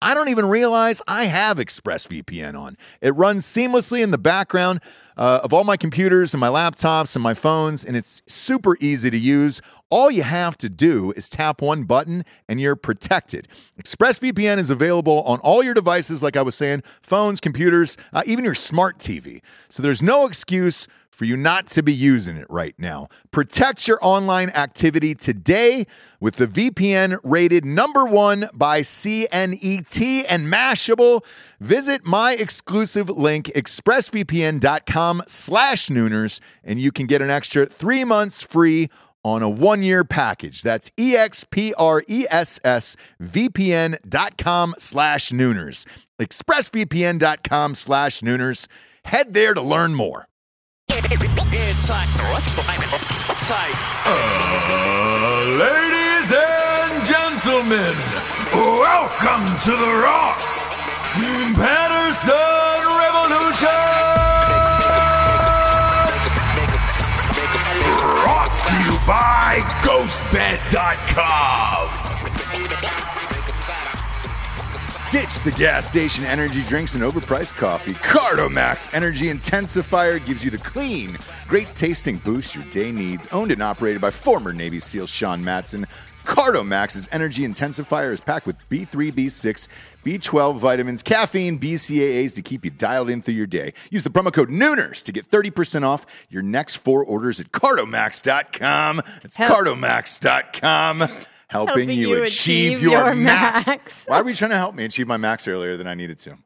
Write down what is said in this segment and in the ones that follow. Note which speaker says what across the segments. Speaker 1: I don't even realize I have ExpressVPN on. It runs seamlessly in the background uh, of all my computers and my laptops and my phones, and it's super easy to use. All you have to do is tap one button and you're protected. ExpressVPN is available on all your devices, like I was saying phones, computers, uh, even your smart TV. So there's no excuse for you not to be using it right now. Protect your online activity today with the VPN rated number one by CNET and Mashable. Visit my exclusive link, expressvpn.com slash nooners, and you can get an extra three months free on a one-year package. That's E expressvpn.com slash nooners. expressvpn.com slash nooners. Head there to learn more.
Speaker 2: It's like, it's like,
Speaker 1: Ladies and gentlemen, welcome to the Ross Patterson Revolution! Brought to you by GhostBed.com! Ditch the gas station energy drinks and overpriced coffee. Cardomax Energy Intensifier gives you the clean, great tasting boost your day needs. Owned and operated by former Navy SEAL Sean Matson. Cardomax's energy intensifier is packed with B3, B6, B12 vitamins, caffeine, BCAAs to keep you dialed in through your day. Use the promo code Nooners to get 30% off your next four orders at cardomax.com. It's
Speaker 3: Help.
Speaker 1: cardomax.com. Helping,
Speaker 3: Helping
Speaker 1: you,
Speaker 3: you
Speaker 1: achieve,
Speaker 3: achieve
Speaker 1: your,
Speaker 3: your
Speaker 1: max.
Speaker 3: max.
Speaker 1: Why were you trying to help me achieve my max earlier than I needed to?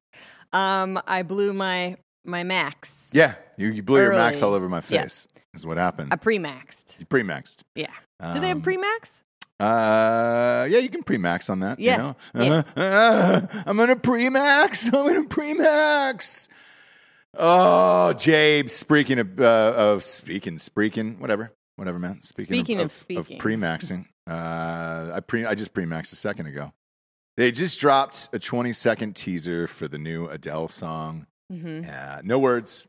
Speaker 4: Um, I blew my my max.
Speaker 1: Yeah, you, you blew your max
Speaker 4: Early.
Speaker 1: all over my
Speaker 4: Yeah.
Speaker 1: face. Is what happened.
Speaker 4: I pre-maxed.
Speaker 1: you pre-maxed.
Speaker 4: Yeah. Do they
Speaker 1: Um.
Speaker 4: have pre-max?
Speaker 1: Uh, yeah, you can pre-max on that.
Speaker 4: Yeah,
Speaker 1: You know?
Speaker 4: yeah.
Speaker 1: Uh, uh, I'm gonna pre-max. I'm gonna pre-max. Oh, Jabe. Speaking of, uh, of speaking, speaking, whatever, whatever, man. Speaking,
Speaker 4: Speaking of
Speaker 1: of,
Speaker 4: speaking.
Speaker 1: pre-maxing. Uh, I pre, I just pre-maxed a second ago. They just dropped a 20 second teaser for the new Adele song.
Speaker 4: Mm-hmm.
Speaker 1: Uh, no words,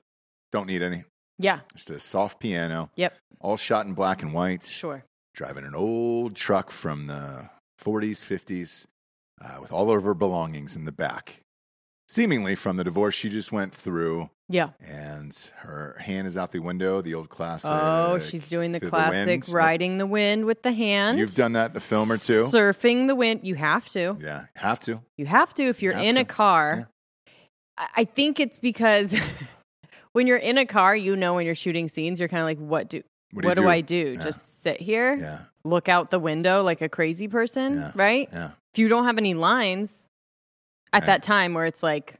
Speaker 1: don't need any.
Speaker 4: Yeah.
Speaker 1: Just a soft piano.
Speaker 4: Yep.
Speaker 1: All shot in black and white.
Speaker 4: Sure.
Speaker 1: driving an old truck from the 40s, 50s, uh, with all of her belongings in the back, seemingly from the divorce she just went through.
Speaker 4: Yeah.
Speaker 1: And her hand is out the window, the old classic.
Speaker 4: Oh, she's doing the
Speaker 1: Through
Speaker 4: classic
Speaker 1: Wind.
Speaker 4: riding the wind with the hand.
Speaker 1: You've done that in a film or two.
Speaker 4: Surfing the wind. You have to.
Speaker 1: yeah, have to.
Speaker 4: You have to if you're
Speaker 1: Have
Speaker 4: in a
Speaker 1: to.
Speaker 4: car. I I think it's because when you're in a car, you know when you're shooting scenes, you're kind of like, what do
Speaker 1: What
Speaker 4: what,
Speaker 1: do you
Speaker 4: do,
Speaker 1: do?
Speaker 4: I do?
Speaker 1: Yeah.
Speaker 4: Just sit here,
Speaker 1: Yeah,
Speaker 4: look out the window like a crazy person,
Speaker 1: Yeah.
Speaker 4: right?
Speaker 1: yeah.
Speaker 4: If you don't have any lines at
Speaker 1: Yeah.
Speaker 4: that time where it's like,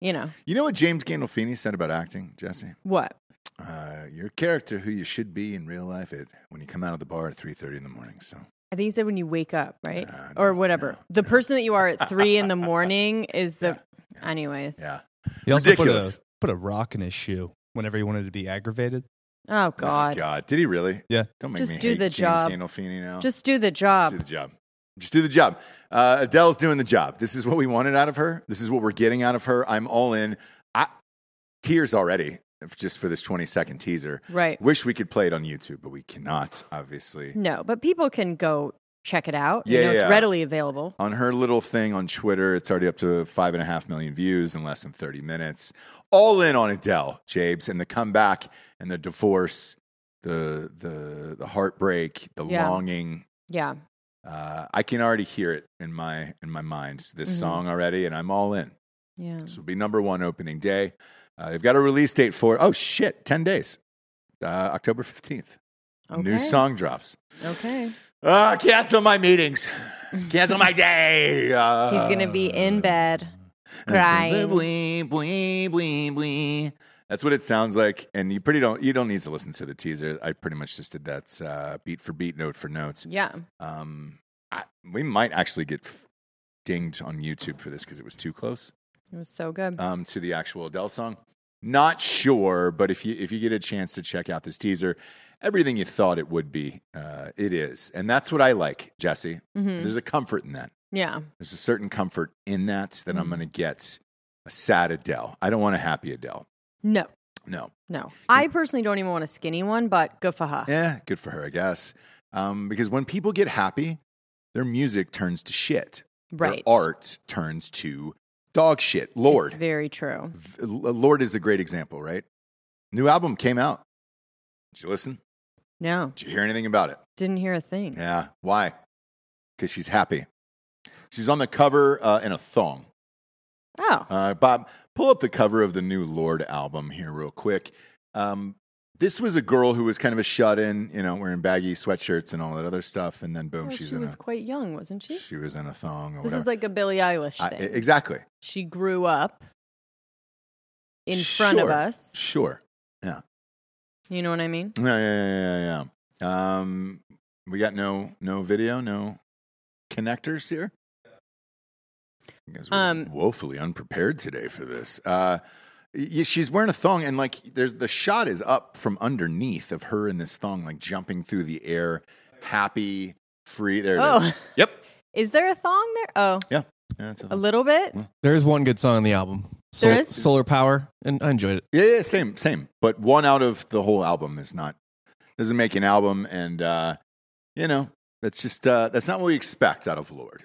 Speaker 4: you know,
Speaker 1: You know what James Gandolfini said about acting, Jesse?
Speaker 4: what?
Speaker 1: Uh, your character, who you should be in real life, it when you come out of the bar at three thirty in the morning. So
Speaker 4: I think he said when you wake up, right?
Speaker 1: Yeah, I
Speaker 4: or
Speaker 1: know,
Speaker 4: whatever.
Speaker 1: yeah,
Speaker 4: the person that you are at three in the morning is the. Anyways.
Speaker 1: yeah,
Speaker 5: He also
Speaker 1: Ridiculous.
Speaker 5: put a put a rock in his shoe whenever he wanted to be aggravated.
Speaker 4: Oh,
Speaker 1: Oh my
Speaker 4: God.
Speaker 1: God, did he really?
Speaker 5: Yeah.
Speaker 1: Don't make
Speaker 4: Just
Speaker 1: me
Speaker 4: do
Speaker 1: hate
Speaker 4: the
Speaker 1: James
Speaker 4: job.
Speaker 1: Gandolfini now.
Speaker 4: Just do the job.
Speaker 1: Just do the job. Just do the job. Uh, Adele's doing the job. This is what we wanted out of her. This is what we're getting out of her. I'm all in. I, tears already if- just for this 20 second teaser.
Speaker 4: right.
Speaker 1: Wish we could play it on YouTube, but we cannot, obviously.
Speaker 4: No, but people can go check it out.
Speaker 1: Yeah,
Speaker 4: you know,
Speaker 1: yeah.
Speaker 4: it's readily available.
Speaker 1: On her little thing on Twitter, it's already up to five and a half million views in less than 30 minutes. All in on Adele, Jabes, and the comeback and the divorce, the the the heartbreak, the
Speaker 4: Yeah.
Speaker 1: longing.
Speaker 4: Yeah.
Speaker 1: Uh, I can already hear it in my in my mind. This
Speaker 4: Mhm.
Speaker 1: song already, and I'm all in.
Speaker 4: Yeah.
Speaker 1: This will be number one opening day. Uh, they've got a release date for oh shit, ten days, uh, October fifteenth. New
Speaker 4: Okay.
Speaker 1: song drops.
Speaker 4: Okay.
Speaker 1: Uh, cancel my meetings. Cancel my day. Uh,
Speaker 4: He's going to be in bed crying.
Speaker 1: Bwee, bwee, bwee, bwee. That's what it sounds like, and you pretty don't you don't need to listen to the teaser. I pretty much just did that uh, beat for beat, note for note.
Speaker 4: Yeah.
Speaker 1: Um, I, we might actually get f- dinged on YouTube for this because it was too close
Speaker 4: It was so good.
Speaker 1: um, to the actual Adele song. Not sure, but if you if you get a chance to check out this teaser, everything you thought it would be, uh, it is, and that's what I like, Jesse.
Speaker 4: hmm
Speaker 1: There's a comfort in that.
Speaker 4: Yeah.
Speaker 1: There's a certain comfort in that that I'm going to get a sad Adele. I don't want a happy Adele.
Speaker 4: No.
Speaker 1: No,
Speaker 4: No. I personally don't even want a skinny one, but good for her.
Speaker 1: yeah, Eh, good for her, I guess. Um, because when people get happy, their music turns to shit.
Speaker 4: right.
Speaker 1: their art turns to dog shit.
Speaker 4: It's
Speaker 1: Lord.
Speaker 4: very true.
Speaker 1: V- uh, Lord is a great example, right? New album came out. Did you listen?
Speaker 4: No.
Speaker 1: Did you hear anything about it?
Speaker 4: Didn't hear a thing.
Speaker 1: Yeah. Why? Because she's happy. She's on the cover uh, in a thong.
Speaker 4: Oh.
Speaker 1: Uh, Bob, pull up the cover of the new Lord album here, real quick. Um, this was a girl who was kind of a shut in, you know, wearing baggy sweatshirts and all that other stuff. And then, boom,
Speaker 4: Well,
Speaker 1: she's
Speaker 4: she
Speaker 1: in
Speaker 4: was
Speaker 1: a.
Speaker 4: quite young, wasn't she?
Speaker 1: She was in a thong or
Speaker 4: This
Speaker 1: whatever.
Speaker 4: is like a Billie Eilish
Speaker 1: I-
Speaker 4: thing.
Speaker 1: exactly.
Speaker 4: she grew up in front of
Speaker 1: Sure.
Speaker 4: us.
Speaker 1: Sure.
Speaker 4: You know what I mean?
Speaker 1: Yeah, yeah, yeah, yeah, yeah. Um, we got no no video, no connectors here. I guess we're
Speaker 4: Um,
Speaker 1: woefully unprepared today for this. Uh, y- she's wearing a thong, and like, there's the shot is up from underneath of her in this thong, like jumping through the air, happy, free. There it is.
Speaker 4: Oh.
Speaker 1: Yep. Uh-huh.
Speaker 4: Is there a thong there? Oh,
Speaker 1: Yeah, that's a
Speaker 4: a
Speaker 1: thong.
Speaker 4: little bit.
Speaker 5: There is one good song on the album. Sol-
Speaker 4: There is?
Speaker 5: Solar Power, and I enjoyed it.
Speaker 1: yeah, yeah, same, same. But one out of the whole album is not doesn't make an album, and uh, you know that's just uh, that's not what we expect out of Lord.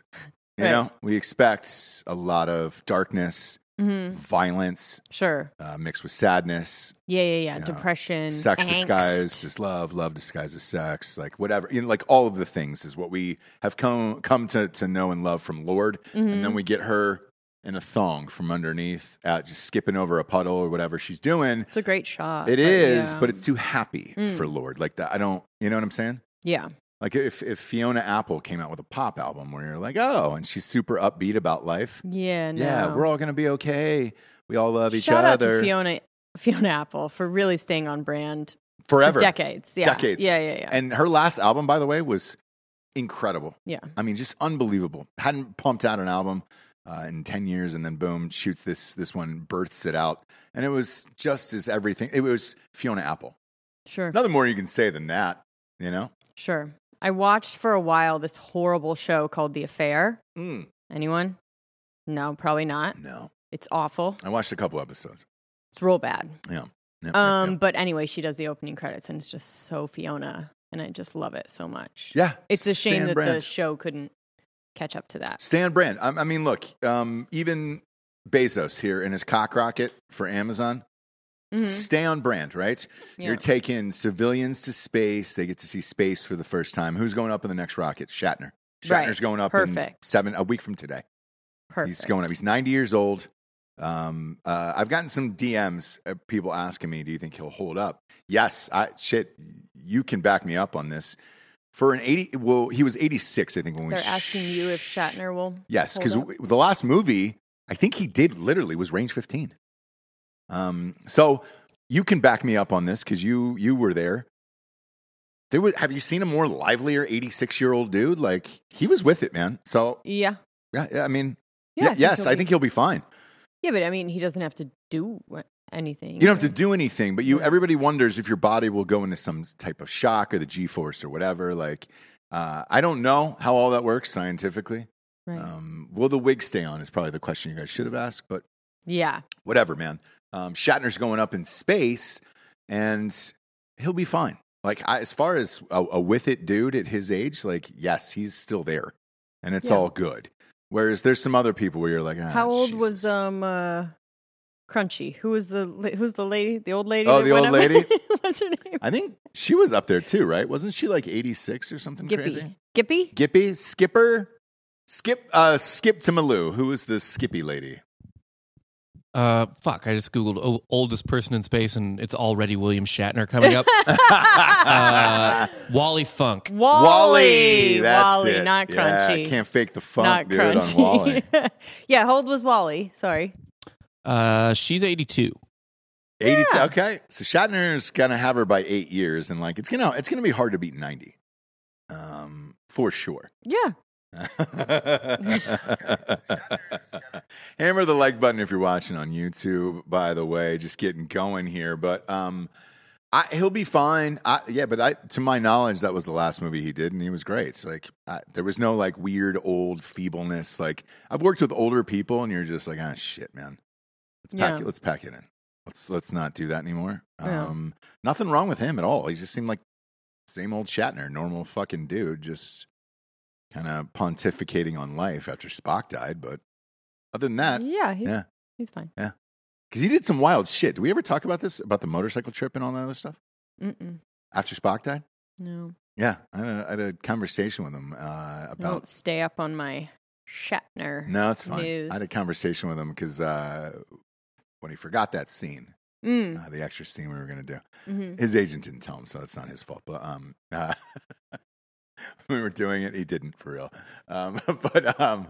Speaker 1: You
Speaker 4: Right.
Speaker 1: know, we expect a lot of darkness,
Speaker 4: hmm
Speaker 1: violence,
Speaker 4: Sure.
Speaker 1: uh, mixed with sadness,
Speaker 4: Yeah, yeah, yeah.
Speaker 1: Yeah.
Speaker 4: Depression.
Speaker 1: sex
Speaker 4: angst.
Speaker 1: disguised as love, love disguised as sex, like whatever, you know, like all of the things is what we have come come to to know and love from Lord, and
Speaker 4: Mm-hmm. Mm.
Speaker 1: then we get her in a thong from underneath, out just skipping over a puddle or whatever she's doing.
Speaker 4: It's a great shot.
Speaker 1: It is,
Speaker 4: Uh, yeah.
Speaker 1: but it's too happy
Speaker 4: Mm.
Speaker 1: for Lord. Like that, I don't. You know what I'm saying?
Speaker 4: yeah,
Speaker 1: Like if if Fiona Apple came out with a pop album where you're like, oh, and she's super upbeat about life.
Speaker 4: yeah, no.
Speaker 1: Yeah, we're all gonna be okay. We all love each
Speaker 4: Shout
Speaker 1: other
Speaker 4: out to Fiona, Fiona Apple for really staying on brand for
Speaker 1: forever,
Speaker 4: decades. Yeah,
Speaker 1: decades.
Speaker 4: Yeah, yeah, yeah.
Speaker 1: And her last album, by the way, was incredible.
Speaker 4: yeah,
Speaker 1: I mean, just unbelievable. Hadn't pumped out an album uh, in ten years, and then boom, shoots this this one, births it out, and it was just as everything. It was Fiona Apple.
Speaker 4: sure,
Speaker 1: Nothing more you can say than that. You know.
Speaker 4: sure. I watched for a while this horrible show called The Affair.
Speaker 1: Mm.
Speaker 4: Anyone? No, probably not.
Speaker 1: No,
Speaker 4: It's awful.
Speaker 1: I watched a couple episodes.
Speaker 4: It's real bad.
Speaker 1: Yep, yep,
Speaker 4: Um,
Speaker 1: yep.
Speaker 4: but anyway, she does the opening credits, and it's just so Fiona, and I just love it so much.
Speaker 1: yeah,
Speaker 4: it's a shame
Speaker 1: Stan
Speaker 4: that the
Speaker 1: Brand.
Speaker 4: show couldn't catch up to that.
Speaker 1: Stan Brand. I, I mean, look, um, even Bezos here in his cock rocket for Amazon.
Speaker 4: Mhm.
Speaker 1: Stay on brand, right?
Speaker 4: Yeah.
Speaker 1: You're taking civilians to space. They get to see space for the first time. Who's going up in the next rocket? Shatner. Shatner's
Speaker 4: Right.
Speaker 1: going up in
Speaker 4: Perfect.
Speaker 1: seven a week from today.
Speaker 4: Perfect.
Speaker 1: He's going up. He's 90 years old. Um, uh, I've gotten some DMs, uh, people asking me, "Do you think he'll hold up?" Yes, I shit. You can back me up on this. For an 80, well, he was 86, I think, when we.
Speaker 4: They're
Speaker 1: sh-
Speaker 4: asking you if Shatner will.
Speaker 1: Yes,
Speaker 4: hold
Speaker 1: because
Speaker 4: up.
Speaker 1: the last movie I think he did literally was Range 15. Um, so you can back me up on this because you you were there. There was, have you seen a more livelier 86 year old dude? Like he was with it, man. So
Speaker 4: Yeah.
Speaker 1: yeah, yeah, I mean,
Speaker 4: Yeah.
Speaker 1: yeah,
Speaker 4: I think
Speaker 1: yes,
Speaker 4: he'll
Speaker 1: I
Speaker 4: be-
Speaker 1: think he'll be fine.
Speaker 4: Yeah, but I mean, he doesn't have to do wh- anything.
Speaker 1: You don't have to do anything, but you everybody wonders if your body will go into some type of shock or the G force or whatever. Like, uh, I don't know how all that works scientifically.
Speaker 4: Right.
Speaker 1: Um, will the wig stay on? Is probably the question you guys should have asked, but
Speaker 4: yeah.
Speaker 1: whatever, man. Um, Shatner's going up in space, and he'll be fine. Like I, as far as a, a with it dude at his age, like yes, he's still there, and it's
Speaker 4: Yeah.
Speaker 1: all good. Whereas there's some other people where you're like, ah,
Speaker 4: How old
Speaker 1: Jesus.
Speaker 4: was um uh, Crunchy? Who was the la- who's the lady? The old lady.
Speaker 1: Oh,
Speaker 4: that
Speaker 1: the
Speaker 4: went
Speaker 1: old
Speaker 4: up-
Speaker 1: lady?
Speaker 4: What's her name?
Speaker 1: I think she was up there too, right? Wasn't she like 86 or something
Speaker 4: Gippy.
Speaker 1: crazy?
Speaker 4: Gippy.
Speaker 1: Gippy, Skipper, Skip, uh, Skip to Malou. Who was the Skippy lady?
Speaker 5: Uh, fuck! I just googled o- oldest person in space, and it's already William Shatner coming up. uh, Wally Funk.
Speaker 4: Wally.
Speaker 1: that's
Speaker 4: Wally,
Speaker 1: it.
Speaker 4: not
Speaker 1: Yeah,
Speaker 4: Crunchy.
Speaker 1: can't fake the funk,
Speaker 4: not
Speaker 1: dude,
Speaker 4: Crunchy.
Speaker 1: on Wally.
Speaker 4: yeah. How old was Wally? Sorry.
Speaker 5: Uh, she's eighty-two.
Speaker 1: 80
Speaker 4: Yeah.
Speaker 1: okay so shatner's gonna have her by eight years and like it's gonna it's gonna be hard to beat 90 um for sure
Speaker 4: Yeah.
Speaker 1: hammer the like button if you're watching on youtube by the way just getting going here but um I, he'll be fine I, yeah but i to my knowledge that was the last movie he did and he was great it's like I, there was no like weird old feebleness like i've worked with older people and you're just like ah shit man let's
Speaker 4: Yeah.
Speaker 1: pack it let's pack it in let's let's not do that anymore
Speaker 4: Yeah.
Speaker 1: um nothing wrong with him at all he just seemed like same old shatner normal fucking dude just kind of pontificating on life after spock died but other than that
Speaker 4: yeah. He's,
Speaker 1: yeah.
Speaker 4: He's fine.
Speaker 1: because he did some wild shit did we ever talk about this about the motorcycle trip and all that other stuff
Speaker 4: Mm-mm.
Speaker 1: after spock died
Speaker 4: No.
Speaker 1: yeah i had a, I had a conversation with him uh
Speaker 4: I Don't
Speaker 1: about
Speaker 4: stay up on my Shatner.
Speaker 1: no it's fine
Speaker 4: News.
Speaker 1: i had a conversation with him because uh when he forgot that scene
Speaker 4: Mm.
Speaker 1: uh, the extra scene we were going to do
Speaker 4: hmm
Speaker 1: his agent didn't tell him, so that's not his fault. But um, uh, we were doing it. He didn't for real. Um, but um,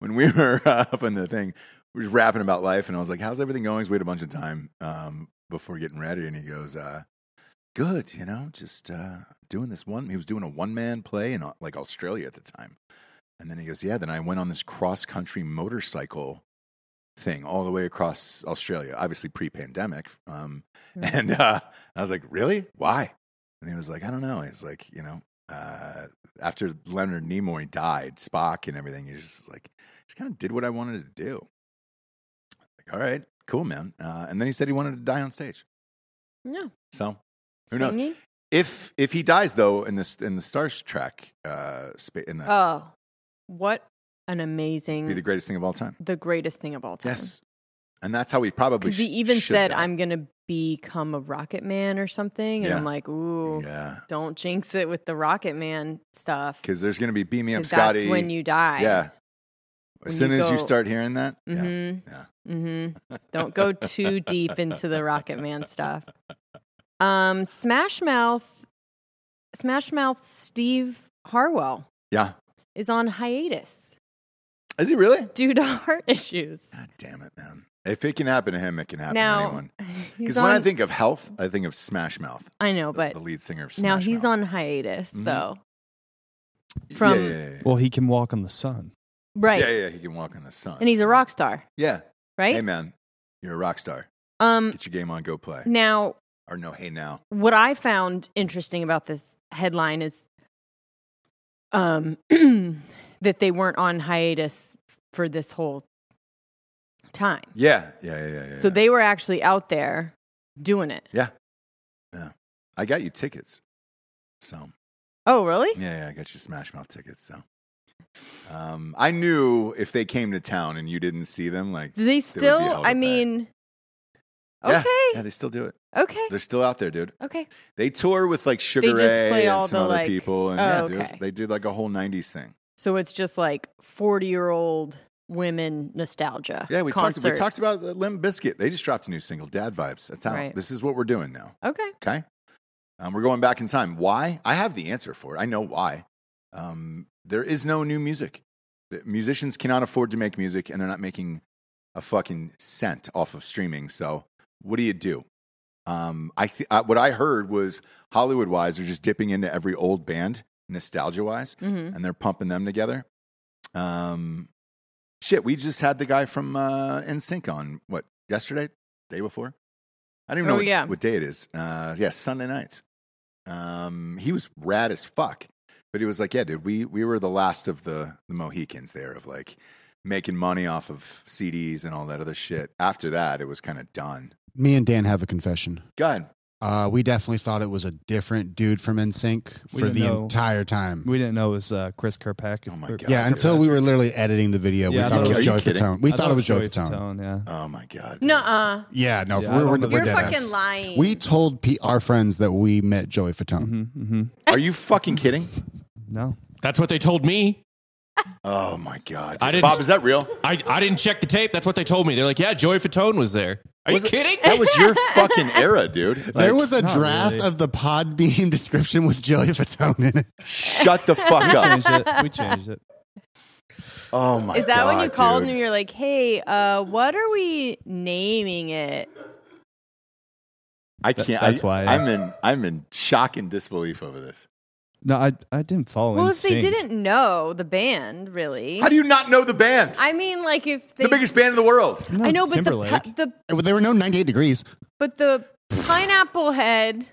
Speaker 1: when we were uh, up in the thing, we were rapping about life, and I was like, "How's everything going?" 'Cause We had a bunch of time um, before getting ready, and he goes, uh, "Good, you know, just uh, doing this one." He was doing a one man play in uh, like Australia at the time, and then he goes, "Yeah." Then I went on this cross country motorcycle thing all the way across Australia, obviously pre pandemic. Um, and uh, I was like, really? Why? And he was like, I don't know. He's like, you know, uh, after Leonard Nimoy died, Spock and everything, he was just like, just kind of did what I wanted to do. Like, all right, cool, man. Uh, and then he said he wanted to die on stage.
Speaker 4: Yeah.
Speaker 1: So Who knows?
Speaker 4: Singing?
Speaker 1: if if he dies though in this in the Star Trek uh, spa- in the
Speaker 4: Oh, what an
Speaker 1: be
Speaker 4: amazing,
Speaker 1: the
Speaker 4: the,
Speaker 1: greatest thing of all time.
Speaker 4: greatest thing of all Um, time.
Speaker 1: Yes, and that's how we probably
Speaker 4: Because he
Speaker 1: sh-
Speaker 4: even
Speaker 1: should
Speaker 4: said,
Speaker 1: die.
Speaker 4: I'm going to become a rocket man or something. And I'm
Speaker 1: Yeah.
Speaker 4: like, ooh,
Speaker 1: yeah
Speaker 4: don't jinx it with the rocket man stuff.
Speaker 1: because there's gonna be beam me up,
Speaker 4: 'Cause that's
Speaker 1: Scotty.
Speaker 4: when you die.
Speaker 1: yeah,
Speaker 4: When
Speaker 1: as soon
Speaker 4: you
Speaker 1: as you
Speaker 4: go-
Speaker 1: start hearing that, yeah.
Speaker 4: Mm hmm.
Speaker 1: Yeah.
Speaker 4: Mm hmm. Don't go too deep into the rocket man stuff. Um, Smash Mouth, Smash Mouth Steve Harwell
Speaker 1: Yeah.
Speaker 4: is on hiatus
Speaker 1: Is he really?
Speaker 4: due to heart issues.
Speaker 1: God damn it, man. If it can happen to him, it can happen to
Speaker 4: now,
Speaker 1: anyone.
Speaker 4: he's
Speaker 1: Because when I
Speaker 4: on-
Speaker 1: think of health, I think of Smash Mouth,
Speaker 4: I know,
Speaker 1: the-
Speaker 4: but
Speaker 1: the lead singer of Smash
Speaker 4: now he's
Speaker 1: Mouth.
Speaker 4: on hiatus
Speaker 1: Mhm.
Speaker 4: though
Speaker 1: Yeah,
Speaker 4: from-
Speaker 1: yeah, yeah, yeah.
Speaker 5: Well, he can walk on the sun.
Speaker 4: right
Speaker 1: yeah, yeah, he can walk in the sun.
Speaker 4: and he's
Speaker 1: so-
Speaker 4: a rock star
Speaker 1: Yeah.
Speaker 4: right
Speaker 1: Hey, man, you're a rock star.
Speaker 4: um
Speaker 1: Get your game on, go play.
Speaker 4: now
Speaker 1: Or no, hey, now.
Speaker 4: what i found interesting about this headline is um, that they weren't on hiatus for this whole time.
Speaker 1: Yeah, yeah, yeah, yeah. yeah,
Speaker 4: So
Speaker 1: yeah.
Speaker 4: they were actually out there doing it.
Speaker 1: I got you tickets. So
Speaker 4: Oh, really?
Speaker 1: yeah, yeah, I got you Smash Mouth tickets. So um, I knew if they came to town and you didn't see them, like
Speaker 4: Do they still?
Speaker 1: held it
Speaker 4: I
Speaker 1: back.
Speaker 4: mean,
Speaker 1: yeah,
Speaker 4: okay,
Speaker 1: yeah, they still do it.
Speaker 4: okay,
Speaker 1: They're still out there, dude.
Speaker 4: okay.
Speaker 1: They tour with like Sugar
Speaker 4: just
Speaker 1: Ray
Speaker 4: play all
Speaker 1: and some
Speaker 4: the,
Speaker 1: other
Speaker 4: like-
Speaker 1: people, and
Speaker 4: Oh,
Speaker 1: yeah,
Speaker 4: okay.
Speaker 1: dude, they did like a whole '90s thing.
Speaker 4: So it's just like forty-year-old women nostalgia.
Speaker 1: Yeah, we
Speaker 4: concert.
Speaker 1: talked. We talked about uh, Limp Biscuit. They just dropped a new single, Dad Vibes. That's how.
Speaker 4: Right.
Speaker 1: This is what we're doing now.
Speaker 4: Okay,
Speaker 1: Okay. Um, we're going back in time. Why? I have the answer for it. I know why. Um, there is no new music. The musicians cannot afford to make music and they're not making a fucking cent off of streaming. So what do you do? Um, I th- uh, what I heard was Hollywood wise, they're just dipping into every old band, nostalgia wise,
Speaker 4: hmm
Speaker 1: and they're pumping them together. Um, shit, we just had the guy from uh, NSYNC on what yesterday, day before. I don't even know
Speaker 4: Oh,
Speaker 1: what,
Speaker 4: yeah.
Speaker 1: what day it is. Uh, yeah, Sunday nights. Um, he was rad as fuck, but he was like, "Yeah, dude, we we were the last of the the Mohicans there of like making money off of CDs and all that other shit. After that, it was kind of done.
Speaker 6: Me and Dan have a confession.
Speaker 1: God,
Speaker 6: Uh, we definitely thought it was a different dude from NSYNC
Speaker 7: We
Speaker 6: for
Speaker 7: didn't
Speaker 6: the
Speaker 7: know.
Speaker 6: entire time.
Speaker 7: We didn't know it was uh, Chris Kirkpatrick.
Speaker 1: Oh my
Speaker 7: Or-
Speaker 1: God.
Speaker 6: yeah,
Speaker 1: I
Speaker 6: until
Speaker 1: forgot.
Speaker 6: we were literally editing the video, we
Speaker 7: Yeah, I
Speaker 6: thought
Speaker 7: thought
Speaker 6: it
Speaker 7: it
Speaker 6: was Joey
Speaker 1: was- Are you
Speaker 6: Fatone. We
Speaker 7: I
Speaker 6: thought it was Joey
Speaker 7: Joey
Speaker 6: Fatone.
Speaker 7: Fatone, Yeah.
Speaker 1: oh my god, dude.
Speaker 4: Nuh-uh.
Speaker 6: Yeah, no,
Speaker 7: Yeah,
Speaker 6: for-
Speaker 7: I
Speaker 6: we were
Speaker 7: don't
Speaker 6: we're
Speaker 4: You're
Speaker 7: remember
Speaker 6: dead
Speaker 7: that.
Speaker 6: ass.
Speaker 4: fucking lying.
Speaker 6: We told P- our friends that we met Joey Fatone.
Speaker 7: hmm hmm
Speaker 1: are you fucking kidding?
Speaker 7: No.
Speaker 5: That's what they told me.
Speaker 1: Oh my god,
Speaker 5: I
Speaker 1: dude.
Speaker 5: didn't-
Speaker 1: Bob, is that real?
Speaker 5: I, I didn't check the tape. That's what they told me. They're like, yeah, Joey Fatone was there. Are
Speaker 1: Was
Speaker 5: you
Speaker 1: it-
Speaker 5: kidding?
Speaker 1: That was your fucking era, dude. Like,
Speaker 6: there was a
Speaker 7: not
Speaker 6: draft
Speaker 7: really.
Speaker 6: of the Podbean description with Joey Fatone in it.
Speaker 1: shut the fuck up.
Speaker 7: Changed it. We changed it.
Speaker 1: Oh my
Speaker 4: Is that
Speaker 1: god.
Speaker 4: when you called
Speaker 1: dude.
Speaker 4: and you're like, "Hey, uh, what are we naming it?"
Speaker 1: I can't
Speaker 7: that's
Speaker 1: I,
Speaker 7: why,
Speaker 1: I'm in I'm in shock and disbelief over this.
Speaker 7: No, I I didn't follow.
Speaker 4: Well, if they
Speaker 7: NSYNC.
Speaker 4: didn't know the band, really,
Speaker 1: How do you not know the band?
Speaker 4: I mean, like if
Speaker 1: it's
Speaker 4: they,
Speaker 1: the biggest band in the world.
Speaker 7: No,
Speaker 4: I know, but the,
Speaker 7: Timberlake.
Speaker 4: pi- the
Speaker 6: There were no 98 degrees.
Speaker 4: but the pineapple head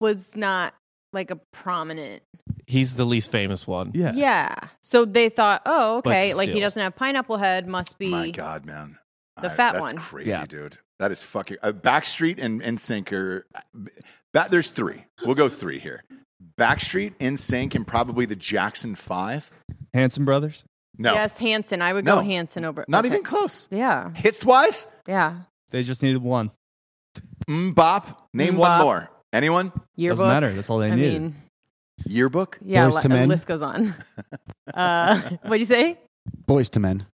Speaker 4: was not like a prominent.
Speaker 5: He's the least famous one.
Speaker 7: yeah.
Speaker 4: Yeah, so they thought, oh,
Speaker 5: But
Speaker 4: okay, like he
Speaker 5: still.
Speaker 4: doesn't have pineapple head, must be
Speaker 1: My god, man.
Speaker 4: The fat
Speaker 1: that's
Speaker 4: one.
Speaker 1: crazy,
Speaker 5: Yeah.
Speaker 1: dude. That is fucking uh, Backstreet and and Sinker. That there's three. We'll go three here. Backstreet, NSYNC, and probably the Jackson Five.
Speaker 7: Hanson Brothers.
Speaker 1: No,
Speaker 4: yes Hanson. I would
Speaker 1: No.
Speaker 4: go Hanson over.
Speaker 1: not
Speaker 4: okay.
Speaker 1: even close.
Speaker 4: Yeah,
Speaker 1: Hits wise,
Speaker 4: yeah.
Speaker 7: They just needed one.
Speaker 1: mm, bop. Name one
Speaker 4: Mbop.
Speaker 1: more. Anyone?
Speaker 4: Yearbook.
Speaker 7: Doesn't matter. That's all they
Speaker 4: I
Speaker 7: needed.
Speaker 4: mean,
Speaker 1: Yearbook.
Speaker 4: yeah.
Speaker 6: Boyz
Speaker 4: li-
Speaker 6: II
Speaker 4: the
Speaker 6: Men.
Speaker 4: list goes on. Uh, what'd you say?
Speaker 6: Boys to men.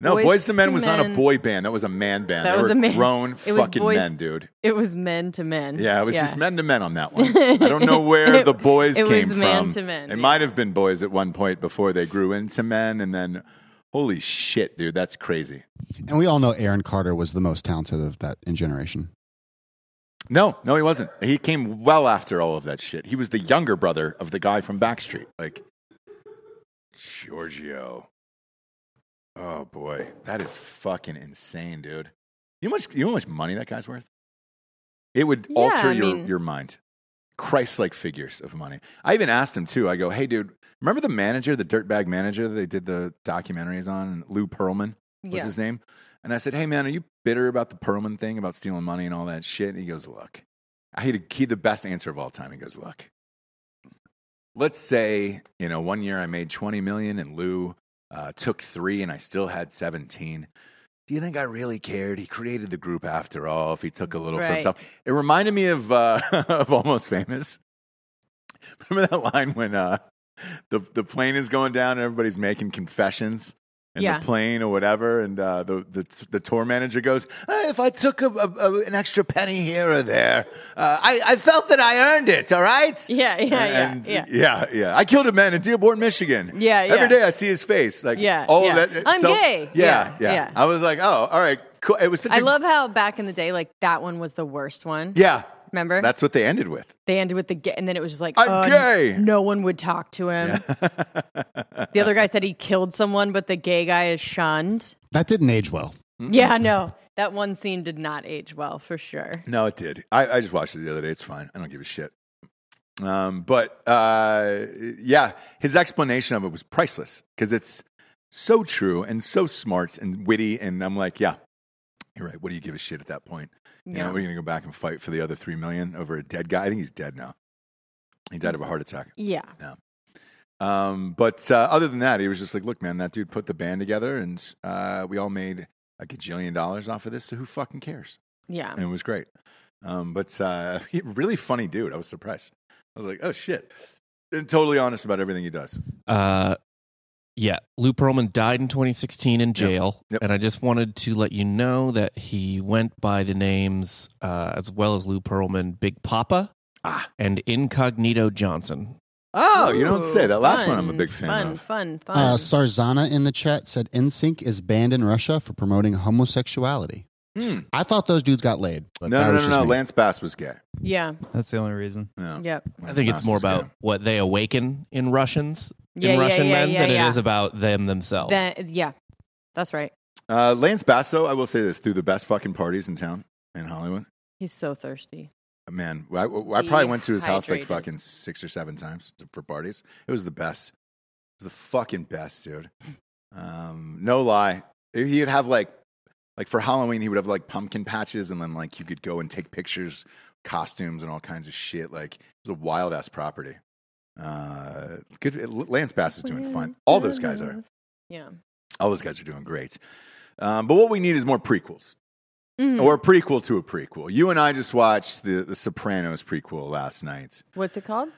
Speaker 1: No,
Speaker 4: Boyz
Speaker 1: Boys to Men
Speaker 4: II
Speaker 1: was not a
Speaker 4: Men.
Speaker 1: boy band. That was a man band.
Speaker 4: That
Speaker 1: They
Speaker 4: was
Speaker 1: were
Speaker 4: a man-
Speaker 1: grown
Speaker 4: It was
Speaker 1: fucking
Speaker 4: Boyz-
Speaker 1: men, dude.
Speaker 4: It was men to men.
Speaker 1: Yeah, it was just men to men on that one. I don't know where
Speaker 4: It-
Speaker 1: the boys
Speaker 4: it
Speaker 1: came
Speaker 4: was
Speaker 1: from.
Speaker 4: man to men,
Speaker 1: It
Speaker 4: yeah.
Speaker 1: might have been boys at one point before they grew into men, and then holy shit, dude, that's crazy.
Speaker 6: And we all know Aaron Carter was the most talented of that in generation.
Speaker 1: No, no, he wasn't. He came well after all of that shit. He was the younger brother of the guy from Backstreet, like Giorgio. Oh boy, that is fucking insane, dude. You know much, you know how much money that guy's worth? It would
Speaker 4: Yeah,
Speaker 1: alter
Speaker 4: I
Speaker 1: your,
Speaker 4: mean-
Speaker 1: your mind. Christ-like figures of money. I even asked him too. I go, hey, dude, remember the manager, the dirtbag manager that they did the documentaries on, Lou Pearlman? was
Speaker 4: Yeah.
Speaker 1: his name. And I said, Hey man, are you bitter about the Perlman thing about stealing money and all that shit? And he goes, Look, I had a key the best answer of all time. He goes, Look, let's say, you know, one year I made 20 million and Lou uh, took three and I still had 17. Do you think I really cared? He created the group after all. If he took a little for
Speaker 4: Right.
Speaker 1: himself, it reminded me of uh, of Almost Famous. Remember that line when uh, the the plane is going down and everybody's making confessions in
Speaker 4: Yeah.
Speaker 1: the plane or whatever, and uh, the, the the tour manager goes, "Uh, "If I took a, a, a- an extra penny here or there, uh, I I felt that I earned it. All right."
Speaker 4: Yeah, yeah, yeah,
Speaker 1: And-
Speaker 4: yeah.
Speaker 1: yeah, yeah. I killed a man in Dearborn, Michigan.
Speaker 4: Yeah, yeah.
Speaker 1: Every day I see his face. Like,
Speaker 4: Yeah,
Speaker 1: all
Speaker 4: yeah.
Speaker 1: that.
Speaker 4: I'm gay.
Speaker 1: Yeah, yeah,
Speaker 4: Yeah, yeah.
Speaker 1: I was like, oh, all right, cool. It was such
Speaker 4: I
Speaker 1: a-
Speaker 4: love how back in the day, like that one was the worst one.
Speaker 1: Yeah,
Speaker 4: Remember?
Speaker 1: that's what they ended with.
Speaker 4: they ended with the gay, and then it was just like,
Speaker 1: I'm
Speaker 4: uh,
Speaker 1: gay.
Speaker 4: No one would talk to him. the other guy said he killed someone, but the gay guy is shunned.
Speaker 6: That didn't age well.
Speaker 4: Yeah, no, that one scene did not age well for sure.
Speaker 1: No, it did. I, I just watched it the other day. It's fine. I don't give a shit. Um, but uh, yeah, his explanation of it was priceless because it's so true and so smart and witty. And I'm like, yeah, you're right. What do you give a shit at that point? You know,
Speaker 4: Yeah.
Speaker 1: we're gonna go back and fight for the other three million over a dead guy. I think he's dead now. He died of a heart attack.
Speaker 4: Yeah.
Speaker 1: Um, but uh, other than that, he was just like, look, man, that dude put the band together, and uh, we all made a gajillion dollars off of this. So who fucking cares?
Speaker 4: Yeah.
Speaker 1: and it was great. Um, but uh, he- really funny dude. I was surprised. I was like, oh shit. And totally honest about everything he does.
Speaker 5: Uh, yeah, Lou Pearlman died in 2016 in jail,
Speaker 1: Yep.
Speaker 5: and I just wanted to let you know that he went by the names uh, as well as Lou Pearlman, Big Papa,
Speaker 1: Ah.
Speaker 5: and Incognito Johnson.
Speaker 1: Oh, you don't say that. Last one I'm a
Speaker 4: Fun,
Speaker 1: big fan
Speaker 4: Fun,
Speaker 1: of.
Speaker 4: fun, fun.
Speaker 6: Uh, Sarzana in the chat said NSYNC is banned in Russia for promoting homosexuality.
Speaker 1: Hmm.
Speaker 6: I thought those dudes got laid.
Speaker 1: No,
Speaker 6: But that
Speaker 1: no,
Speaker 6: was
Speaker 1: no,
Speaker 6: just
Speaker 1: no.
Speaker 6: me.
Speaker 1: Lance Bass was gay.
Speaker 4: yeah.
Speaker 7: That's the only reason.
Speaker 1: No,
Speaker 4: Yep.
Speaker 5: I
Speaker 1: Lance
Speaker 5: think it's
Speaker 1: Bass
Speaker 5: more
Speaker 1: was
Speaker 5: about
Speaker 1: gay.
Speaker 5: what they awaken in Russians,
Speaker 4: Yeah,
Speaker 5: in
Speaker 4: yeah,
Speaker 5: Russian
Speaker 4: yeah,
Speaker 5: men,
Speaker 4: yeah,
Speaker 5: than
Speaker 4: yeah.
Speaker 5: it is about them themselves.
Speaker 4: That, yeah. That's right.
Speaker 1: Uh, Lance Bass, though, I will say this through the best fucking parties in town in Hollywood.
Speaker 4: He's so thirsty.
Speaker 1: Man, I, I probably went to his house like
Speaker 4: Dehydrated.
Speaker 1: fucking six or seven times for parties. It was the best. It was the fucking best, dude. Um, no lie. He'd have like, like for Halloween, he would have like pumpkin patches, and then like you could go and take pictures, costumes, and all kinds of shit. Like it was a wild ass property. Uh, good. Lance Bass is doing fine. All those guys are.
Speaker 4: Yeah.
Speaker 1: All those guys are doing great. Um, but what we need is more prequels
Speaker 4: Mhm.
Speaker 1: or a prequel to a prequel. You and I just watched the the Sopranos prequel last night.
Speaker 4: What's it called?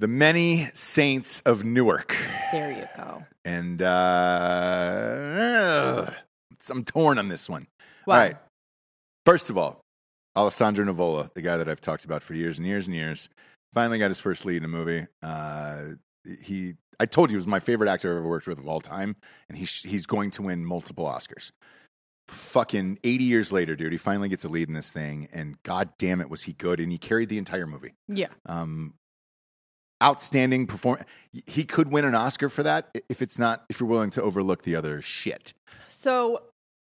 Speaker 1: The Many Saints of Newark.
Speaker 4: There you go.
Speaker 1: And uh, ugh, I'm torn on this one.
Speaker 4: Wow.
Speaker 1: All right. First of all, Alessandro Novola, the guy that I've talked about for years and years and years, finally got his first lead in a movie. Uh, he, I told you, he was my favorite actor I've ever worked with of all time, and he's he's going to win multiple Oscars. Fucking 80 years later, dude, he finally gets a lead in this thing, and god damn it, was he good, and he carried the entire movie
Speaker 4: Yeah.
Speaker 1: um, outstanding performance. He could win an Oscar for that i- if it's not if you're willing to overlook the other shit.
Speaker 4: So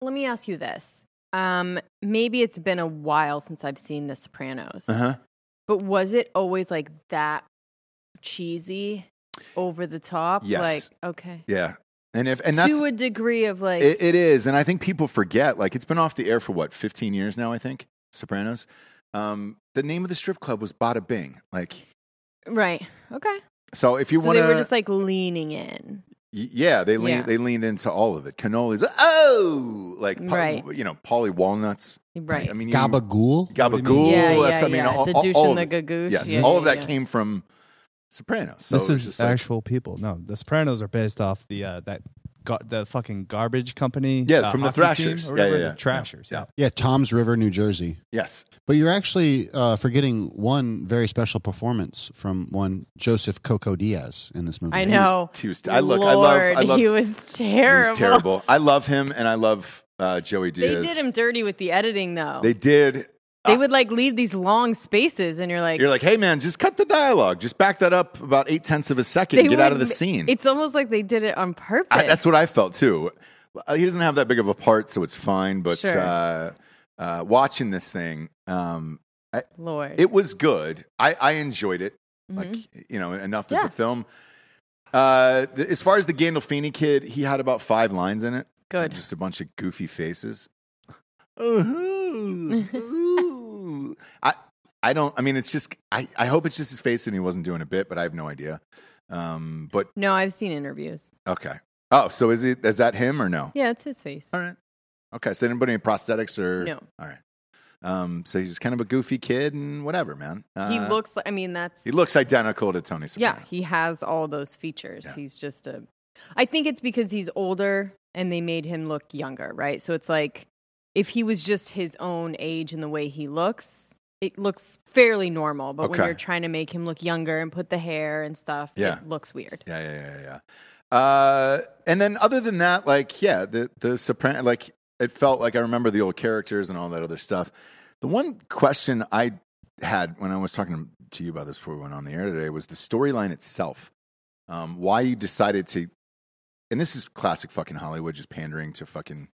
Speaker 4: let me ask you this. Um, maybe it's been a while since I've seen The Sopranos,
Speaker 1: huh.
Speaker 4: but was it always like that cheesy, over the top?
Speaker 1: Yes.
Speaker 4: Like, okay.
Speaker 1: Yeah, and if and that's
Speaker 4: to a degree of like,
Speaker 1: it, it is, and I think people forget. Like it's been off the air for what 15 years now. I think Sopranos. Um, the name of the strip club was Bada Bing. Like
Speaker 4: right. Okay.
Speaker 1: so, if you
Speaker 4: so
Speaker 1: want
Speaker 4: they were
Speaker 1: to,
Speaker 4: just like leaning in.
Speaker 1: yeah, they lean
Speaker 4: Yeah.
Speaker 1: they leaned into all of it. Cannolis, oh, like pa-
Speaker 4: Right.
Speaker 1: you know, Polly walnuts.
Speaker 4: Right.
Speaker 1: I mean, you-
Speaker 6: Gabagool.
Speaker 1: gabagool.
Speaker 4: yeah, yeah,
Speaker 1: that's,
Speaker 4: yeah.
Speaker 1: I mean, all,
Speaker 4: the
Speaker 1: all-
Speaker 4: douche
Speaker 1: all
Speaker 4: and
Speaker 1: of
Speaker 4: the
Speaker 1: it.
Speaker 4: gagoosh.
Speaker 1: Yes,
Speaker 4: Yeah,
Speaker 1: all
Speaker 4: yeah,
Speaker 1: of that
Speaker 4: yeah.
Speaker 1: came from Sopranos. So
Speaker 7: this
Speaker 1: it was
Speaker 7: is
Speaker 1: just like-
Speaker 7: actual people. No, The Sopranos are based off the uh, that got the fucking garbage company.
Speaker 1: Yeah,
Speaker 7: uh,
Speaker 1: from the
Speaker 7: hockey team
Speaker 1: Thrashers.
Speaker 7: or
Speaker 1: Yeah,
Speaker 7: whatever,
Speaker 1: yeah,
Speaker 7: the
Speaker 1: yeah.
Speaker 7: Trashers.
Speaker 1: Yeah.
Speaker 7: Yeah.
Speaker 6: Yeah, Tom's River, New Jersey.
Speaker 1: yes,
Speaker 6: But you're actually uh, forgetting one very special performance from one Joseph Coco Diaz in this movie.
Speaker 4: I
Speaker 1: He was-
Speaker 4: know.
Speaker 1: he was- I look, I love, I
Speaker 4: Lord,
Speaker 1: love.
Speaker 4: He was terrible.
Speaker 1: terrible. I love him, and I love uh, Joey
Speaker 4: They
Speaker 1: Diaz.
Speaker 4: did him dirty with the editing, though.
Speaker 1: They did.
Speaker 4: They would like leave these long spaces, and you're like,
Speaker 1: You're like, hey man, just cut the dialogue. Just back that up about eight tenths of a second. and
Speaker 4: They
Speaker 1: Get out of the
Speaker 4: would-
Speaker 1: scene.
Speaker 4: It's almost like they did it on purpose.
Speaker 1: I, that's what I felt too. Uh, He doesn't have that big of a part, so it's fine. But
Speaker 4: Sure.
Speaker 1: uh, uh, watching this thing, um,
Speaker 4: Lord.
Speaker 1: it was good. I, I enjoyed it.
Speaker 4: Mhm.
Speaker 1: like you know enough as
Speaker 4: Yeah.
Speaker 1: a film. Uh, th- as far as the Gandolfini kid, he had about five lines in it.
Speaker 4: Good.
Speaker 1: just a bunch of goofy faces. Ooh, ooh. I I don't. I mean, it's just. I I hope it's just his face and he wasn't doing a bit, but I have no idea. Um, but
Speaker 4: no, I've seen interviews.
Speaker 1: okay. Oh, so is it is that him or no?
Speaker 4: Yeah, it's his face.
Speaker 1: All right. Okay. So anybody in prosthetics or
Speaker 4: No.
Speaker 1: All right. Um, so he's kind of a goofy kid and whatever, man. Uh,
Speaker 4: he looks like, I mean, that's.
Speaker 1: He looks identical to Tony Soprano.
Speaker 4: yeah, he has all those features.
Speaker 1: Yeah.
Speaker 4: He's just a. I think it's because he's older and they made him look younger, right? So it's like if he was just his own age and the way he looks, it looks fairly normal. But
Speaker 1: Okay.
Speaker 4: when you're trying to make him look younger and put the hair and stuff,
Speaker 1: Yeah.
Speaker 4: it looks weird.
Speaker 1: Yeah, yeah, yeah, yeah. Uh, and then other than that, like, yeah, the the Soprano, like, it felt like I remember the old characters and all that other stuff. The one question I had when I was talking to you about this before we went on the air today was the storyline itself. Um, why you decided to, and this is classic fucking Hollywood, just pandering to fucking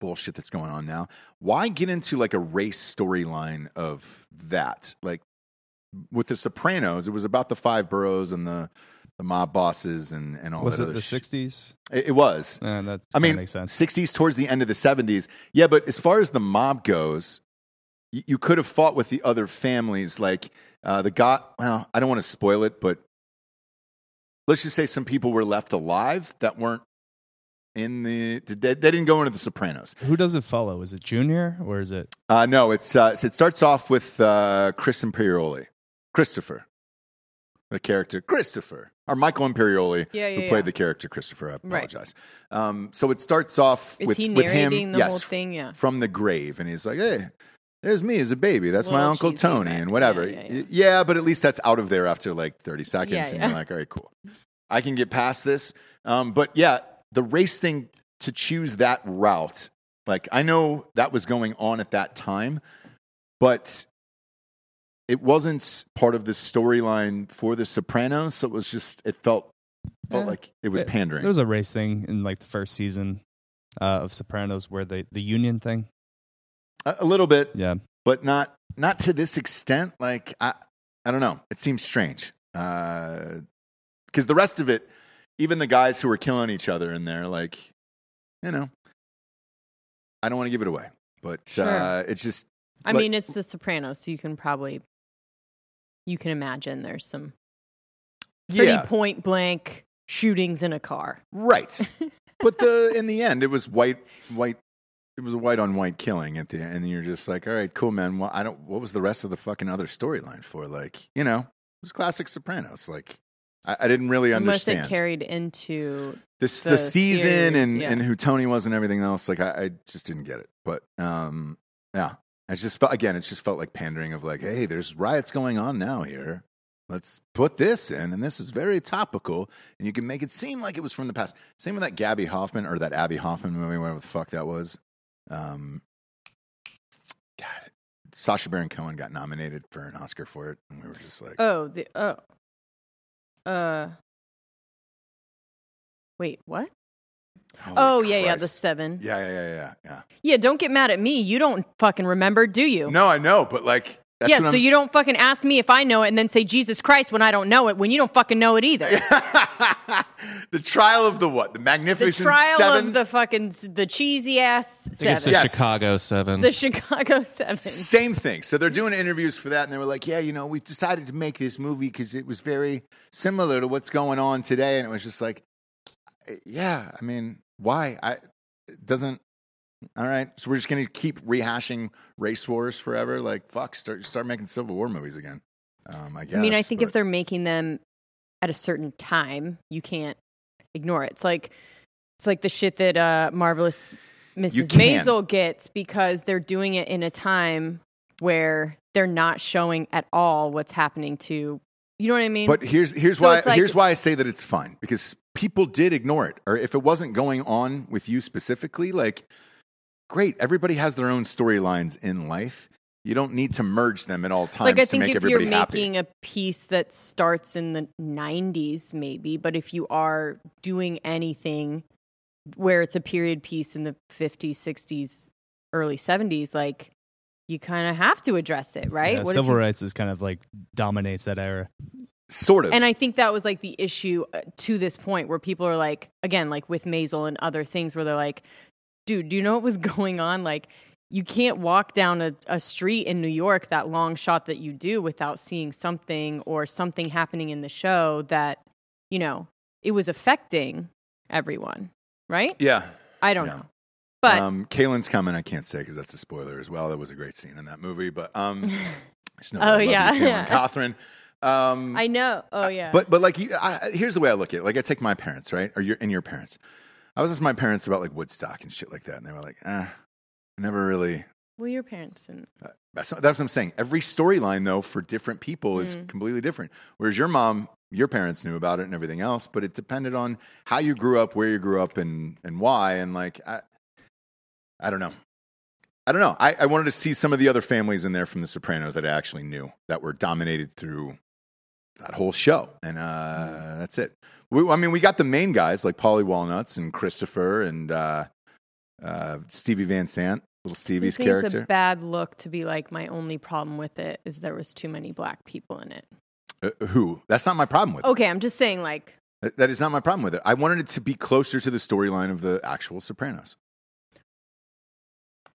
Speaker 1: bullshit that's going on now. Why get into like a race storyline of that? Like, with the Sopranos. It was about the five boroughs and the the mob bosses and and all
Speaker 7: Was
Speaker 1: that
Speaker 7: it
Speaker 1: other
Speaker 7: the
Speaker 1: sh-
Speaker 7: '60s?
Speaker 1: It, it was.
Speaker 7: Yeah, that
Speaker 1: I mean,
Speaker 7: kinda makes sense.
Speaker 1: 60s towards the end of the 70s. Yeah, but as far as the mob goes, y- you could have fought with the other families. Like uh, the guy, well, I don't want to spoil it, but let's just say some people were left alive that weren't in the, they, they didn't go into the Sopranos.
Speaker 7: Who does it follow? Is it Junior or is it?
Speaker 1: Uh, no, it's, uh, it starts off with uh, Chris Imperioli, Christopher, the character Christopher, or Michael Imperioli.
Speaker 4: Yeah, yeah.
Speaker 1: Who
Speaker 4: yeah.
Speaker 1: played the character Christopher? I
Speaker 4: Right.
Speaker 1: apologize. Um, so it starts off
Speaker 4: Is
Speaker 1: with,
Speaker 4: he
Speaker 1: with
Speaker 4: narrating
Speaker 1: him.
Speaker 4: the
Speaker 1: yes,
Speaker 4: whole thing? Yeah.
Speaker 1: from the grave and he's like hey there's me as a baby that's my
Speaker 4: Little
Speaker 1: uncle
Speaker 4: cheesy
Speaker 1: tony
Speaker 4: fact.
Speaker 1: and whatever
Speaker 4: Yeah,
Speaker 1: yeah,
Speaker 4: yeah, yeah.
Speaker 1: but at least that's out of there after like 30 seconds
Speaker 4: Yeah,
Speaker 1: and
Speaker 4: yeah.
Speaker 1: you're like all right cool i can get past this um, but yeah the race thing to choose that route like i know that was going on at that time but it wasn't part of the storyline for the sopranos so it was just it felt felt
Speaker 7: Yeah.
Speaker 1: like it was
Speaker 7: Yeah.
Speaker 1: pandering
Speaker 7: There was a race thing in like the first season uh, of Sopranos where they the union thing.
Speaker 1: a, a little bit
Speaker 7: Yeah,
Speaker 1: but not not to this extent. Like I, I don't know. It seems strange because the rest of it, even the guys who were killing each other in there, like you know, I don't want to give it away, but uh,
Speaker 4: Sure.
Speaker 1: it's just
Speaker 4: I
Speaker 1: like-
Speaker 4: mean, it's The Sopranos, so you can probably you can imagine there's some pretty
Speaker 1: yeah,
Speaker 4: point blank shootings in a car.
Speaker 1: right. but the in the end, it was white white. It was a white on white killing at the end, and you're just like, all right, cool, man. Well, I don't. What was the rest of the fucking other storyline for? Like, you know, it was classic Sopranos. Like, I, I didn't really
Speaker 4: Unless it
Speaker 1: understand.
Speaker 4: carried into
Speaker 1: this the,
Speaker 4: the
Speaker 1: season
Speaker 4: series,
Speaker 1: and,
Speaker 4: yeah.
Speaker 1: and who Tony was and everything else. Like I, I just didn't get it. But um, yeah, I just felt again. It just felt like pandering of like, hey, there's riots going on now here. Let's put this in, and this is very topical, and you can make it seem like it was from the past. Same with that Gabby Hoffman or that Abby Hoffman movie, whatever the fuck that was. Um, God, Sasha Baron Cohen got nominated for an Oscar for it, and we were just like,
Speaker 4: oh the oh uh wait what
Speaker 1: holy
Speaker 4: oh yeah yeah the
Speaker 1: Christ.
Speaker 4: seven yeah.
Speaker 1: yeah, yeah, yeah, yeah, yeah.
Speaker 4: don't get mad at me you don't fucking remember do you
Speaker 1: No, I know, but like, that's
Speaker 4: yeah
Speaker 1: what
Speaker 4: so
Speaker 1: I'm-
Speaker 4: you don't fucking ask me if I know it and then say Jesus Christ when I don't know it when you don't fucking know it either
Speaker 1: the trial of the what? The
Speaker 4: the
Speaker 1: Magnificent
Speaker 4: trial
Speaker 1: Seven.
Speaker 4: of the fucking the cheesy ass
Speaker 5: I think it's
Speaker 4: seven
Speaker 5: the
Speaker 1: Yes.
Speaker 5: Chicago Seven.
Speaker 4: the Chicago seven
Speaker 1: Same thing. So they're doing interviews for that, and they were like, "Yeah, you know, we decided to make this movie because it was very similar to what's going on today." And it was just like, "Yeah, I mean, why? I it doesn't." All right, so we're just gonna keep rehashing race wars forever. Like, fuck, start start making Civil War movies again. Um, I guess.
Speaker 4: I mean, I think
Speaker 1: but-
Speaker 4: if they're making them at a certain time, you can't ignore it. It's like it's like the shit that uh, marvelous
Speaker 1: You
Speaker 4: Mrs.
Speaker 1: can.
Speaker 4: Maisel gets because they're doing it in a time where they're not showing at all what's happening to you know what I mean?
Speaker 1: But here's here's
Speaker 4: So
Speaker 1: why
Speaker 4: it's like-
Speaker 1: here's why I say that it's fine because people did ignore it, or if it wasn't going on with you specifically, like great, everybody has their own storylines in life. You don't need to merge them at all times
Speaker 4: like I
Speaker 1: to
Speaker 4: think
Speaker 1: make
Speaker 4: if you're
Speaker 1: everybody
Speaker 4: making
Speaker 1: happy.
Speaker 4: a piece that starts in the 90s maybe, but if you are doing anything where it's a period piece in the 50s, 60s, early 70s, like you kind of have to address it, right?
Speaker 7: Yeah,
Speaker 4: What if
Speaker 7: civil
Speaker 4: you-
Speaker 7: rights is kind of like dominates that era.
Speaker 1: Sort of.
Speaker 4: And I think that was like the issue uh, to this point where people are like, again, like with Maisel and other things where they're like, dude, do you know what was going on? Like, you can't walk down a, a street in New York that long shot that you do without seeing something or something happening in the show that, you know, it was affecting everyone, right?
Speaker 1: yeah.
Speaker 4: I don't
Speaker 1: Yeah.
Speaker 4: know. But
Speaker 1: um, Kaylin's comment I can't say because that's a spoiler as well. That was a great scene in that movie, but um, just know that I
Speaker 4: Oh,
Speaker 1: love you,
Speaker 4: yeah,
Speaker 1: Caitlin
Speaker 4: yeah.
Speaker 1: Catherine. Um,
Speaker 4: I know. Oh, yeah.
Speaker 1: But but like you, I, I- here's the way I look at it. Like I take my parents, right, or your and your parents. I was asking my parents about like Woodstock and shit like that, and they were like, "Ah, I never really."
Speaker 4: well, your parents didn't.
Speaker 1: That's that's what I'm saying. Every storyline though for different people is completely different. Whereas your mom, your parents knew about it and everything else, but it depended on how you grew up, where you grew up, and and why. And like I, I don't know. I don't know. I, I wanted to see some of the other families in there from The Sopranos that I actually knew that were dominated through that whole show. And uh, that's it. We, I mean, we got the main guys like Polly Walnuts and Christopher and uh, uh, Stevie Van Sant Little
Speaker 4: I
Speaker 1: Stevie's
Speaker 4: think It's
Speaker 1: character.
Speaker 4: a bad look to be like my only problem with it is there was too many black people in it.
Speaker 1: Uh, who? That's not my problem with
Speaker 4: Okay, I'm just saying like
Speaker 1: it. That is not my problem with it. I wanted it to be closer to the storyline of the actual Sopranos.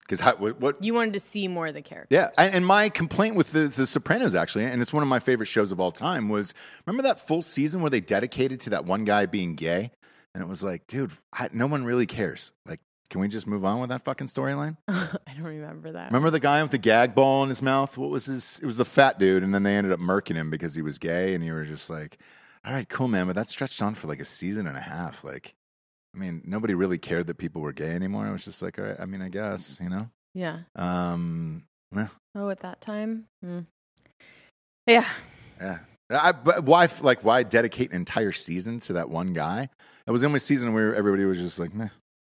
Speaker 1: Because what, what
Speaker 4: you wanted to see more of the character.
Speaker 1: Yeah, and, and my complaint with the, the Sopranos actually, and it's one of my favorite shows of all time, was remember that full season where they dedicated to that one guy being gay, and it was like, dude, I, no one really cares. Like, can we just move on with that fucking storyline?
Speaker 4: I don't remember that.
Speaker 1: Remember the guy with the gag ball in his mouth? What was his? It was the fat dude, and then they ended up murking him because he was gay, and you were just like, all right, cool, man, but that stretched on for like a season and a half. Like, I mean, nobody really cared that people were gay anymore. I was just like, all right, I mean, I guess, you know.
Speaker 4: Yeah.
Speaker 1: Um, yeah.
Speaker 4: Oh, at that time. Hmm. Yeah.
Speaker 1: Yeah. I, but why, like, why dedicate an entire season to that one guy? That was the only season where everybody was just like, meh,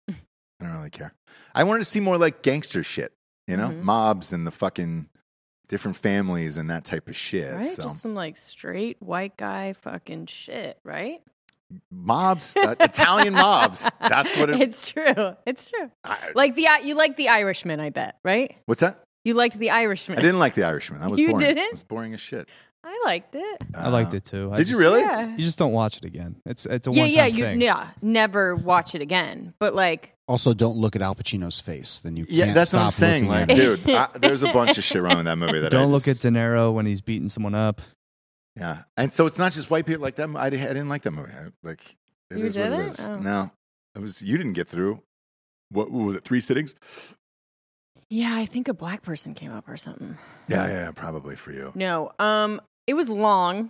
Speaker 1: I don't really care. I wanted to see more like gangster shit, you know,
Speaker 4: Mhm.
Speaker 1: mobs and the fucking different families and that type of shit.
Speaker 4: right.
Speaker 1: So
Speaker 4: Just some like straight white guy fucking shit. Right.
Speaker 1: mobs, uh, Italian mobs. That's what it.
Speaker 4: it's true. It's true.
Speaker 1: I-
Speaker 4: Like the you like the Irishman, I bet. Right.
Speaker 1: what's that?
Speaker 4: You liked the
Speaker 1: I
Speaker 4: Irishman.
Speaker 1: didn't like The Irishman. That was
Speaker 4: You
Speaker 1: boring.
Speaker 4: didn't?
Speaker 1: It was boring as shit.
Speaker 4: I liked it.
Speaker 7: I liked
Speaker 1: Uh,
Speaker 7: it too. I
Speaker 1: Did you
Speaker 7: just-
Speaker 1: really?
Speaker 4: Yeah.
Speaker 7: You just don't watch it again. It's it's a
Speaker 4: yeah,
Speaker 7: one-time
Speaker 4: yeah, you,
Speaker 7: thing.
Speaker 4: yeah. Never watch it again. But like,
Speaker 6: Also, don't look at Al Pacino's face. Then you can't
Speaker 1: Uh, Yeah, that's what I'm
Speaker 6: stop
Speaker 1: saying.
Speaker 6: looking
Speaker 1: Like,
Speaker 6: at it.
Speaker 1: dude, I, there's a bunch of shit wrong with that movie. That I
Speaker 7: Don't look
Speaker 1: just-
Speaker 7: at De Niro when he's beating someone up.
Speaker 1: Yeah, and so it's not just white people like that. I, di- I didn't like that movie. I, like it is
Speaker 4: You
Speaker 1: what it
Speaker 4: didn't?
Speaker 1: is.
Speaker 4: Oh.
Speaker 1: No, it was you didn't get through. What, what was it? Three sittings?
Speaker 4: yeah, I think a black person came up or something.
Speaker 1: Yeah, yeah, yeah, probably for you.
Speaker 4: No, um, it was long,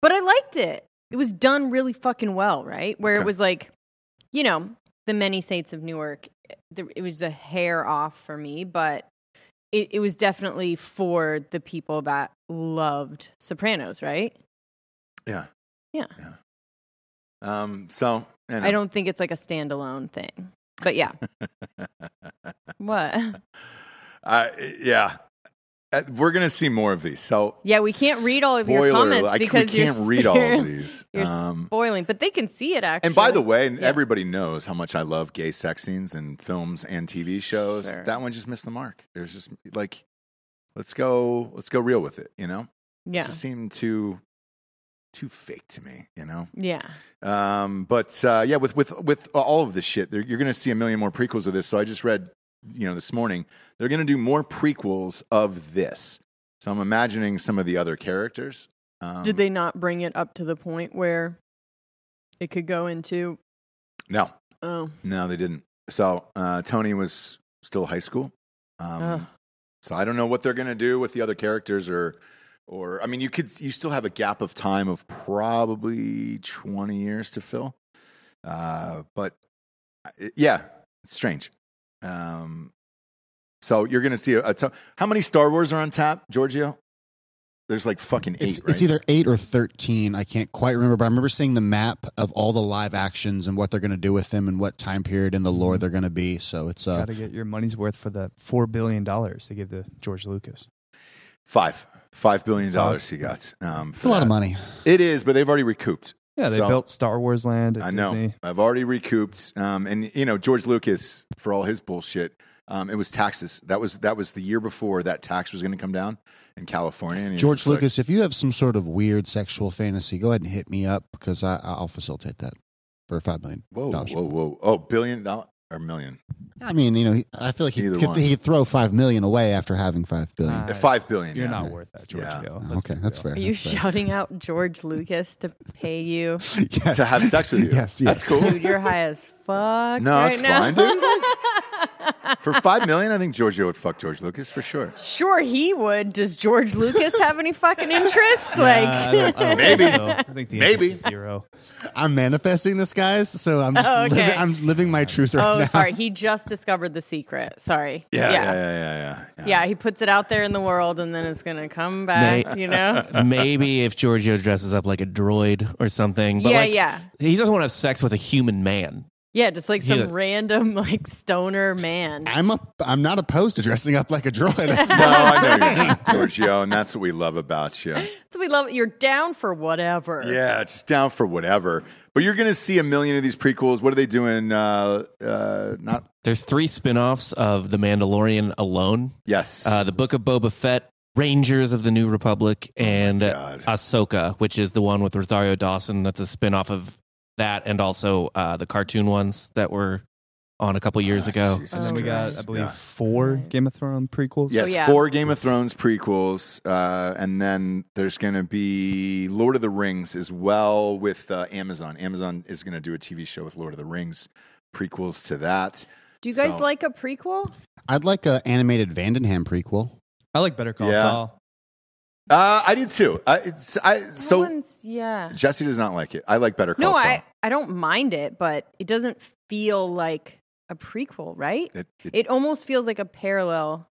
Speaker 4: but I liked it. It was done really fucking well, right? Where
Speaker 1: Okay.
Speaker 4: it was like, you know, the many saints of Newark. the- It was a hair off for me, but it, it was definitely for the people that loved Sopranos, right?
Speaker 1: Yeah,
Speaker 4: Yeah.
Speaker 1: yeah. Um, so you know.
Speaker 4: I don't think it's like a standalone thing, but yeah. what?
Speaker 1: Uh, yeah, Uh, we're gonna see more of these. So
Speaker 4: Yeah, we can't read all of your
Speaker 1: spoiler
Speaker 4: comments
Speaker 1: alert, I can't-
Speaker 4: because
Speaker 1: we
Speaker 4: you're
Speaker 1: can't read all of
Speaker 4: sparing-
Speaker 1: these.
Speaker 4: You're
Speaker 1: Um,
Speaker 4: spoiling, but they can see it actually.
Speaker 1: And by the way, and
Speaker 4: Yeah.
Speaker 1: everybody knows how much I love gay sex scenes in films and TV shows.
Speaker 4: Sure.
Speaker 1: That one just missed the mark. It was just like, let's go, let's go real with it. You know,
Speaker 4: yeah,
Speaker 1: it just seemed too, too fake to me. You know,
Speaker 4: yeah,
Speaker 1: um, but uh, yeah, with with with all of this shit, there, you're going to see a million more prequels of this. So I just read, you know, this morning they're going to do more prequels of this. So I'm imagining some of the other characters. Um,
Speaker 4: Did they not bring it up to the point where it could go into?
Speaker 1: No,
Speaker 4: Oh,
Speaker 1: No, they didn't. So uh, Tony was still high school. Um,
Speaker 4: Ugh.
Speaker 1: So I don't know what they're going to do with the other characters, or, or I mean, you could you still have a gap of time of probably twenty years to fill. Uh, but uh, yeah, it's strange. Um, so you're going to see a, a ton- how many Star Wars are on tap, Giorgio? There's like fucking eight.
Speaker 6: It's,
Speaker 1: right?
Speaker 6: it's either eight or thirteen. I can't quite remember, but I remember seeing the map of all the live actions and what they're going to do with them and what time period and the
Speaker 1: Mm-hmm.
Speaker 6: lore they're going to be. So it's uh,
Speaker 7: Got to get your money's worth for the four billion dollars they give to George Lucas.
Speaker 1: five, five billion dollars. He got. Um,
Speaker 6: it's a lot of money.
Speaker 1: It is, but they've already recouped.
Speaker 7: Yeah, they
Speaker 1: So-
Speaker 7: built Star Wars Land. At
Speaker 1: I know.
Speaker 7: Disney.
Speaker 1: I've already recouped. Um, and you know, George Lucas, for all his bullshit, um, it was taxes. That was that was the year before that tax was going to come down in California. And he was
Speaker 6: George
Speaker 1: just like,
Speaker 6: Lucas, if you have some sort of weird sexual fantasy, go ahead and hit me up because I, I'll facilitate that for five million.
Speaker 1: whoa,
Speaker 6: dollars.
Speaker 1: whoa, whoa, oh, billion dollar or million,
Speaker 6: I mean, you know, he, I feel like he
Speaker 1: Either
Speaker 6: could,
Speaker 1: one.
Speaker 6: he'd throw five million away after having five billion.
Speaker 7: Ah,
Speaker 1: Uh, five billion.
Speaker 7: You're
Speaker 1: yeah.
Speaker 7: not worth that, George.
Speaker 1: Yeah.
Speaker 6: okay, that's fair.
Speaker 4: are you
Speaker 6: that's fair.
Speaker 4: shouting out George Lucas to pay you?
Speaker 6: Yes.
Speaker 1: to have sex with you.
Speaker 6: Yes,
Speaker 1: that's
Speaker 6: yes.
Speaker 1: cool.
Speaker 4: Dude, you're high as fuck.
Speaker 1: No,
Speaker 4: right
Speaker 1: it's
Speaker 4: now.
Speaker 1: fine, dude. For five million, I think Giorgio would fuck George Lucas for sure.
Speaker 4: Sure, he would. Does George Lucas have any fucking interest?
Speaker 7: I
Speaker 4: Like,
Speaker 7: don't, I don't
Speaker 1: Maybe.
Speaker 7: Think so. I think the
Speaker 1: Maybe.
Speaker 7: Maybe. is zero.
Speaker 6: I'm manifesting this, guys. So I'm just
Speaker 4: Oh, okay.
Speaker 6: living, I'm living my truth right
Speaker 4: oh,
Speaker 6: now.
Speaker 4: sorry, he just discovered the secret. Sorry.
Speaker 1: Yeah, yeah, yeah, yeah, yeah.
Speaker 4: Yeah, he puts it out there in the world and then it's going to come back,
Speaker 5: Right.
Speaker 4: you know?
Speaker 5: Maybe if Giorgio dresses up like a droid or something. But
Speaker 4: Yeah,
Speaker 5: like,
Speaker 4: yeah.
Speaker 5: He doesn't want to have sex with a human man.
Speaker 4: Yeah, just like some
Speaker 5: Yeah.
Speaker 4: random like stoner man.
Speaker 6: I'm a, I'm not opposed to dressing up like a droid. That's
Speaker 1: No, I know you're not, Giorgio, and that's what we love about you.
Speaker 4: So we love it. You're down for whatever.
Speaker 1: Yeah, just down for whatever. But you're going to see a million of these prequels. What are they doing? Uh, uh, not
Speaker 5: There's three spin-offs of The Mandalorian alone.
Speaker 1: yes.
Speaker 5: Uh, the Book of Boba Fett, Rangers of the New Republic, and
Speaker 1: God.
Speaker 5: Ahsoka, which is the one with Rosario Dawson. That's a spin-off of that and also uh, the cartoon ones that were on a couple years
Speaker 1: Ah,
Speaker 5: ago.
Speaker 1: Jesus
Speaker 7: And then we got,
Speaker 1: Christ.
Speaker 7: I believe,
Speaker 1: Yeah.
Speaker 7: four Game of Thrones prequels.
Speaker 1: Yes,
Speaker 4: Oh, yeah.
Speaker 1: four Game of Thrones prequels, uh, and then there's going to be Lord of the Rings as well with uh, Amazon. Amazon is going to do a TV show with Lord of the Rings prequels to that.
Speaker 4: Do you guys
Speaker 1: So-
Speaker 4: like a prequel?
Speaker 6: I'd like an animated Vandenham prequel.
Speaker 1: Oh,
Speaker 7: I like Better Call
Speaker 1: Yeah.
Speaker 7: Saul.
Speaker 1: Uh, I do too. Uh, it's, I, so
Speaker 4: Everyone's- yeah.
Speaker 1: Jesse does not like it. I like Better Call
Speaker 4: No,
Speaker 1: Saul.
Speaker 4: I, I don't mind it, but it doesn't feel like a prequel, right?
Speaker 1: It, it-
Speaker 4: It almost feels like a parallel.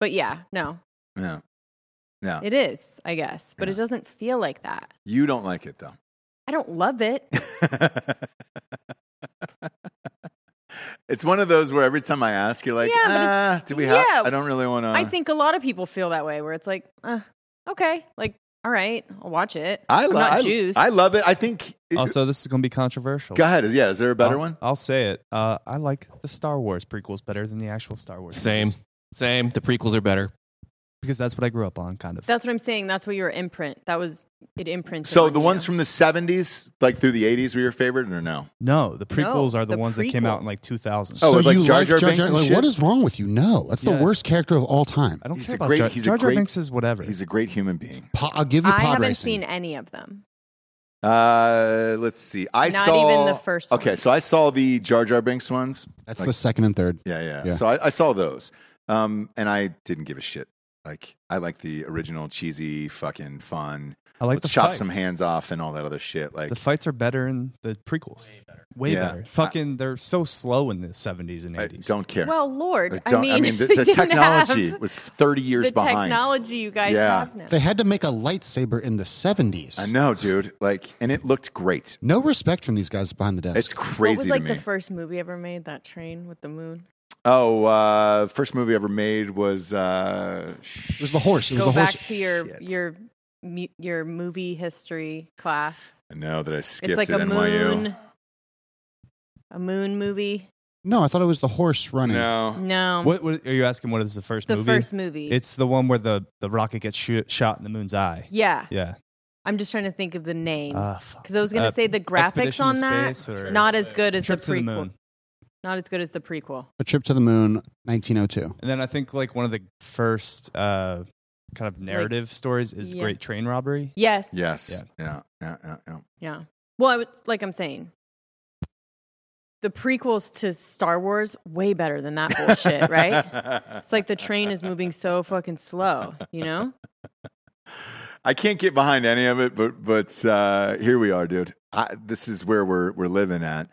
Speaker 4: But yeah, no,
Speaker 1: yeah. Yeah.
Speaker 4: it is, I guess. But it doesn't feel like that.
Speaker 1: you don't like it though.
Speaker 4: I don't love it.
Speaker 1: it's one of those where every time I ask, you're like,
Speaker 4: Yeah, but
Speaker 1: ah,
Speaker 4: it's-
Speaker 1: do we have?
Speaker 4: yeah.
Speaker 1: I don't really want to.
Speaker 4: I think a lot of people feel that way, where it's like, uh, okay, like, all right, I'll watch it.
Speaker 1: I
Speaker 4: I'm
Speaker 1: love.
Speaker 4: not
Speaker 1: I,
Speaker 4: juiced.
Speaker 1: I love it. I think. it-
Speaker 7: Also, Oh, this is going to be controversial.
Speaker 1: go ahead. Yeah. Is there a better
Speaker 7: I'll-
Speaker 1: one?
Speaker 7: I'll say it. Uh, I like the Star Wars prequels better than the actual Star Wars.
Speaker 5: Same,
Speaker 7: movies.
Speaker 5: same. The prequels are better.
Speaker 7: because that's what I grew up on, kind of.
Speaker 4: That's what I'm saying. That's what your imprint. That was it imprinted.
Speaker 1: So
Speaker 4: on
Speaker 1: the
Speaker 4: you.
Speaker 1: ones from the 70s, like through the 80s, were your favorite, or no?
Speaker 7: no, the prequels
Speaker 4: No,
Speaker 7: are the,
Speaker 4: the
Speaker 7: ones that came out
Speaker 4: prequel.
Speaker 7: in like 2000.
Speaker 1: Oh, with, like,
Speaker 6: you
Speaker 1: Jar Jar Binks and
Speaker 6: Like,
Speaker 1: shit?
Speaker 6: what is wrong with you? No, that's
Speaker 7: Yeah.
Speaker 6: the worst character of all time.
Speaker 7: I don't
Speaker 1: He's
Speaker 7: care
Speaker 1: a
Speaker 7: about
Speaker 1: great-
Speaker 7: Jar,
Speaker 1: he's a
Speaker 7: Jar Jar
Speaker 1: great-
Speaker 7: Binks is whatever.
Speaker 1: He's a great human being.
Speaker 6: Pa- I'll give you.
Speaker 4: I
Speaker 6: Pod
Speaker 4: haven't
Speaker 6: racing.
Speaker 4: seen any of them.
Speaker 1: Uh, let's see. I
Speaker 4: Not
Speaker 1: saw
Speaker 4: even the first one.
Speaker 1: Okay, so I saw the Jar Jar Binks ones.
Speaker 6: That's
Speaker 1: Like-
Speaker 6: the second and third.
Speaker 1: Yeah, yeah.
Speaker 6: Yeah.
Speaker 1: So I, I saw those, um, and I didn't give a shit. Like I like the original cheesy, fucking fun.
Speaker 7: I like
Speaker 1: let's
Speaker 7: the
Speaker 1: chop
Speaker 7: fights.
Speaker 1: some hands off and all that other shit. Like
Speaker 7: The fights are better in the prequels. Way better.
Speaker 1: Yeah.
Speaker 7: Fucking, they're so slow in the 70s and
Speaker 1: I
Speaker 7: 80s.
Speaker 1: don't care.
Speaker 4: Well, Lord,
Speaker 1: I, don't,
Speaker 4: mean,
Speaker 1: I mean, the,
Speaker 4: they
Speaker 1: the
Speaker 4: didn't have
Speaker 1: technology was 30 years
Speaker 4: the
Speaker 1: behind.
Speaker 4: technology you guys
Speaker 1: Yeah.
Speaker 4: have now.
Speaker 6: They had to make a lightsaber in the seventies.
Speaker 1: I know, dude. Like, and it looked great.
Speaker 6: No respect from these guys behind the desk.
Speaker 1: It's
Speaker 4: what
Speaker 1: crazy
Speaker 4: was like
Speaker 1: to me.
Speaker 4: the first movie ever made? That train with the moon.
Speaker 1: oh, uh, first movie ever made was uh,
Speaker 6: it was the horse. It was
Speaker 4: Go
Speaker 6: the
Speaker 4: back
Speaker 6: horse.
Speaker 4: to your
Speaker 1: Shit.
Speaker 4: your mu- your movie history class.
Speaker 1: I know that I skipped
Speaker 4: it's like
Speaker 1: at
Speaker 4: a
Speaker 1: NYU.
Speaker 4: moon, a moon movie.
Speaker 6: No, I thought it was the horse running.
Speaker 1: No.
Speaker 4: No,
Speaker 7: What, what are you asking? What is the first
Speaker 4: Um, the
Speaker 7: movie?
Speaker 4: first movie.
Speaker 7: It's the one where the, the rocket gets shoot, shot in the moon's eye.
Speaker 4: yeah.
Speaker 7: Yeah.
Speaker 4: I'm just trying to think of the name.
Speaker 7: Ah, fuck.
Speaker 4: Because I was going to
Speaker 7: Uh,
Speaker 4: say the graphics
Speaker 7: Expedition
Speaker 4: on
Speaker 7: to
Speaker 4: that
Speaker 7: Space or-
Speaker 4: not as good as
Speaker 7: Trip
Speaker 4: the
Speaker 7: to the
Speaker 4: prequel.
Speaker 7: Moon.
Speaker 4: Not as good as the prequel.
Speaker 6: A trip to the moon, 1902.
Speaker 7: And then I think like one of the first uh, kind of narrative stories is the
Speaker 4: yeah.
Speaker 7: Great Train Robbery.
Speaker 4: Yes.
Speaker 1: Yes. Yeah. Yeah. Yeah. yeah.
Speaker 4: Yeah. Well, I would, like I'm saying, the prequels to Star Wars way better than that bullshit, right? It's like the train is moving so fucking slow, you know?
Speaker 1: I can't get behind any of it, but but uh, here we are, dude. I, this is where we're we're living at.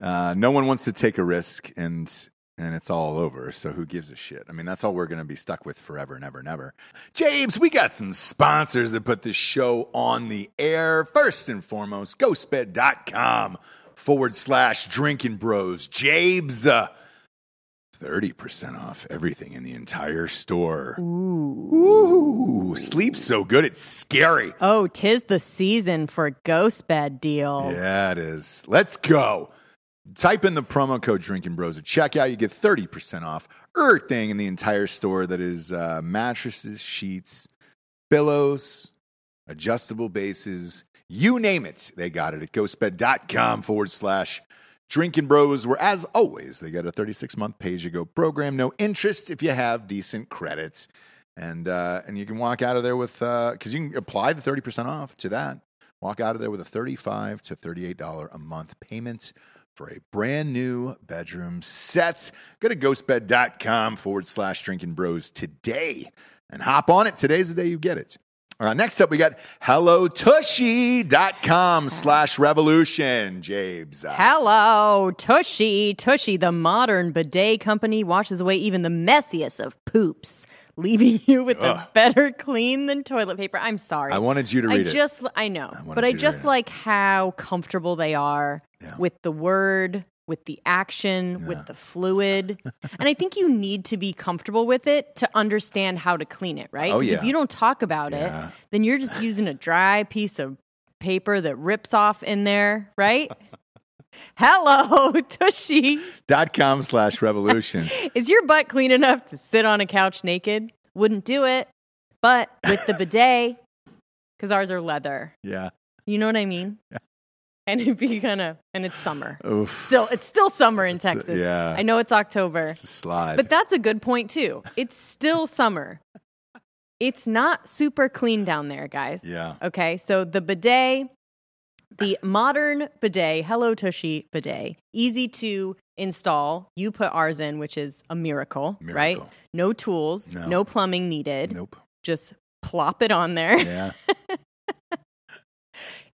Speaker 1: Uh, no one wants to take a risk, and and it's all over. So who gives a shit? I mean, that's all we're going to be stuck with forever and ever and ever. James, we got some sponsors that put this show on the air. First and foremost, ghostbed.com forward slash drinking bros. James, uh, 30% off everything in the entire store. Ooh, sleep's so good, it's scary.
Speaker 4: Oh, tis the season for ghost bed deals.
Speaker 1: Yeah, it is. Let's go. Type in the promo code Drinking Bros at checkout. You get 30% off everything in the entire store that is uh, mattresses, sheets, pillows, adjustable bases, you name it. They got it at ghostbed.com forward slash Drinking Bros, where as always, they got a 36 month pay as you go program. No interest if you have decent credits. And, uh, and you can walk out of there with, because you can apply the 30% off to that walk out of there with a 35 to $38 a month payment for a brand new bedroom set. Go to ghostbed.com forward slash drinking bros today and hop on it. Today's the day you get it. All right, next up, we got hellotushy.com slash revolution, Jabes. uh,
Speaker 4: Hello, Tushy. Tushy, the modern bidet company, washes away even the messiest of poops, leaving you with a better clean than toilet paper. I'm sorry.
Speaker 1: I wanted you to
Speaker 4: I
Speaker 1: read it.
Speaker 4: just, I know,
Speaker 1: wanted
Speaker 4: but
Speaker 1: you
Speaker 4: I
Speaker 1: to
Speaker 4: just
Speaker 1: read it.
Speaker 4: like how comfortable they are
Speaker 1: Yeah.
Speaker 4: with the word, with the action, with the fluid. and I think you need to be comfortable with it to understand how to clean it, right?
Speaker 1: Oh,
Speaker 4: 'Cause
Speaker 1: yeah.
Speaker 4: If you don't talk about
Speaker 1: Yeah.
Speaker 4: it, then you're just using a dry piece of paper that rips off in there, right? Hello, Tushy.
Speaker 1: Dot com slash revolution.
Speaker 4: Is your butt clean enough to sit on a couch naked? Wouldn't do it, but with the bidet, because ours are leather.
Speaker 1: yeah.
Speaker 4: You know what I mean? And it'd be kind of, and it's summer.
Speaker 1: Oof.
Speaker 4: Still, it's still summer in
Speaker 1: It's a-
Speaker 4: Texas.
Speaker 1: yeah.
Speaker 4: I know it's October.
Speaker 1: It's a slide.
Speaker 4: But that's a good point too. It's still summer. It's not super clean down there, guys.
Speaker 1: yeah.
Speaker 4: Okay, so the bidet, the modern bidet, Hello Tushy bidet, easy to install. You put ours in, which is a miracle, right?
Speaker 1: Miracle.
Speaker 4: No tools,
Speaker 1: No.
Speaker 4: no, plumbing needed.
Speaker 1: Nope.
Speaker 4: Just plop it on there.
Speaker 1: Yeah.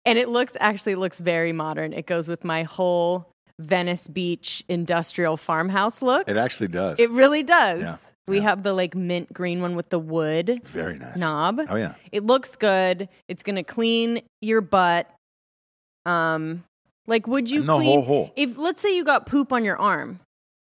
Speaker 4: And it looks actually looks very modern. It goes with my whole Venice Beach industrial farmhouse look.
Speaker 1: It actually does.
Speaker 4: It really does.
Speaker 1: Yeah,
Speaker 4: We
Speaker 1: yeah.
Speaker 4: have the like mint green one with the wood
Speaker 1: Very nice.
Speaker 4: knob.
Speaker 1: Oh, yeah.
Speaker 4: It looks good. It's gonna clean your butt. Um, like would you
Speaker 1: And the
Speaker 4: clean
Speaker 1: whole hole.
Speaker 4: if let's say you got poop on your arm?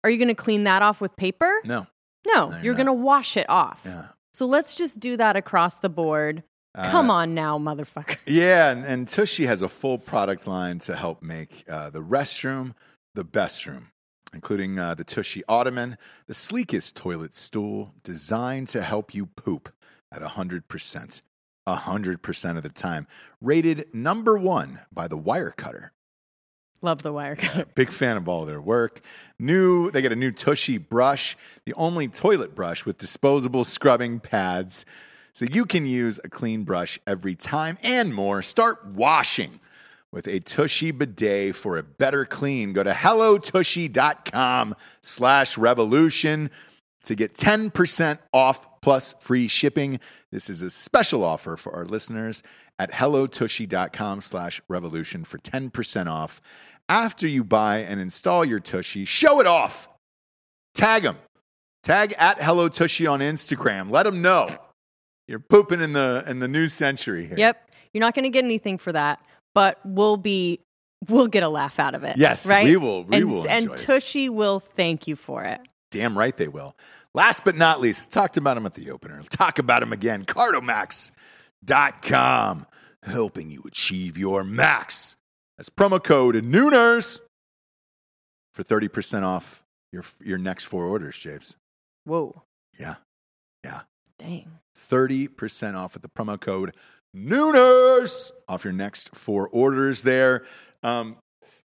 Speaker 4: Are you gonna clean that off with paper?
Speaker 1: No.
Speaker 4: No,
Speaker 1: No, you're
Speaker 4: you're
Speaker 1: not.
Speaker 4: gonna wash it off.
Speaker 1: Yeah.
Speaker 4: So let's just do that across the board. Come
Speaker 1: Uh,
Speaker 4: on now, motherfucker.
Speaker 1: Yeah, and, and Tushy has a full product line to help make uh, the restroom the best room, including uh, the Tushy Ottoman, the sleekest toilet stool designed to help you poop at 100%. 100% of the time. Rated number one by the Wire Cutter.
Speaker 4: Love the wire cutter.
Speaker 1: Big fan of all their work. New, they get a new Tushy brush, the only toilet brush with disposable scrubbing pads. So you can use a clean brush every time and more. Start washing with a Tushy bidet for a better clean. Go to hellotushy.com slash revolution to get 10% off plus free shipping. This is a special offer for our listeners at hellotushy.com slash revolution for 10% off. After you buy and install your Tushy, show it off. Tag them. Tag at Hello Tushy on Instagram. Let them know. You're pooping in the in the new century here.
Speaker 4: Yep. You're not gonna get anything for that, but we'll be we'll get a laugh out of it.
Speaker 1: Yes,
Speaker 4: Right?
Speaker 1: we will- we
Speaker 4: and,
Speaker 1: will enjoy
Speaker 4: and
Speaker 1: it.
Speaker 4: Tushy will thank you for it.
Speaker 1: Damn right they will. Last but not least, talked about them at the opener. Talk about them again. Cardomax.com, helping you achieve your max. That's promo code Nooners for 30% off your, your next four orders, Japes.
Speaker 4: Whoa.
Speaker 1: Yeah. Yeah.
Speaker 4: Dang.
Speaker 1: 30% off with the promo code Nooners off your next four orders there. Um,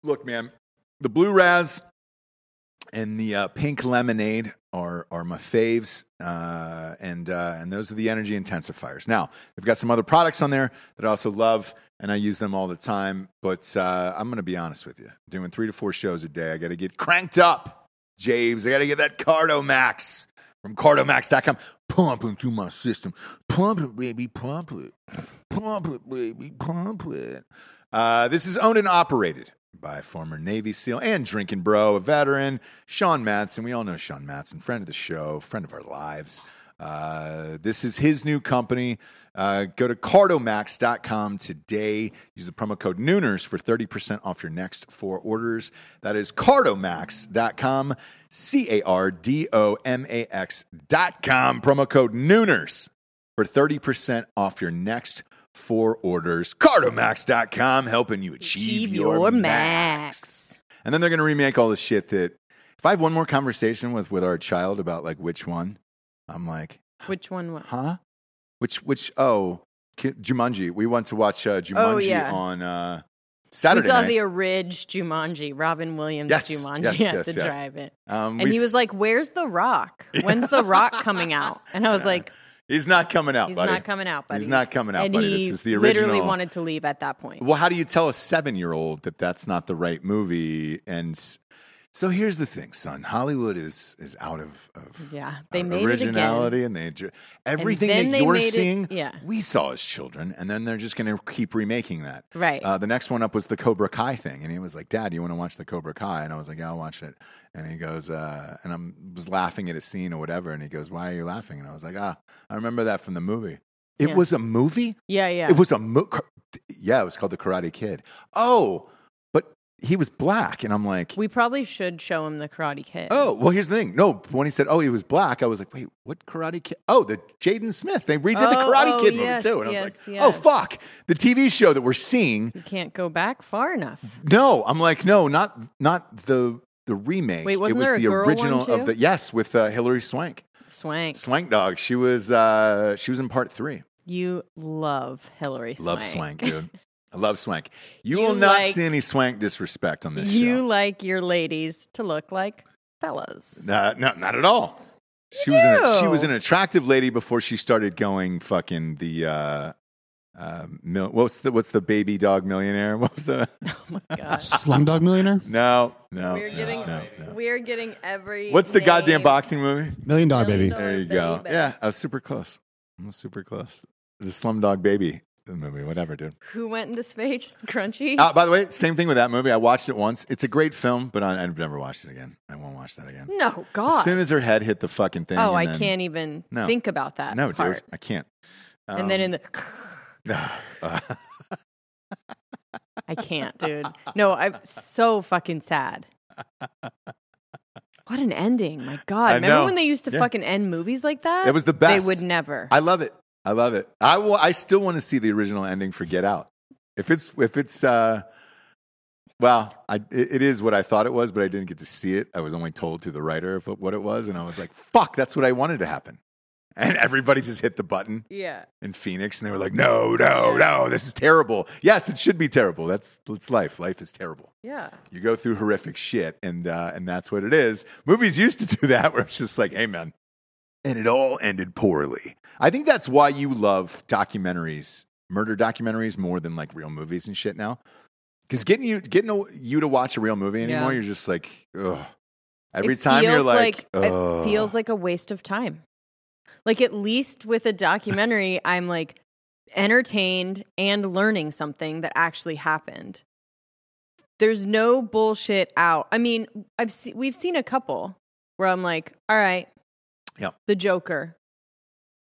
Speaker 1: look, man, the Blue Raz and the uh, Pink Lemonade are, are my faves, uh, and, uh, and those are the energy intensifiers. Now, they've got some other products on there that I also love, and I use them all the time, but uh, I'm going to be honest with you. Doing three to four shows a day, I got to get cranked up, James. I got to get that Cardo Max from cardomax.com. Pump it through my system. Pump it, baby, pump it. Pump it, baby, pump it. Uh, this is owned and operated by former Navy SEAL and drinking bro, a veteran, Sean Matson. We all know Sean Matson, friend of the show, friend of our lives. Uh, this is his new company. Uh, go to cardomax.com today. Use the promo code Nooners for 30% off your next four orders. That is cardomax.com, C A R D O M A X.com. Promo code Nooners for 30% off your next four orders. Cardomax.com, helping you achieve, your, max. And then they're going to remake all the shit that if I have one more conversation with with our child about like which one, I'm like,
Speaker 4: Which one was?
Speaker 1: huh? Which which oh, Ki- Jumanji. We went to watch uh, Jumanji
Speaker 4: Oh, yeah.
Speaker 1: on uh,
Speaker 4: We
Speaker 1: Saturday
Speaker 4: saw
Speaker 1: night.
Speaker 4: the Ridge Jumanji, Robin Williams
Speaker 1: Yes,
Speaker 4: Jumanji
Speaker 1: yes,
Speaker 4: at
Speaker 1: yes,
Speaker 4: the
Speaker 1: yes.
Speaker 4: drive-in,
Speaker 1: um,
Speaker 4: and
Speaker 1: we
Speaker 4: he
Speaker 1: s-
Speaker 4: was like, "Where's the Rock? When's the Rock coming out?" And I was like,
Speaker 1: "He's not coming out,
Speaker 4: "He's
Speaker 1: buddy.
Speaker 4: not coming out, buddy.
Speaker 1: He's not coming out,
Speaker 4: and
Speaker 1: buddy.
Speaker 4: He
Speaker 1: This is the
Speaker 4: Literally
Speaker 1: original-
Speaker 4: wanted to leave at that point.
Speaker 1: Well, how do you tell a seven year old that that's not the right movie? And s- so here's the thing, son. Hollywood is is out of, of
Speaker 4: Yeah, they
Speaker 1: of
Speaker 4: made it again.
Speaker 1: originality, and they ju- everything
Speaker 4: then
Speaker 1: that
Speaker 4: they
Speaker 1: you're
Speaker 4: made it-
Speaker 1: seeing,
Speaker 4: yeah.
Speaker 1: we saw as children, and then they're just going to keep remaking that.
Speaker 4: Right.
Speaker 1: Uh, the next one up was the Cobra Kai thing, and he was like, "Dad, you want to watch the Cobra Kai?" And I was like, "Yeah, I'll watch it." And he goes, uh, and I was laughing at a scene or whatever, and he goes, "Why are you laughing?" And I was like, "Ah, I remember that from the movie. It
Speaker 4: Yeah.
Speaker 1: was a movie."
Speaker 4: yeah, yeah.
Speaker 1: It was a mo- Kar- yeah. It was called the Karate Kid. Oh, but he was black, and I'm like,
Speaker 4: We probably should show him the Karate Kid.
Speaker 1: oh, well, here's the thing. No, when he said, oh, he was black, I was like, wait, what Karate Kid? Oh, the Jaden Smith. They redid the
Speaker 4: Oh,
Speaker 1: Karate
Speaker 4: oh,
Speaker 1: Kid movie
Speaker 4: yes,
Speaker 1: too, and I was
Speaker 4: yes,
Speaker 1: like, oh
Speaker 4: yes.
Speaker 1: fuck, the TV show that we're seeing.
Speaker 4: You can't go back far enough.
Speaker 1: No, I'm like, no, not not the the remake.
Speaker 4: Wait, wasn't
Speaker 1: it was
Speaker 4: there a
Speaker 1: the
Speaker 4: girl one,
Speaker 1: original of
Speaker 4: too?
Speaker 1: the yes with uh, Hillary Swank.
Speaker 4: Swank.
Speaker 1: Swank Dog. She was uh she was in part three.
Speaker 4: You love Hillary Swank.
Speaker 1: Love Swank, dude. I love Swank. You,
Speaker 4: You
Speaker 1: will not
Speaker 4: like-
Speaker 1: see any Swank disrespect on this
Speaker 4: You
Speaker 1: show.
Speaker 4: like your ladies to look like fellas.
Speaker 1: Uh, no, not at all. She was an, she
Speaker 4: do.
Speaker 1: was an attractive lady before she started going fucking the uh uh mil- what's the what's the baby dog millionaire? What was the
Speaker 4: Oh my gosh.
Speaker 6: Slumdog Millionaire,
Speaker 1: No, no.
Speaker 4: We're
Speaker 1: no,
Speaker 4: getting
Speaker 1: no, no.
Speaker 4: we're getting every
Speaker 1: What's the goddamn
Speaker 4: name.
Speaker 1: boxing movie?
Speaker 6: Million Dollar Baby.
Speaker 4: Dollar
Speaker 1: There you go.
Speaker 4: Baby.
Speaker 1: Yeah, I was super close. I was super close. The Slumdog Baby movie, whatever, dude.
Speaker 4: Who went into space? Crunchy.
Speaker 1: Uh, by the way, same thing with that movie. I watched it once. It's a great film, but I, I've never watched it again. I won't watch that again.
Speaker 4: no,
Speaker 1: As
Speaker 4: God.
Speaker 1: soon as her head hit the fucking thing.
Speaker 4: oh,
Speaker 1: and
Speaker 4: I
Speaker 1: then-
Speaker 4: can't even
Speaker 1: No.
Speaker 4: think about that.
Speaker 1: No,
Speaker 4: part.
Speaker 1: dude, Um, I can't. uh,
Speaker 4: and then in the
Speaker 1: the.
Speaker 4: I can't, dude. No, I'm so fucking sad. What an ending. My God.
Speaker 1: I
Speaker 4: Remember
Speaker 1: know.
Speaker 4: when they used to
Speaker 1: Yeah.
Speaker 4: fucking end movies like that?
Speaker 1: It was the best.
Speaker 4: They would never.
Speaker 1: I love it. I love it. I will. I still want to see the original ending for Get Out. If it's if it's uh, well, I it, it is what I thought it was, but I didn't get to see it. I was only told through the writer of what it was, and I was like, "Fuck, that's what I wanted to happen." And everybody just hit the button
Speaker 4: yeah.
Speaker 1: in Phoenix, and they were like, "No, no, no, this is terrible." Yes, it should be terrible. That's that's life. Life is terrible.
Speaker 4: Yeah.
Speaker 1: You go through horrific shit, and uh, and that's what it is. Movies used to do that, where it's just like, "Hey, man," and it all ended poorly. I think that's why you love documentaries, murder documentaries, more than like real movies and shit now. Because getting you getting a, you to watch a real movie anymore,
Speaker 4: Yeah.
Speaker 1: you're just like, ugh. Every
Speaker 4: It
Speaker 1: time you're
Speaker 4: feels
Speaker 1: like,
Speaker 4: it feels like a waste of time. Like at least with a documentary, I'm like entertained and learning something that actually happened. There's no bullshit out. I mean, I've se- we've seen a couple where I'm like, all right,
Speaker 1: Yep.
Speaker 4: the Joker.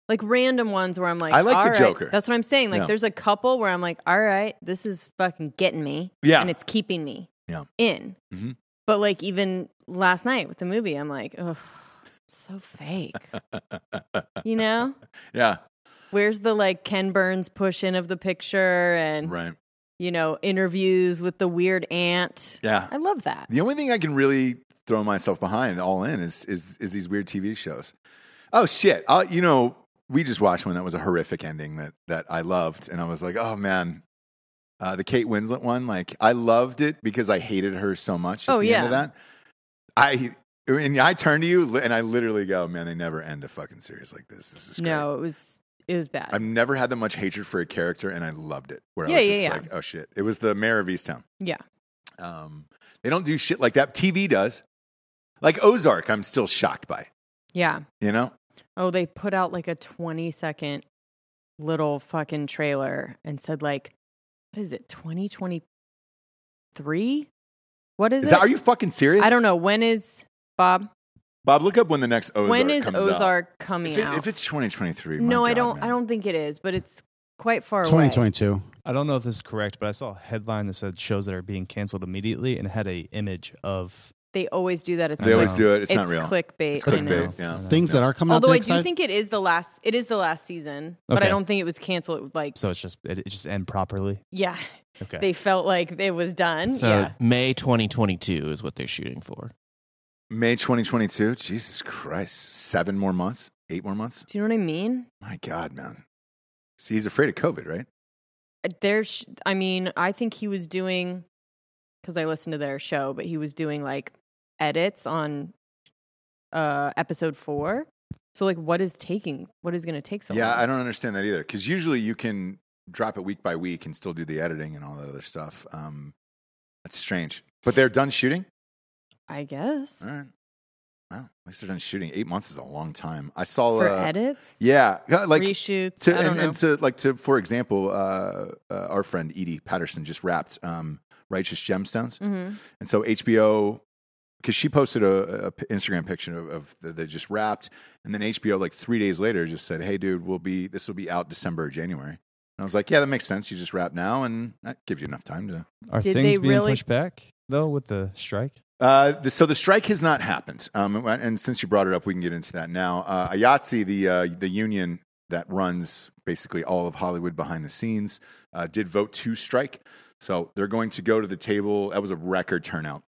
Speaker 4: Like random ones where I'm like,
Speaker 1: I like The
Speaker 4: all right.
Speaker 1: Joker.
Speaker 4: That's what I'm saying. Like,
Speaker 1: Yeah.
Speaker 4: there's a couple where I'm like, all right, this is fucking getting me,
Speaker 1: Yeah.
Speaker 4: and it's keeping me,
Speaker 1: Yeah.
Speaker 4: in.
Speaker 1: Mhm.
Speaker 4: But like even last night with the movie, I'm like, oh, so fake. you know,
Speaker 1: yeah,
Speaker 4: where's the like Ken Burns push in of the picture and
Speaker 1: right,
Speaker 4: you know interviews with the weird aunt?
Speaker 1: yeah.
Speaker 4: I love that.
Speaker 1: The only thing I can really throw myself behind all in is is is these weird TV shows. Oh shit! i you know, we just watched one that was a horrific ending that that I loved, and I was like, oh man, uh, the Kate Winslet one. Like I loved it because I hated her so much. At
Speaker 4: Oh,
Speaker 1: the end of
Speaker 4: yeah.
Speaker 1: that, I. And I turn to you, li- and I literally go, "Man, they never end a fucking series like this. This is great.
Speaker 4: No, it was it was bad.
Speaker 1: I've never had that much hatred for a character, and I loved it. Where
Speaker 4: Yeah,
Speaker 1: I was
Speaker 4: yeah,
Speaker 1: just
Speaker 4: yeah.
Speaker 1: like, oh shit. It was the mayor of Easttown.
Speaker 4: Yeah.
Speaker 1: Um, they don't do shit like that. TV does. Like Ozark, I'm still shocked by.
Speaker 4: yeah.
Speaker 1: You know?
Speaker 4: Oh, they put out like a 20 second little fucking trailer and said like, what is it? 2023? What is,
Speaker 1: Is
Speaker 4: it?
Speaker 1: that, are you fucking serious?
Speaker 4: I don't know. When is Bob?
Speaker 1: Bob, look up when the next Ozark
Speaker 4: when is
Speaker 1: comes out.
Speaker 4: Ozark coming
Speaker 1: If, it-
Speaker 4: out?
Speaker 1: if it's 2023, my
Speaker 4: no, I
Speaker 1: God,
Speaker 4: don't.
Speaker 1: man.
Speaker 4: I don't think it is, but it's quite far
Speaker 6: Twenty
Speaker 4: away.
Speaker 6: twenty two.
Speaker 7: I don't know if this is correct, but I saw a headline that said shows that are being canceled immediately and it had a image of
Speaker 4: They always do that. It's
Speaker 1: They
Speaker 4: not
Speaker 1: always
Speaker 4: real.
Speaker 1: do it. It's,
Speaker 4: It's,
Speaker 1: not real.
Speaker 4: clickbait.
Speaker 1: It's
Speaker 4: I
Speaker 1: clickbait.
Speaker 4: know.
Speaker 1: Yeah.
Speaker 7: Uh,
Speaker 6: Things that are coming
Speaker 4: Although I
Speaker 6: out. the next
Speaker 4: do
Speaker 6: side-
Speaker 4: think it is the last. It is the last season, but I
Speaker 7: Okay.
Speaker 4: don't think it was canceled. Like,
Speaker 7: so it's just it, it just end properly.
Speaker 4: yeah,
Speaker 7: Okay.
Speaker 4: they felt like it was done.
Speaker 5: So
Speaker 4: yeah.
Speaker 5: May 2022 is what they're shooting for.
Speaker 1: May 2022. Jesus Christ. Seven more months? Eight more months?
Speaker 4: Do you know what I mean?
Speaker 1: My God, man. See, he's afraid of COVID, right?
Speaker 4: there's i mean i think he was doing because i listened to their show but he was doing like edits on uh episode four so like what is taking what is going to take so
Speaker 1: yeah,
Speaker 4: long
Speaker 1: I don't understand that either. Because usually you can drop it week by week and still do the editing and all that other stuff. Um, that's strange. But they're done shooting.
Speaker 4: i guess
Speaker 1: All right. Wow. At least they're done shooting. Eight months is a long time. I saw.
Speaker 4: for
Speaker 1: uh,
Speaker 4: edits
Speaker 1: Yeah, yeah, like
Speaker 4: reshoots
Speaker 1: to
Speaker 4: i don't
Speaker 1: and,
Speaker 4: know
Speaker 1: and to like to for example, uh, uh, our friend Edie Patterson just wrapped um, Righteous Gemstones,
Speaker 4: Mhm.
Speaker 1: and so HBO because she posted a, a p- Instagram picture of, of the, that just wrapped, and then HBO like three days later just said, "Hey, dude, we'll be this will be out December or January." And I was like, "Yeah, that makes sense. You just wrap now, and that gives you enough time to."
Speaker 7: Are
Speaker 4: Did
Speaker 7: things
Speaker 4: they
Speaker 7: being
Speaker 4: really-
Speaker 7: pushed back? though with the strike?
Speaker 1: Uh, the, so the strike has not happened, um, and since you brought it up, we can get into that now. Uh, IATSE, the uh, the union that runs basically all of Hollywood behind the scenes, uh, did vote to strike. So they're going to go to the table. That was a record turnout.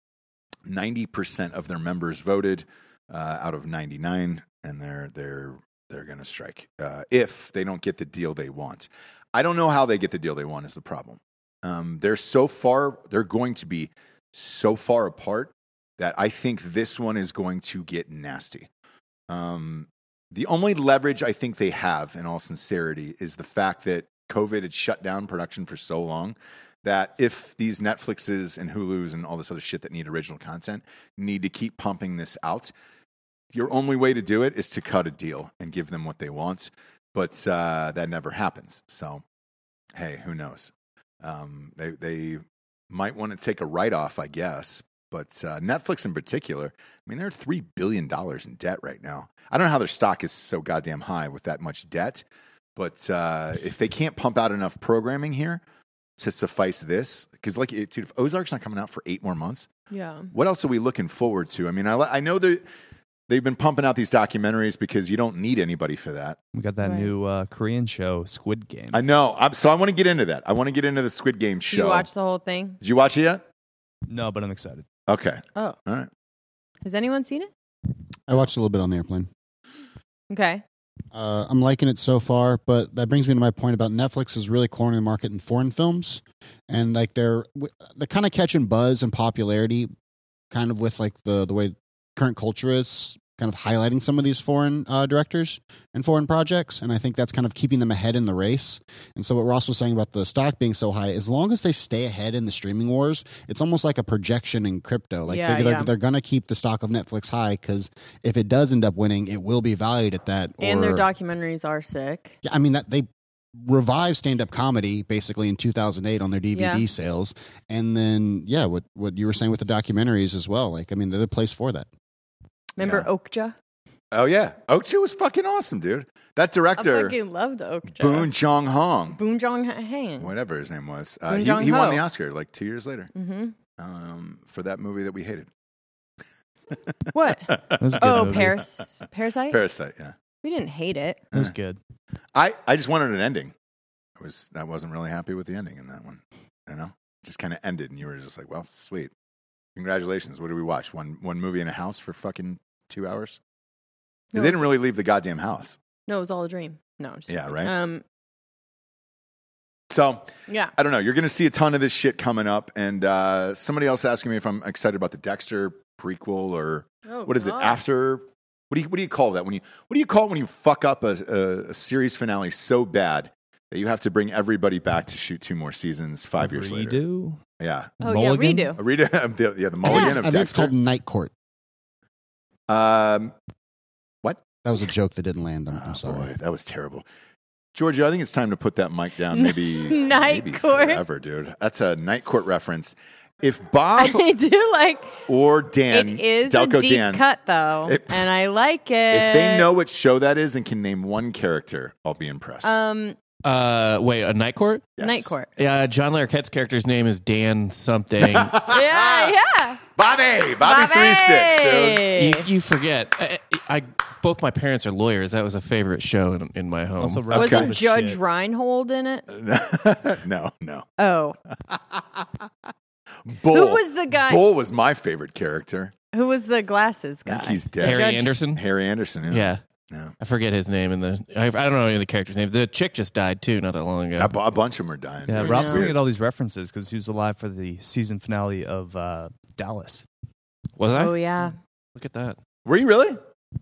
Speaker 1: Ninety percent of their members voted uh, out of ninety nine, and they're they're they're going to strike uh, if they don't get the deal they want. I don't know how they get the deal they want is the problem. Um, they're so far. They're going to be so far apart that I think this one is going to get nasty. Um, the only leverage I think they have, in all sincerity, is the fact that COVID had shut down production for so long that if these Netflixes and Hulus and all this other shit that need original content need to keep pumping this out, your only way to do it is to cut a deal and give them what they want. But uh, that never happens. So, hey, who knows? Um, they, they might want to take a write off, I guess. But uh, Netflix in particular, I mean, they're $3 billion in debt right now. I don't know how their stock is so goddamn high with that much debt. But uh, if they can't pump out enough programming here to suffice this, because, like, it, dude, if Ozark's not coming out for eight more months,
Speaker 4: Yeah.
Speaker 1: what else are we looking forward to? I mean, I, li- I know that they've been pumping out these documentaries because you don't need anybody for that.
Speaker 7: We got that
Speaker 4: Right.
Speaker 7: new uh, Korean show, Squid Game.
Speaker 1: I know. I'm, so I want to get into that. I want to get into the Squid Game
Speaker 4: Did
Speaker 1: show.
Speaker 4: you watch the whole thing?
Speaker 1: Did you watch it yet?
Speaker 7: no, but I'm excited.
Speaker 1: Okay.
Speaker 4: Oh.
Speaker 1: All right.
Speaker 4: Has anyone seen it?
Speaker 6: I watched a little bit on the airplane.
Speaker 4: Okay.
Speaker 6: Uh, I'm liking it so far, but that brings me to my point about Netflix is really cornering the market in foreign films, and like they're w- they're kind of catching buzz and popularity, kind of with like the the way current culture is kind of highlighting some of these foreign uh, directors and foreign projects, and I think that's kind of keeping them ahead in the race. And so what Ross was saying about the stock being so high, as long as they stay ahead in the streaming wars, it's almost like a projection in crypto. Like
Speaker 4: Yeah,
Speaker 6: they, are
Speaker 4: yeah.
Speaker 6: they're gonna keep the stock of Netflix high because if it does end up winning, it will be valued at that.
Speaker 4: And their
Speaker 6: or-
Speaker 4: documentaries are sick.
Speaker 6: yeah, I mean that they revived stand-up comedy basically in 2008 on their DVD
Speaker 4: Yeah.
Speaker 6: sales, and then yeah, what what you were saying with the documentaries as well. Like, I mean, they're the place for that.
Speaker 4: Remember
Speaker 1: Yeah.
Speaker 4: Okja?
Speaker 1: Oh, yeah. Ocho was fucking awesome, dude. That
Speaker 4: I
Speaker 1: director,
Speaker 4: fucking loved Okja.
Speaker 1: Boon Jong Hong,
Speaker 4: Boon Jong Hang.
Speaker 1: whatever his name was, uh,
Speaker 4: Boon
Speaker 1: he,
Speaker 4: Jong
Speaker 1: he won
Speaker 4: Ho.
Speaker 1: the Oscar like two years later
Speaker 4: Mm-hmm.
Speaker 1: um, for that movie that we hated.
Speaker 4: What?
Speaker 7: That was a good
Speaker 4: oh,
Speaker 7: movie.
Speaker 4: Paris. Parasite?
Speaker 1: Parasite, yeah.
Speaker 4: We didn't hate it.
Speaker 7: It was good.
Speaker 1: I, I just wanted an ending. I was I wasn't really happy with the ending in that one. You know, just kind of ended, and you were just like, "Well, sweet, congratulations." What did we watch? One one movie in a house for fucking two hours. 'Cause
Speaker 4: No,
Speaker 1: they
Speaker 4: it
Speaker 1: didn't
Speaker 4: was-
Speaker 1: really leave the goddamn house.
Speaker 4: No, it was all a dream. No, I'm just
Speaker 1: Yeah,
Speaker 4: kidding.
Speaker 1: right?
Speaker 4: Um,
Speaker 1: So
Speaker 4: yeah.
Speaker 1: I don't know. You're going to see a ton of this shit coming up, and uh, somebody else asking me if I'm excited about the Dexter prequel or
Speaker 4: Oh,
Speaker 1: what is it
Speaker 4: God.
Speaker 1: after? What do you what do you call that when you what do you call it when you fuck up a, a, a series finale so bad that you have to bring everybody back to shoot two more seasons five years later?
Speaker 7: Redo?
Speaker 1: Yeah,
Speaker 4: Oh
Speaker 7: Mulligan?
Speaker 4: yeah, redo.
Speaker 1: A read um, the, yeah, the
Speaker 6: I think it's-
Speaker 1: mulligan
Speaker 6: I
Speaker 1: of
Speaker 6: think it's
Speaker 1: Dexter.
Speaker 6: called Night Court.
Speaker 1: um,
Speaker 6: That was a joke that didn't land. I'm, I'm
Speaker 1: oh,
Speaker 6: sorry.
Speaker 1: boy, that was terrible. Georgia, I think it's time to put that mic down. Maybe
Speaker 4: Night
Speaker 1: maybe
Speaker 4: Court.
Speaker 1: forever, dude. That's a night court reference. If Bob
Speaker 4: I do like
Speaker 1: or Dan,
Speaker 4: it is
Speaker 1: Delco
Speaker 4: a deep
Speaker 1: Dan,
Speaker 4: cut though,
Speaker 1: It-
Speaker 4: and I like it.
Speaker 1: if they know what show that is and can name one character, I'll be impressed.
Speaker 4: um,
Speaker 5: Uh, wait, a night court?
Speaker 1: Yes.
Speaker 4: Night Court.
Speaker 5: Yeah, John Larroquette's character's name is Dan something. you,
Speaker 4: Yeah, yeah.
Speaker 1: Bobby, Bobby, Three Sticks, dude.
Speaker 5: you forget. I, I, both my parents are lawyers. That was a favorite show in, in my home.
Speaker 7: Also, Rob
Speaker 4: Wasn't
Speaker 7: Reiner.
Speaker 4: Judge
Speaker 7: Shit.
Speaker 4: Reinhold in
Speaker 1: Uh,
Speaker 4: it?
Speaker 1: no, no.
Speaker 4: Oh,
Speaker 1: Bull.
Speaker 4: who was the guy?
Speaker 1: Bull was my favorite character.
Speaker 4: Who was the glasses
Speaker 1: I
Speaker 4: guy?
Speaker 1: think he's dead.
Speaker 5: Harry
Speaker 4: Judge-
Speaker 5: Anderson.
Speaker 1: Harry Anderson.
Speaker 5: yeah.
Speaker 1: Yeah.
Speaker 5: I forget his name and the I, I don't know any of the characters' names. The chick just died too, not that long ago.
Speaker 1: A, bu- a bunch of them are dying.
Speaker 7: Yeah,
Speaker 1: It's
Speaker 7: Rob's
Speaker 1: weird.
Speaker 7: going to get all these references because he was alive for the season finale of uh, Dallas.
Speaker 5: Was I?
Speaker 4: oh yeah.
Speaker 5: Look at that.
Speaker 1: Were you really?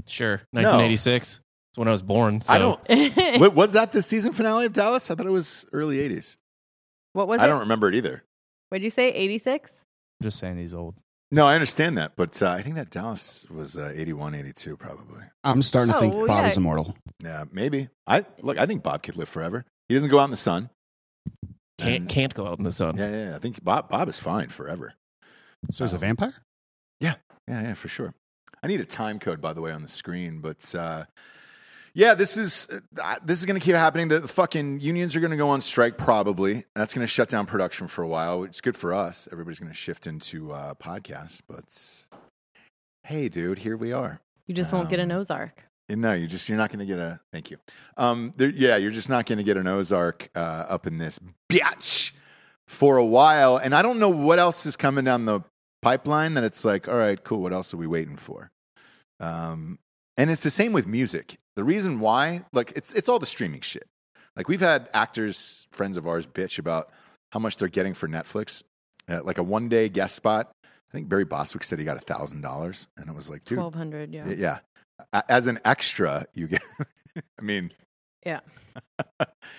Speaker 5: Sure,
Speaker 1: No.
Speaker 5: 1986. It's when I was born. So.
Speaker 1: I don't. Wa- was that the season finale of Dallas? I thought it was early '80s.
Speaker 4: what was
Speaker 1: I
Speaker 4: it?
Speaker 1: don't remember it either.
Speaker 4: What'd you say? Eighty six.
Speaker 7: Just saying he's old.
Speaker 1: No, I understand that, but uh, I think that Dallas was uh, 81, 82, probably.
Speaker 6: I'm starting to
Speaker 4: Oh,
Speaker 6: think
Speaker 4: well,
Speaker 6: Bob
Speaker 4: yeah.
Speaker 6: is immortal.
Speaker 1: Yeah, maybe. I look. I think Bob could live forever. He doesn't go out in the sun.
Speaker 5: can't can't go out in the sun.
Speaker 1: Yeah, yeah. yeah. I think Bob Bob is fine forever.
Speaker 6: So he's a vampire.
Speaker 1: Yeah, yeah, yeah, for sure. I need a time code, by the way, on the screen. But uh, Yeah, this is uh, this is going to keep happening. The fucking unions are going to go on strike probably. That's going to shut down production for a while. It's good for us. Everybody's going to shift into uh, podcasts. But hey, dude, here we are.
Speaker 4: You just won't get an Ozark.
Speaker 1: And no, you just you're not going to get a thank you. Um, there, yeah, you're just not going to get an Ozark uh, up in this bitch for a while. And I don't know what else is coming down the pipeline that it's like, all right, cool. What else are we waiting for? Um, and it's the same with music. The reason why, like, it's it's all the streaming shit. Like we've had actors, friends of ours, bitch about how much they're getting for Netflix. Uh, like a one day guest spot. I think Barry Boswick said he got a thousand dollars, and it was like, dude,
Speaker 4: Twelve hundred. Yeah.
Speaker 1: Y- Yeah. A- As an extra, you get, I mean,
Speaker 4: Yeah.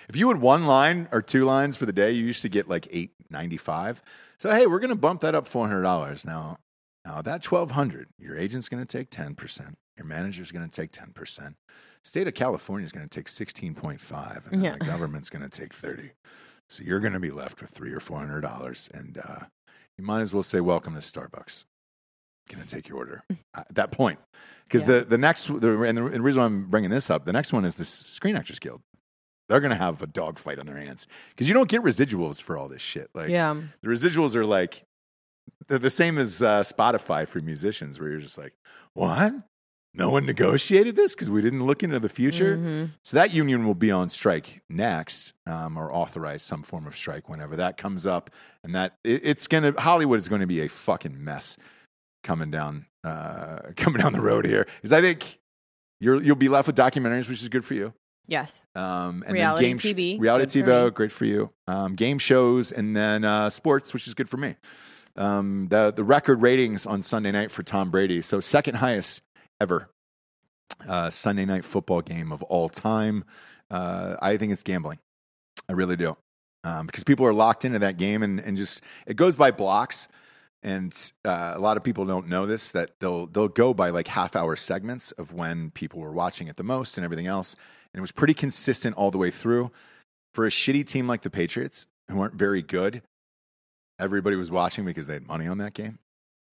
Speaker 1: if you had one line or two lines for the day, you used to get like eight ninety five. So hey, we're gonna bump that up four hundred dollars now. Now that twelve hundred, your agent's gonna take ten percent. Your manager's gonna take ten percent. State of California is gonna take sixteen point five, and then
Speaker 4: Yeah.
Speaker 1: the government's gonna take thirty. So you're gonna be left with three or four hundred dollars, and uh, you might as well say welcome to Starbucks. Can I take your order at that point? Because the, the next the, and the and the reason why I'm bringing this up, the next one is the Screen Actors Guild they're gonna have a dogfight on their hands because you don't get residuals for all this shit. Like,
Speaker 4: yeah.
Speaker 1: the residuals are like they're the same as uh, Spotify for musicians, where you're just like, what? No one negotiated this because we didn't look into the future.
Speaker 4: Mhm.
Speaker 1: So that union will be on strike next, um, or authorize some form of strike whenever that comes up, and that it, it's gonna Hollywood is going to be a fucking mess coming down uh, coming down the road here. Because I think you're, you'll be left with documentaries, which is good for you.
Speaker 4: Yes.
Speaker 1: Um, and
Speaker 4: Reality
Speaker 1: then game sh-
Speaker 4: TV,
Speaker 1: reality
Speaker 4: good for
Speaker 1: TV,
Speaker 4: me.
Speaker 1: great for you. Um, game shows, and then uh, sports, which is good for me. Um, the the record ratings on Sunday night for Tom Brady, so second highest ever uh, Sunday night football game of all time. Uh, I think it's gambling. I really do, um, because people are locked into that game, and and just it goes by blocks. And uh, a lot of people don't know this that they'll they'll go by like half hour segments of when people were watching it the most and everything else and it was pretty consistent all the way through. For a shitty team like the Patriots, who aren't very good, everybody was watching because they had money on that game,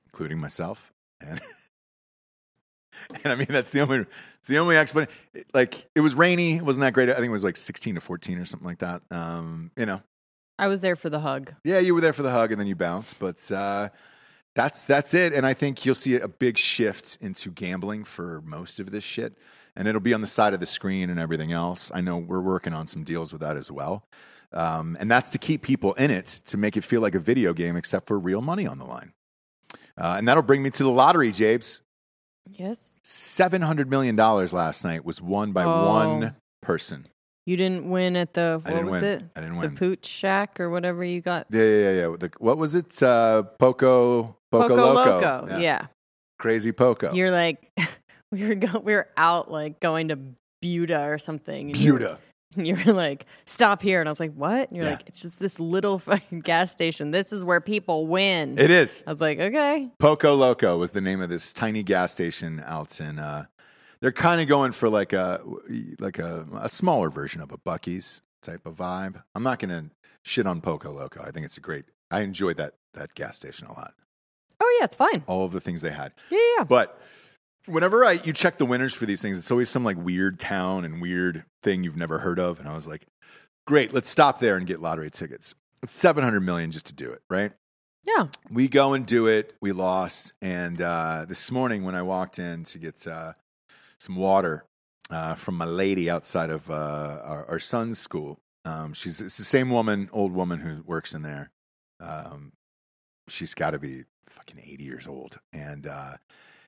Speaker 1: including myself. And, and I mean, that's the only, it's the only explanation. Like, it was rainy, it wasn't that great. I think it was like 16 to 14 or something like that. Um, you know,
Speaker 4: I was there for the hug.
Speaker 1: yeah, you were there for the hug and then you bounce, but uh, that's that's it. And I think you'll see a big shift into gambling for most of this shit, and it'll be on the side of the screen and everything else. I know we're working on some deals with that as well, um, and that's to keep people in it to make it feel like a video game, except for real money on the line. Uh, and that'll bring me to the lottery, Jabes.
Speaker 4: Yes.
Speaker 1: Seven hundred million dollars last night was won by
Speaker 4: Oh.
Speaker 1: one person.
Speaker 4: You didn't win at the
Speaker 1: I
Speaker 4: what
Speaker 1: didn't
Speaker 4: was
Speaker 1: win.
Speaker 4: it?
Speaker 1: I didn't
Speaker 4: The
Speaker 1: win.
Speaker 4: Pooch Shack or whatever you got.
Speaker 1: Yeah, yeah, yeah. yeah. The, what was it? Uh, Poco, Poco,
Speaker 4: Poco
Speaker 1: Loco.
Speaker 4: Loco. Yeah.
Speaker 1: crazy Poco.
Speaker 4: You're like we were go- we were out like going to Buda or something. and you-
Speaker 1: Buda.
Speaker 4: And you were like, stop here. And I was like, what? And you're
Speaker 1: Yeah.
Speaker 4: like, it's just this little fucking gas station. This is where people win.
Speaker 1: It is.
Speaker 4: I was like, okay.
Speaker 1: Poco Loco was the name of this tiny gas station out in. Uh, they're kind of going for like a like a, a smaller version of a Bucky's type of vibe. I'm not gonna shit on Poco Loco. I think it's a great. I enjoyed that that gas station a lot.
Speaker 4: Oh, yeah, it's fine.
Speaker 1: All of the things they had.
Speaker 4: Yeah, yeah.
Speaker 1: But whenever I you check the winners for these things, it's always some like weird town and weird thing you've never heard of. And I was like, great, let's stop there and get lottery tickets. It's 700 million just to do it, right?
Speaker 4: Yeah.
Speaker 1: we go and do it. We lost, and uh, this morning when I walked in to get uh, some water uh, from my lady outside of uh, our, our son's school, um, she's it's the same woman, old woman who works in there. Um, she's got to be fucking eighty years old, and uh,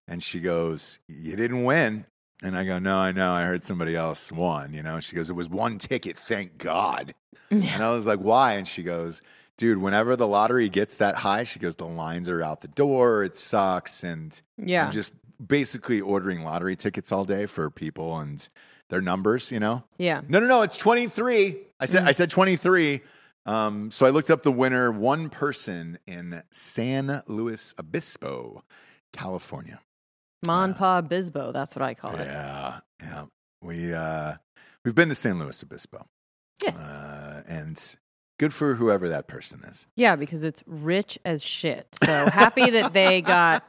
Speaker 1: and she goes, "You didn't win." And I go, no, I know. I heard somebody else won, you know. And she goes, it was one ticket, thank God. And I was like, why? And she goes, dude, whenever the lottery gets that high, she goes, the lines are out the door. It sucks. And
Speaker 4: Yeah.
Speaker 1: I'm just basically ordering lottery tickets all day for people and their numbers, you know?
Speaker 4: yeah.
Speaker 1: No, no, no. It's 23. I
Speaker 4: Mm.
Speaker 1: said, I said 23. Um, so I looked up the winner, one person in San Luis Obispo, California.
Speaker 4: Mon Pa Bisbo. That's what I call it.
Speaker 1: Yeah, yeah. We uh, we've been to San Luis Obispo.
Speaker 4: Yes.
Speaker 1: Uh, and good for whoever that person is.
Speaker 4: Yeah, because it's rich as shit. So happy that they got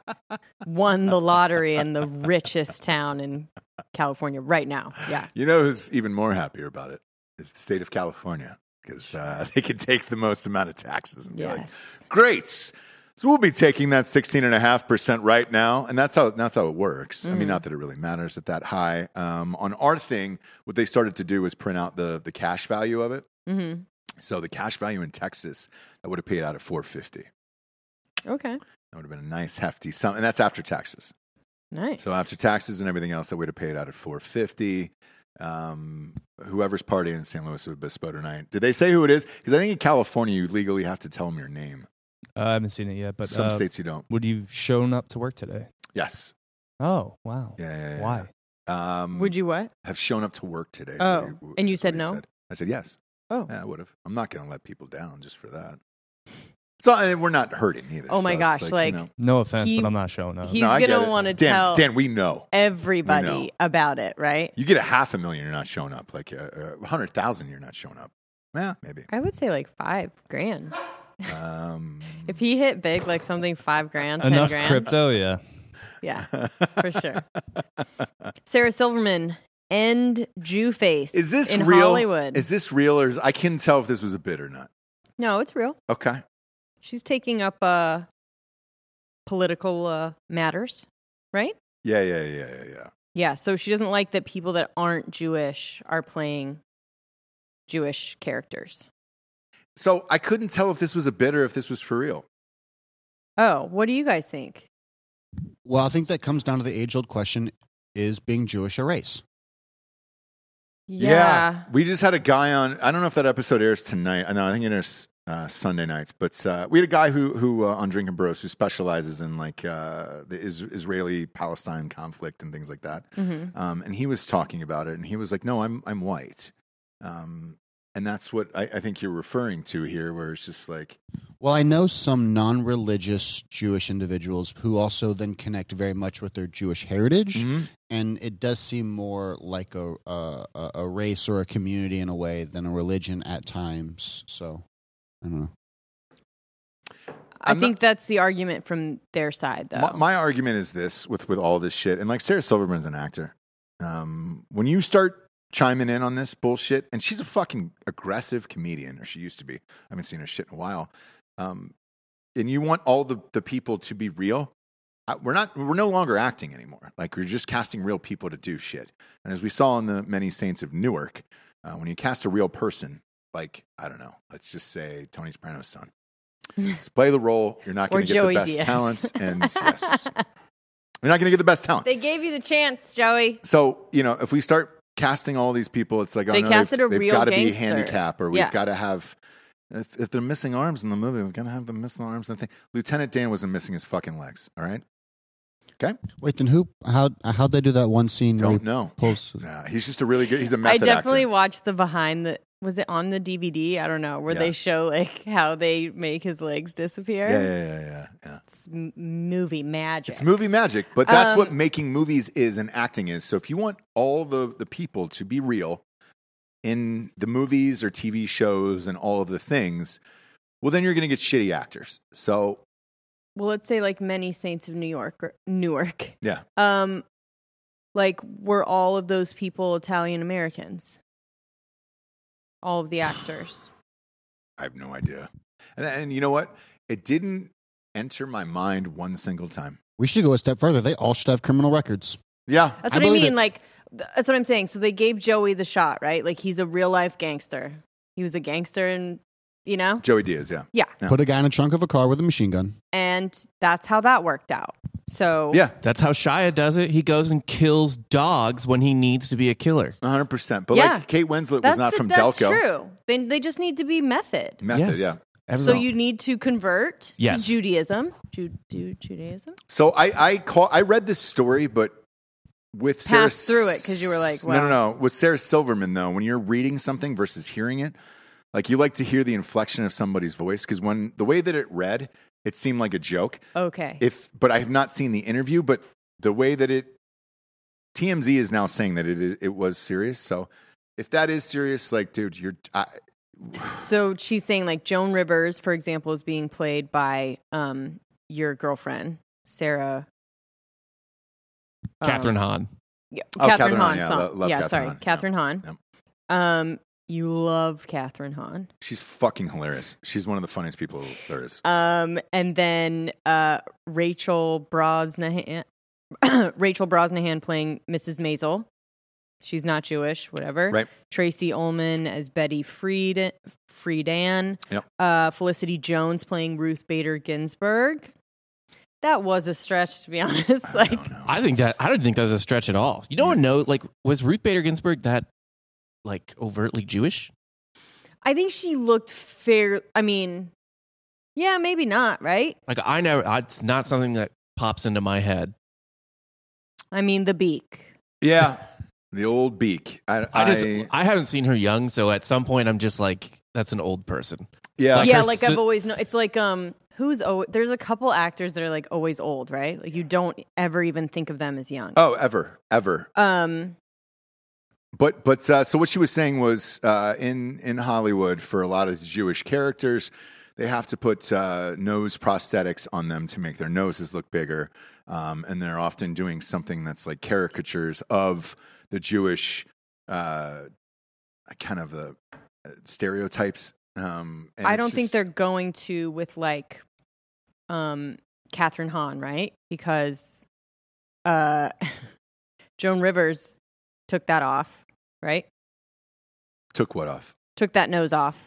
Speaker 4: won the lottery in the richest town in California right now. Yeah.
Speaker 1: You know who's even more happier about it is the state of California because uh, they can take the most amount of taxes and be like,
Speaker 4: Yes.
Speaker 1: great. So we'll be taking that 16.5% right now. And that's how, that's how it works. I mean, not that it really matters at that high. Um, on our thing, what they started to do was print out the, the cash value of it.
Speaker 4: Mm-hmm.
Speaker 1: So the cash value in Texas, that would have paid out at 450.
Speaker 4: Okay.
Speaker 1: That would have been a nice hefty sum. And that's after taxes.
Speaker 4: Nice.
Speaker 1: So after taxes and everything else, that would have paid out at 450. Um, whoever's partying in St. Louis with Bispo tonight. Did they say who it is? Because I think in California you legally have to tell them your name.
Speaker 7: Uh, I haven't seen it yet, but
Speaker 1: But some
Speaker 7: uh,
Speaker 1: states you don't.
Speaker 7: would you shown up to work today?
Speaker 1: Yes.
Speaker 7: Oh wow!
Speaker 1: Yeah. yeah, yeah,
Speaker 7: Why?
Speaker 1: yeah. Um,
Speaker 4: Would you what?
Speaker 1: have shown up to work today? is
Speaker 4: Oh,
Speaker 1: what he-
Speaker 4: and you
Speaker 1: is what
Speaker 4: said
Speaker 1: he
Speaker 4: no?
Speaker 1: I said yes.
Speaker 4: Oh.
Speaker 1: Yeah, I would have. I'm not going to let people down just for that. So and we're not hurting either.
Speaker 4: Oh my
Speaker 1: so it's
Speaker 4: gosh,
Speaker 1: you
Speaker 4: like,
Speaker 1: know.
Speaker 7: No offense,
Speaker 4: He-
Speaker 7: but I'm not showing up.
Speaker 4: he- He's
Speaker 1: No, I get
Speaker 4: gonna
Speaker 1: it.
Speaker 4: wanna
Speaker 1: Dan,
Speaker 4: tell-
Speaker 1: Dan, we know. We know.
Speaker 4: Everybody about it, right?
Speaker 1: You get a half a million, you're not showing up. Like a uh, hundred thousand, you're not showing up. Yeah, maybe.
Speaker 4: I would say like five grand.
Speaker 1: Um,
Speaker 4: If he hit big, like something five grand, ten
Speaker 7: Enough
Speaker 4: grand.
Speaker 7: crypto, yeah.
Speaker 4: Yeah, for sure. Sarah Silverman and Jew Face.
Speaker 1: is this
Speaker 4: in
Speaker 1: real?
Speaker 4: Hollywood?
Speaker 1: Is this real, or is, I can tell if this was a bid or not?
Speaker 4: no, it's real.
Speaker 1: Okay,
Speaker 4: She's taking up uh, political uh, matters, right?
Speaker 1: yeah, yeah, yeah, yeah, yeah.
Speaker 4: Yeah. So she doesn't like that people that aren't Jewish are playing Jewish characters.
Speaker 1: So I couldn't tell if this was a bid or if this was for real.
Speaker 4: Oh, what do you guys think?
Speaker 6: Well, I think that comes down to the age old question is being Jewish a race?
Speaker 1: we just had a guy on. I don't know if that episode airs tonight. I know I think it airs uh, Sunday nights, but uh, we had a guy who who uh, on Drinking Bros who specializes in like uh, the is- Israeli Palestine conflict and things like that.
Speaker 4: hmm
Speaker 1: um, and he was talking about it, and he was like, "No, I'm I'm white," um, and that's what I, I think you're referring to here, where it's just like,
Speaker 6: Well, I know some non religious Jewish individuals who also then connect very much with their Jewish heritage.
Speaker 1: mm-hmm.
Speaker 6: And it does seem more like a, a, a- a race or a community in a way than a religion at times. So, I don't know.
Speaker 4: I
Speaker 1: I'm not-
Speaker 4: think that's the argument from their side, though.
Speaker 1: my, my argument is this with with all this shit, and like Sarah Silverman's an actor. Um, when you start chiming in on this bullshit, and she's a fucking aggressive comedian, or she used to be. I haven't seen her shit in a while. Um, and you want all the the people to be real. I, we're not. We're no longer acting anymore. Like we're just casting real people to do shit. And as we saw in the Many Saints of Newark, uh, when you cast a real person, like I don't know, let's just say Tony Soprano's son. Let's play the role. You're not
Speaker 4: Or
Speaker 1: going to get the
Speaker 4: Joey
Speaker 1: best
Speaker 4: Diaz.
Speaker 1: talents, and yes, you're not going to get the best talent.
Speaker 4: they gave you the chance, Joey.
Speaker 1: so you know, if we start casting all these people, it's like oh
Speaker 4: They
Speaker 1: no,
Speaker 4: casted
Speaker 1: they've,
Speaker 4: a real
Speaker 1: got to be
Speaker 4: gangster.
Speaker 1: handicap, or we've
Speaker 4: Yeah.
Speaker 1: got to have. If, if they're missing arms in the movie, we're gonna have them missing arms and thing. Lieutenant Dan wasn't missing his fucking legs. All right,
Speaker 6: Wait, then who? How how'd they do that one scene? where
Speaker 1: don't
Speaker 6: he
Speaker 1: know.
Speaker 6: pulls-
Speaker 1: Nah, he's just a really good. He's a
Speaker 4: I
Speaker 1: method
Speaker 4: definitely
Speaker 1: actor.
Speaker 4: watched the behind the. Was it on the DVD? I don't know. Where
Speaker 1: Yeah.
Speaker 4: they show like how they make his legs disappear.
Speaker 1: Yeah, yeah, yeah, yeah, yeah.
Speaker 4: It's m- movie magic.
Speaker 1: It's movie magic, but that's what
Speaker 4: Um,
Speaker 1: making movies is and acting is. So if you want all the, the people to be real in the movies or TV shows and all of the things, well, then you're going to get shitty actors. So
Speaker 4: well, let's say like many saints of New York, or Newark.
Speaker 1: Yeah.
Speaker 4: Um, like were all of those people Italian Americans? All of the actors.
Speaker 1: I have no idea. And, and you know what? It didn't enter my mind one single time.
Speaker 6: We should go a step further. They all should have criminal records.
Speaker 1: Yeah.
Speaker 4: That's what
Speaker 6: I
Speaker 4: I,
Speaker 6: believe
Speaker 4: mean.
Speaker 6: it.
Speaker 4: Like th- that's what I'm saying. So they gave Joey the shot, right? Like he's a real life gangster. He was a gangster, and you know,
Speaker 1: Joey Diaz, yeah. Yeah.
Speaker 6: Put a guy in a trunk of a car with a machine gun.
Speaker 4: and that's how that worked out. So
Speaker 1: Yeah,
Speaker 5: That's how Shia does it. He goes and kills dogs when he needs to be a killer.
Speaker 1: 100%. But
Speaker 4: Yeah.
Speaker 1: like Kate Winslet was
Speaker 4: that's
Speaker 1: not
Speaker 4: the-
Speaker 1: from
Speaker 4: that's
Speaker 1: Delco.
Speaker 4: True. Then they just need to be method.
Speaker 1: Method,
Speaker 5: Yes.
Speaker 1: yeah.
Speaker 4: So
Speaker 5: Everyone-
Speaker 4: you need to convert
Speaker 5: Yes.
Speaker 4: to Judaism. Ju- Ju- Judaism?
Speaker 1: So I I call I read this story, but with Sarah
Speaker 4: Passed through it 'cause you were like,
Speaker 1: no, no, no. With Sarah Silverman though, when you're reading something versus hearing it, like you like to hear the inflection of somebody's voice because when the way that it read, it seemed like a joke.
Speaker 4: Okay.
Speaker 1: If but I have not seen the interview, but the way that it TMZ is now saying that it is, it was serious. So if that is serious, like dude, you're I,
Speaker 4: so she's saying like Joan Rivers, for example, is being played by um your girlfriend, Sarah um,
Speaker 5: Catherine Hahn.
Speaker 4: Yeah,
Speaker 1: Oh,
Speaker 4: Catherine
Speaker 1: Catherine
Speaker 4: Hahn
Speaker 1: Hahn, yeah,
Speaker 4: song.
Speaker 1: lo- love
Speaker 4: yeah,
Speaker 1: Catherine
Speaker 4: sorry,
Speaker 1: Hahn, yeah.
Speaker 4: Catherine Hahn. Um, you love Catherine Hahn.
Speaker 1: She's fucking hilarious. She's one of the funniest people there is.
Speaker 4: Um, and then uh, Rachel Brosnahan, Rachel Brosnahan playing Mrs. Maisel. She's not Jewish, whatever.
Speaker 1: Right.
Speaker 4: Tracy Ullman as Betty Fried, Friedan.
Speaker 1: Yep.
Speaker 4: Uh, Felicity Jones playing Ruth Bader Ginsburg. That was a stretch, to be honest. like,
Speaker 5: I think that I don't think that was a stretch at all. You don't know, like, was Ruth Bader Ginsburg that like overtly Jewish?
Speaker 4: I think she looked fair. I mean, yeah, maybe not, right?
Speaker 5: Like, I never. I- It's not something that pops into my head.
Speaker 4: I mean, the beak.
Speaker 1: Yeah, the old beak. I,
Speaker 5: I just
Speaker 1: I-
Speaker 5: I, haven't seen her young, so at some point I'm just like, that's an old person.
Speaker 1: yeah.
Speaker 5: Like
Speaker 4: yeah,
Speaker 5: her
Speaker 4: like
Speaker 5: st-
Speaker 4: I've always known. It's like um, who's oh, there's a couple actors that are like always old, right? Like you don't ever even think of them as young.
Speaker 1: oh, ever, ever.
Speaker 4: Um,
Speaker 1: But but uh, so what she was saying was uh, in in Hollywood for a lot of Jewish characters, they have to put uh, nose prosthetics on them to make their noses look bigger, um, and they're often doing something that's like caricatures of the Jewish uh, kind of the uh, stereotypes. Um, and
Speaker 4: I
Speaker 1: it's
Speaker 4: don't think
Speaker 1: just-
Speaker 4: they're going to with like, um, Catherine Hahn, right? Because, uh, Joan Rivers took that off, right?
Speaker 1: took what off.
Speaker 4: Took that nose off.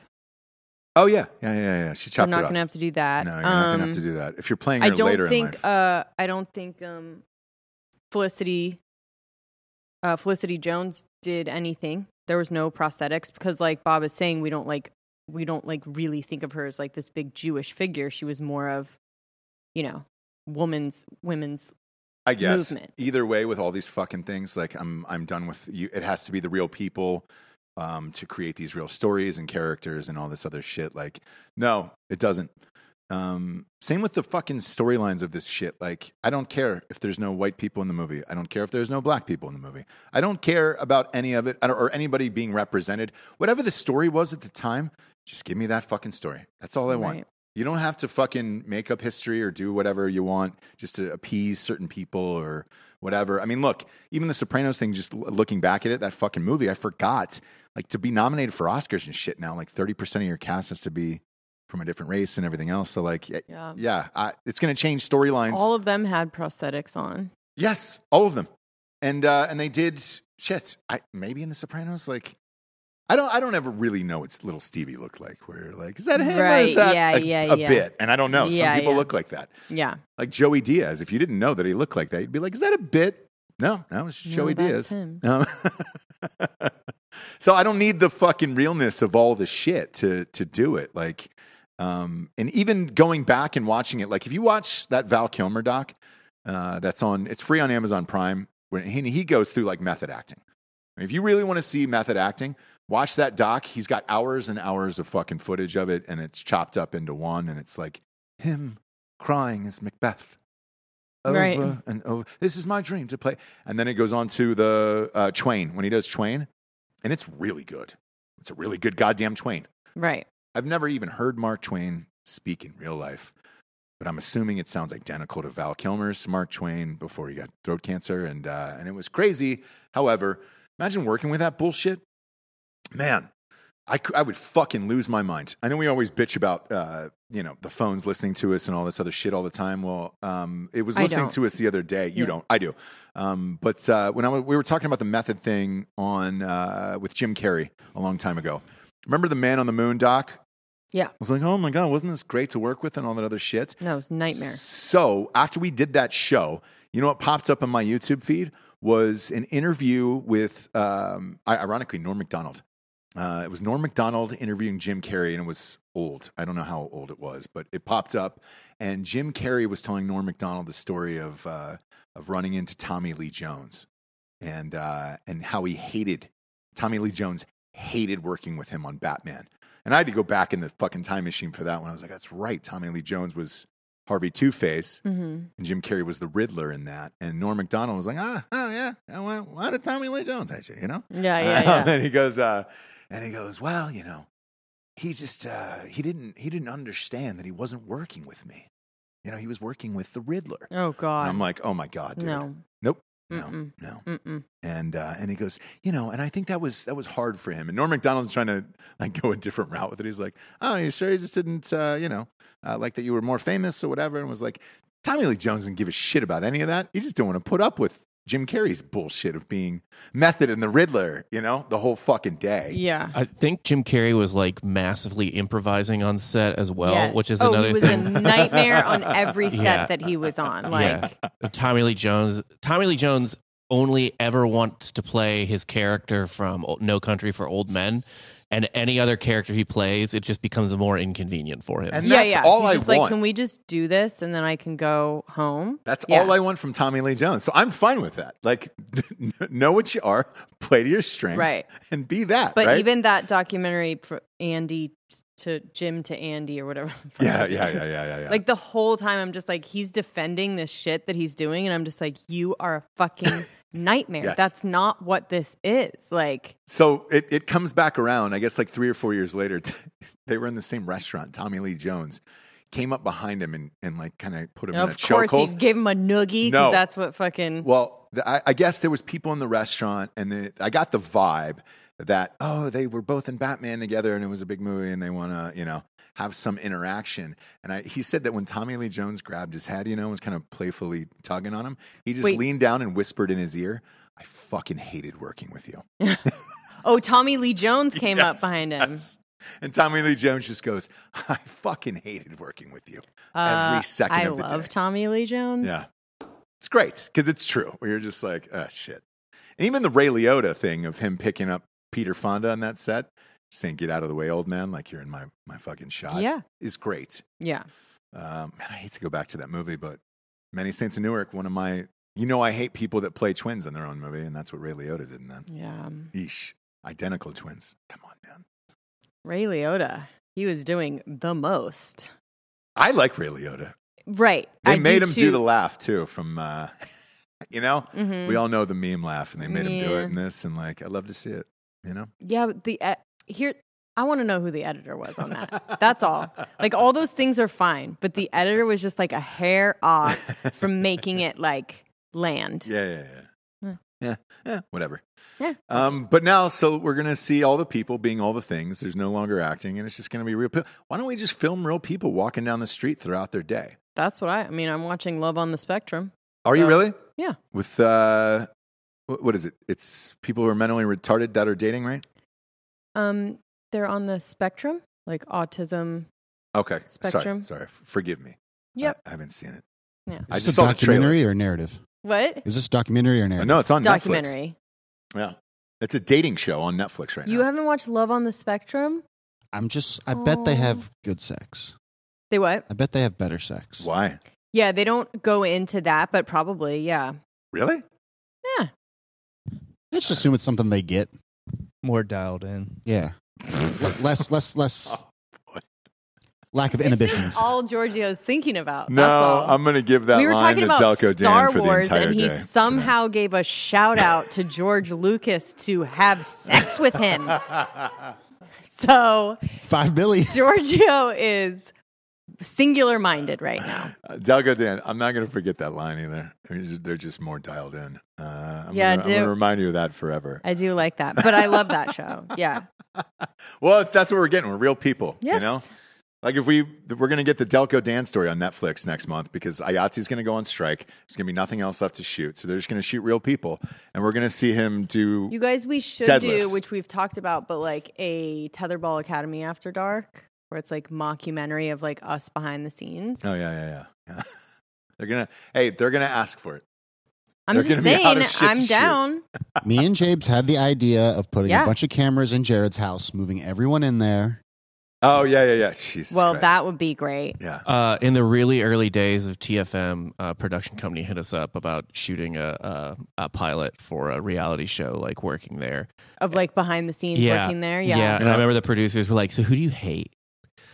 Speaker 1: Oh yeah, yeah, yeah, yeah. She
Speaker 4: We're
Speaker 1: chopped
Speaker 4: not
Speaker 1: it off.
Speaker 4: gonna have to do that.
Speaker 1: no, you're not gonna have
Speaker 4: Um,
Speaker 1: to do that if you're playing her
Speaker 4: I don't
Speaker 1: later in
Speaker 4: think
Speaker 1: life.
Speaker 4: uh I don't think um Felicity uh Felicity Jones did anything. There was no prosthetics because like Bob is saying we don't like we don't like really think of her as like this big Jewish figure. She was more of you know, woman's women's
Speaker 1: I guess
Speaker 4: movement.
Speaker 1: either way with all these fucking things, like I'm I'm done with you. It has to be the real people um, to create these real stories and characters and all this other shit. Like, no, it doesn't. Um, same with the fucking storylines of this shit. Like, I don't care if there's no white people in the movie. I don't care if there's no black people in the movie. I don't care about any of it I don't- or anybody being represented. Whatever the story was at the time, just give me that fucking story. That's all I want.
Speaker 4: Right.
Speaker 1: You don't have to fucking make up history or do whatever you want just to appease certain people or whatever. I mean, look, even the Sopranos thing, just l- looking back at it, that fucking movie, I forgot. Like to be nominated for Oscars and shit now, like 30% of your cast has to be from a different race and everything else. So, like, y-
Speaker 4: Yeah.
Speaker 1: yeah, I, it's going to change storylines.
Speaker 4: um, All of them had prosthetics on.
Speaker 1: yes, all of them. And, uh, and they did shit. I, maybe in the Sopranos, like, I don't, I don't ever really know what little Stevie looked like. Where you're like, is that him? Or is
Speaker 4: Right,
Speaker 1: that
Speaker 4: yeah,
Speaker 1: a,
Speaker 4: yeah,
Speaker 1: a
Speaker 4: yeah.
Speaker 1: bit? And I don't know.
Speaker 4: Yeah,
Speaker 1: Some people
Speaker 4: yeah.
Speaker 1: look like that
Speaker 4: Yeah.
Speaker 1: like Joey Diaz. If you didn't know that he looked like that, you'd be like, "Is that a bit?" No, that was
Speaker 4: No,
Speaker 1: Joey Diaz.
Speaker 4: that's him.
Speaker 1: Um, so I don't need the fucking realness of all the shit to to do it. Like, um, and even going back and watching it, like if you watch that Val Kilmer doc, uh, that's on. It's free on Amazon Prime. When he, he goes through like method acting. If you really want to see method acting, watch that doc. He's got hours and hours of fucking footage of it, and it's chopped up into one, and it's like him crying as Macbeth. Over
Speaker 4: Right.
Speaker 1: and over. This is my dream to play. And then it goes on to the uh, Twain when he does Twain, and it's really good. It's a really good goddamn Twain.
Speaker 4: Right.
Speaker 1: I've never even heard Mark Twain speak in real life, but I'm assuming it sounds identical to Val Kilmer's Mark Twain before he got throat cancer, and uh, and it was crazy. However, imagine working with that bullshit, man. I, cou- I would fucking lose my mind. I know we always bitch about uh, you know the phones listening to us and all this other shit all the time. Well, um, it was
Speaker 4: I
Speaker 1: listening
Speaker 4: don't.
Speaker 1: to us the other day. You
Speaker 4: Yeah.
Speaker 1: don't. I do. Um, but uh, when I w- we were talking about the method thing on uh, with Jim Carrey a long time ago. Remember the Man on the Moon doc?
Speaker 4: Yeah.
Speaker 1: I was like, oh my god, wasn't this great to work with and all that other shit?
Speaker 4: No, it's nightmare.
Speaker 1: So after we did that show, you know what popped up on my YouTube feed was an interview with, um, i- ironically, Norm Macdonald. Uh, it was Norm Macdonald interviewing Jim Carrey, and it was old. I don't know how old it was, but it popped up, and Jim Carrey was telling Norm Macdonald the story of uh, of running into Tommy Lee Jones, and uh, and how he hated Tommy Lee Jones hated working with him on Batman. And I had to go back in the fucking time machine for that one. I was like, that's right. Tommy Lee Jones was Harvey Two Face,
Speaker 4: Mm-hmm.
Speaker 1: and Jim Carrey was the Riddler in that. And Norm Macdonald was like, ah, oh yeah, yeah, why, why did Tommy Lee Jones at you? You know?
Speaker 4: Oh, Yeah, yeah, yeah.
Speaker 1: and he goes, uh, and he goes, well, you know, he just uh, he didn't he didn't understand that he wasn't working with me. You know, he was working with the Riddler.
Speaker 4: oh
Speaker 1: And I'm
Speaker 4: god.
Speaker 1: like, oh my god, dude.
Speaker 4: No.
Speaker 1: Nope. No, no.
Speaker 4: Mm-mm.
Speaker 1: And uh, and he goes, you know, and I think that was that was hard for him. And Norm Macdonald's trying to like go a different route with it. He's like, oh, you sure you just didn't, uh, you know, uh, like that you were more famous or whatever? And was like, Tommy Lee Jones didn't give a shit about any of that. He just didn't want to put up with Jim Carrey's bullshit of being Method and the Riddler, you know, the whole fucking day.
Speaker 4: Yeah.
Speaker 5: I think Jim Carrey was like massively improvising on set as well,
Speaker 4: Yes.
Speaker 5: which is
Speaker 4: oh,
Speaker 5: another
Speaker 4: he was
Speaker 5: thing.
Speaker 4: a nightmare on every set
Speaker 5: Yeah.
Speaker 4: that he was on. Like,
Speaker 5: yeah. Tommy Lee Jones. Tommy Lee Jones only ever wants to play his character from O- No Country for Old Men, and any other character he plays, it just becomes more inconvenient for him.
Speaker 1: And
Speaker 4: yeah,
Speaker 1: that's
Speaker 4: yeah.
Speaker 1: all
Speaker 4: He's
Speaker 1: I
Speaker 4: just
Speaker 1: want.
Speaker 4: like, can we just do this and then I can go home?
Speaker 1: That's
Speaker 4: Yeah.
Speaker 1: all I want from Tommy Lee Jones. So I'm fine with that. Like, know what you are, play to your strengths,
Speaker 4: Right.
Speaker 1: and be that.
Speaker 4: But
Speaker 1: right?
Speaker 4: even that documentary, for Andy to Jim to Andy or whatever.
Speaker 1: yeah, yeah, yeah, yeah, yeah, yeah.
Speaker 4: Like the whole time, I'm just like, he's defending this shit that he's doing, and I'm just like, you are a fucking nightmare.
Speaker 1: Yes.
Speaker 4: That's not what this is. Like,
Speaker 1: so it, it comes back around. I guess like three or four years later, they were in the same restaurant. Tommy Lee Jones came up behind him and, and like kind of put him in a
Speaker 4: of course,
Speaker 1: chokehold.
Speaker 4: he gave him a noogie because
Speaker 1: No.
Speaker 4: that's what fucking.
Speaker 1: Well, the, I, I guess there was people in the restaurant, and the, I got the vibe that oh, they were both in Batman together, and it was a big movie, and they want to you know have some interaction. And I, he said that when Tommy Lee Jones grabbed his head, you know, and was kind of playfully tugging on him, he just
Speaker 4: Wait.
Speaker 1: leaned down and whispered in his ear, "I fucking hated working with you."
Speaker 4: Oh, Tommy Lee Jones came up
Speaker 1: Yes,
Speaker 4: behind him.
Speaker 1: yes. And Tommy Lee Jones just goes, "I fucking hated working with you
Speaker 4: Uh,
Speaker 1: every second
Speaker 4: I
Speaker 1: of the
Speaker 4: love
Speaker 1: day."
Speaker 4: Tommy Lee Jones.
Speaker 1: Yeah. It's great because it's true. Where you're just like, ah, shit. And even the Ray Liotta thing of him picking up Peter Fonda on that set, saying, get out of the way, old man, like you're in my, my fucking shot,
Speaker 4: Yeah.
Speaker 1: is great.
Speaker 4: Yeah.
Speaker 1: Um, man, I hate to go back to that movie, but Many Saints of Newark, one of my, you know, I hate people that play twins in their own movie, and that's what Ray Liotta did in that.
Speaker 4: Yeah. Um,
Speaker 1: Eesh. Identical twins. Come on, man.
Speaker 4: Ray Liotta, he was doing the most.
Speaker 1: I like Ray Liotta.
Speaker 4: Right.
Speaker 1: They
Speaker 4: I
Speaker 1: made
Speaker 4: do
Speaker 1: him
Speaker 4: too.
Speaker 1: do the laugh too from, uh, you know?
Speaker 4: Mhm.
Speaker 1: We all know the meme laugh, and they made him do it
Speaker 4: Yeah.
Speaker 1: in this, and like I love to see it. You know,
Speaker 4: Yeah, but the e- here I want to know who the editor was on that. That's all. Like all those things are fine, but the editor was just like a hair off uh, from making it like land.
Speaker 1: yeah, yeah, yeah,
Speaker 4: Yeah.
Speaker 1: yeah, yeah, whatever.
Speaker 4: Yeah.
Speaker 1: Um, but now, so we're gonna see all the people being all the things. There's no longer acting, and it's just gonna be real. People. Why don't we just film real people walking down the street throughout their day?
Speaker 4: That's what I I mean, I'm watching Love on the Spectrum.
Speaker 1: Are you
Speaker 4: So-
Speaker 1: really?
Speaker 4: Yeah.
Speaker 1: With uh, wh- what is it? It's people who are mentally retarded that are dating, right?
Speaker 4: Um they're on the spectrum, like autism.
Speaker 1: Okay.
Speaker 4: Spectrum.
Speaker 1: Sorry. Sorry. F- Forgive me.
Speaker 4: Yep.
Speaker 1: I, I haven't seen it.
Speaker 4: Yeah.
Speaker 1: I just
Speaker 6: Is this
Speaker 1: saw
Speaker 6: a
Speaker 1: the trailer.
Speaker 6: documentary or narrative?
Speaker 4: What?
Speaker 6: Is this documentary or narrative?
Speaker 1: No, it's on Netflix.
Speaker 4: Documentary.
Speaker 1: Yeah. It's a dating show on Netflix right now.
Speaker 4: You haven't watched Love on the Spectrum?
Speaker 6: I'm just. I bet they
Speaker 4: Aw.
Speaker 6: have good sex.
Speaker 4: They what?
Speaker 6: I bet they have better sex.
Speaker 1: Why?
Speaker 4: Yeah, they don't go into that, but probably, yeah.
Speaker 1: Really?
Speaker 4: Yeah.
Speaker 6: Let's just assume it's something they get.
Speaker 7: More dialed in.
Speaker 6: Yeah. L- less, less, less.
Speaker 1: Oh, boy.
Speaker 6: Lack of
Speaker 4: It's just
Speaker 6: inhibitions.
Speaker 4: all Giorgio's thinking about.
Speaker 1: No,
Speaker 4: That's all.
Speaker 1: I'm going to give that
Speaker 4: we were
Speaker 1: line
Speaker 4: talking
Speaker 1: to
Speaker 4: about
Speaker 1: Delco
Speaker 4: Star
Speaker 1: Dan for
Speaker 4: Wars,
Speaker 1: the entire
Speaker 4: and he
Speaker 1: day.
Speaker 4: somehow gave a shout out to George Lucas to have sex with him. So
Speaker 6: Five billion.
Speaker 4: Giorgio is singular minded right now.
Speaker 1: Uh, Delco Dan, I'm not going to forget that line either. I mean, just- They're just more dialed in. Uh, I'm
Speaker 4: Yeah,
Speaker 1: gonna, I'm
Speaker 4: do-
Speaker 1: gonna remind you of that forever.
Speaker 4: I do like that, but I love that show. Yeah.
Speaker 1: Well, that's what we're getting. We're real people.
Speaker 4: Yes.
Speaker 1: You know, like if we we're going to get the Delco Dan story on Netflix next month because Ayatzi's going to go on strike. There's going to be nothing else left to shoot, so they're just going to shoot real people, and we're going to see him do.
Speaker 4: You guys, we should do,
Speaker 1: Deadlifts.
Speaker 4: which we've talked about, but like a Tetherball Academy After Dark, where it's like mockumentary of like us behind the scenes.
Speaker 1: oh yeah, yeah, yeah. yeah. they're gonna. Hey, they're gonna ask for it.
Speaker 4: I'm
Speaker 1: There's
Speaker 4: just
Speaker 1: gonna be out
Speaker 4: saying,
Speaker 1: of shit to
Speaker 4: I'm
Speaker 1: shoot.
Speaker 4: down.
Speaker 6: Me and Jabe's had the idea of putting
Speaker 4: Yeah.
Speaker 6: a bunch of cameras in Jared's house, moving everyone in there.
Speaker 1: Oh yeah, yeah, yeah. Jesus
Speaker 4: Well,
Speaker 1: Christ.
Speaker 4: that would be great.
Speaker 1: Yeah.
Speaker 5: Uh, in the really early days of TFM, uh, production company hit us up about shooting a, a a pilot for a reality show, like working there.
Speaker 4: Of like behind the scenes working there.
Speaker 5: and I remember the producers were like, "So who do you hate?"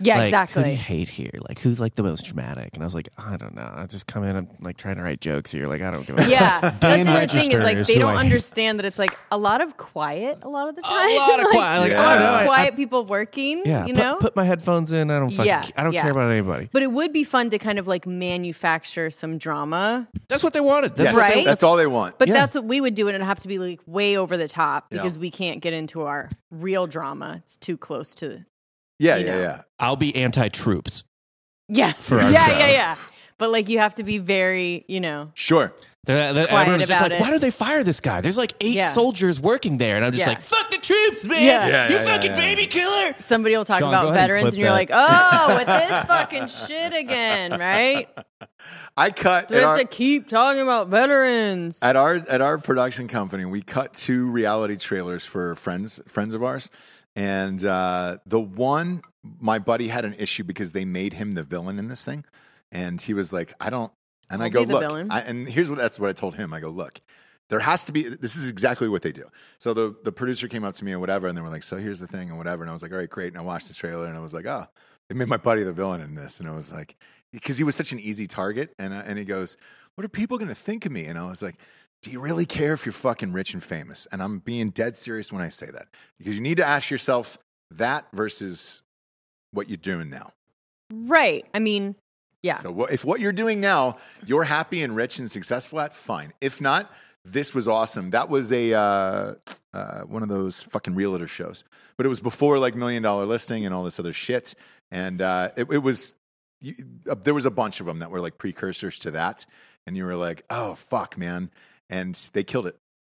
Speaker 3: Yeah,
Speaker 5: like, Who do
Speaker 3: exactly.
Speaker 5: you hate here? Like, who's like the most dramatic? And I was like, I don't know. I just come in. I'm like trying to write jokes here. Like, I don't give a
Speaker 4: Yeah, that's the
Speaker 6: Dan
Speaker 4: other thing
Speaker 6: Register
Speaker 4: is like
Speaker 6: is
Speaker 4: they
Speaker 6: who
Speaker 4: don't
Speaker 6: I-
Speaker 4: understand that it's like a lot of quiet a lot of the time.
Speaker 5: A lot of
Speaker 4: Like,
Speaker 5: quiet. Like,
Speaker 4: a lot
Speaker 5: I don't know. I-
Speaker 4: of quiet
Speaker 5: I-
Speaker 4: people working.
Speaker 5: yeah.
Speaker 4: you
Speaker 5: put,
Speaker 4: know.
Speaker 5: put my headphones in. I don't fucking.
Speaker 4: Yeah,
Speaker 5: ca- I don't
Speaker 4: yeah.
Speaker 5: care about anybody.
Speaker 4: but it would be fun to kind of like manufacture some drama.
Speaker 5: That's what they wanted.
Speaker 1: Yes,
Speaker 5: That's what they-
Speaker 4: Right?
Speaker 1: That's all they want.
Speaker 4: But
Speaker 5: Yeah.
Speaker 4: that's what we would do, and it'd have to be like way over the top
Speaker 1: Yeah.
Speaker 4: because we can't get into our real drama. It's too close to
Speaker 1: yeah,
Speaker 4: you
Speaker 1: yeah,
Speaker 4: know.
Speaker 1: yeah.
Speaker 5: I'll be anti-troops.
Speaker 4: yeah,
Speaker 5: For our
Speaker 4: yeah,
Speaker 5: show.
Speaker 4: yeah, yeah. But like you have to be very, you know,
Speaker 1: Sure.
Speaker 5: They're, they're,
Speaker 4: Quiet
Speaker 5: everyone's just
Speaker 4: about
Speaker 5: like,
Speaker 4: it.
Speaker 5: why do they fire this guy? There's like eight
Speaker 4: Yeah.
Speaker 5: soldiers working there, and I'm just
Speaker 4: Yeah.
Speaker 5: like, fuck the troops, man!
Speaker 4: Yeah.
Speaker 1: Yeah,
Speaker 5: you
Speaker 1: yeah,
Speaker 5: fucking
Speaker 1: yeah, yeah.
Speaker 5: baby killer!
Speaker 4: somebody will talk
Speaker 7: Sean, go
Speaker 4: about
Speaker 7: ahead and
Speaker 4: veterans,
Speaker 7: clip
Speaker 4: and you're like,
Speaker 7: that.
Speaker 4: oh, with this fucking shit again, right?
Speaker 1: I cut
Speaker 4: Do we
Speaker 1: at
Speaker 4: have
Speaker 1: our,
Speaker 4: to keep talking about veterans?
Speaker 1: at our at our production company. We cut two reality trailers for friends friends of ours, and uh, the one my buddy had an issue because they made him the villain in this thing, and he was like, "I don't." And i
Speaker 4: I'll
Speaker 1: go,
Speaker 4: be the
Speaker 1: "Look,"
Speaker 4: villain.
Speaker 1: I, and here's what that's what I told him. I go, "Look." There has to be. This is exactly what they do. So the, the producer came up to me or whatever, and they were like, "So here's the thing," and whatever. And I was like, "All right, great." And I watched the trailer, and I was like, "Oh, they made my buddy the villain in this." And I was like, because he was such an easy target. And, I- and he goes, What are people going to think of me? And I was like, Do you really care if you're fucking rich and famous? And I'm being dead serious when I say that because you need to ask yourself that versus what you're doing now.
Speaker 4: Right. I mean, yeah.
Speaker 1: So what, if what you're doing now, you're happy and rich and successful at, fine. If not, this was awesome. That was a uh, uh, one of those fucking realtor shows, but it was before like Million Dollar Listing and all this other shit. And uh, it, it was you, uh, there was a bunch of them that were like precursors to that, and you were like, oh fuck, man, and they killed it.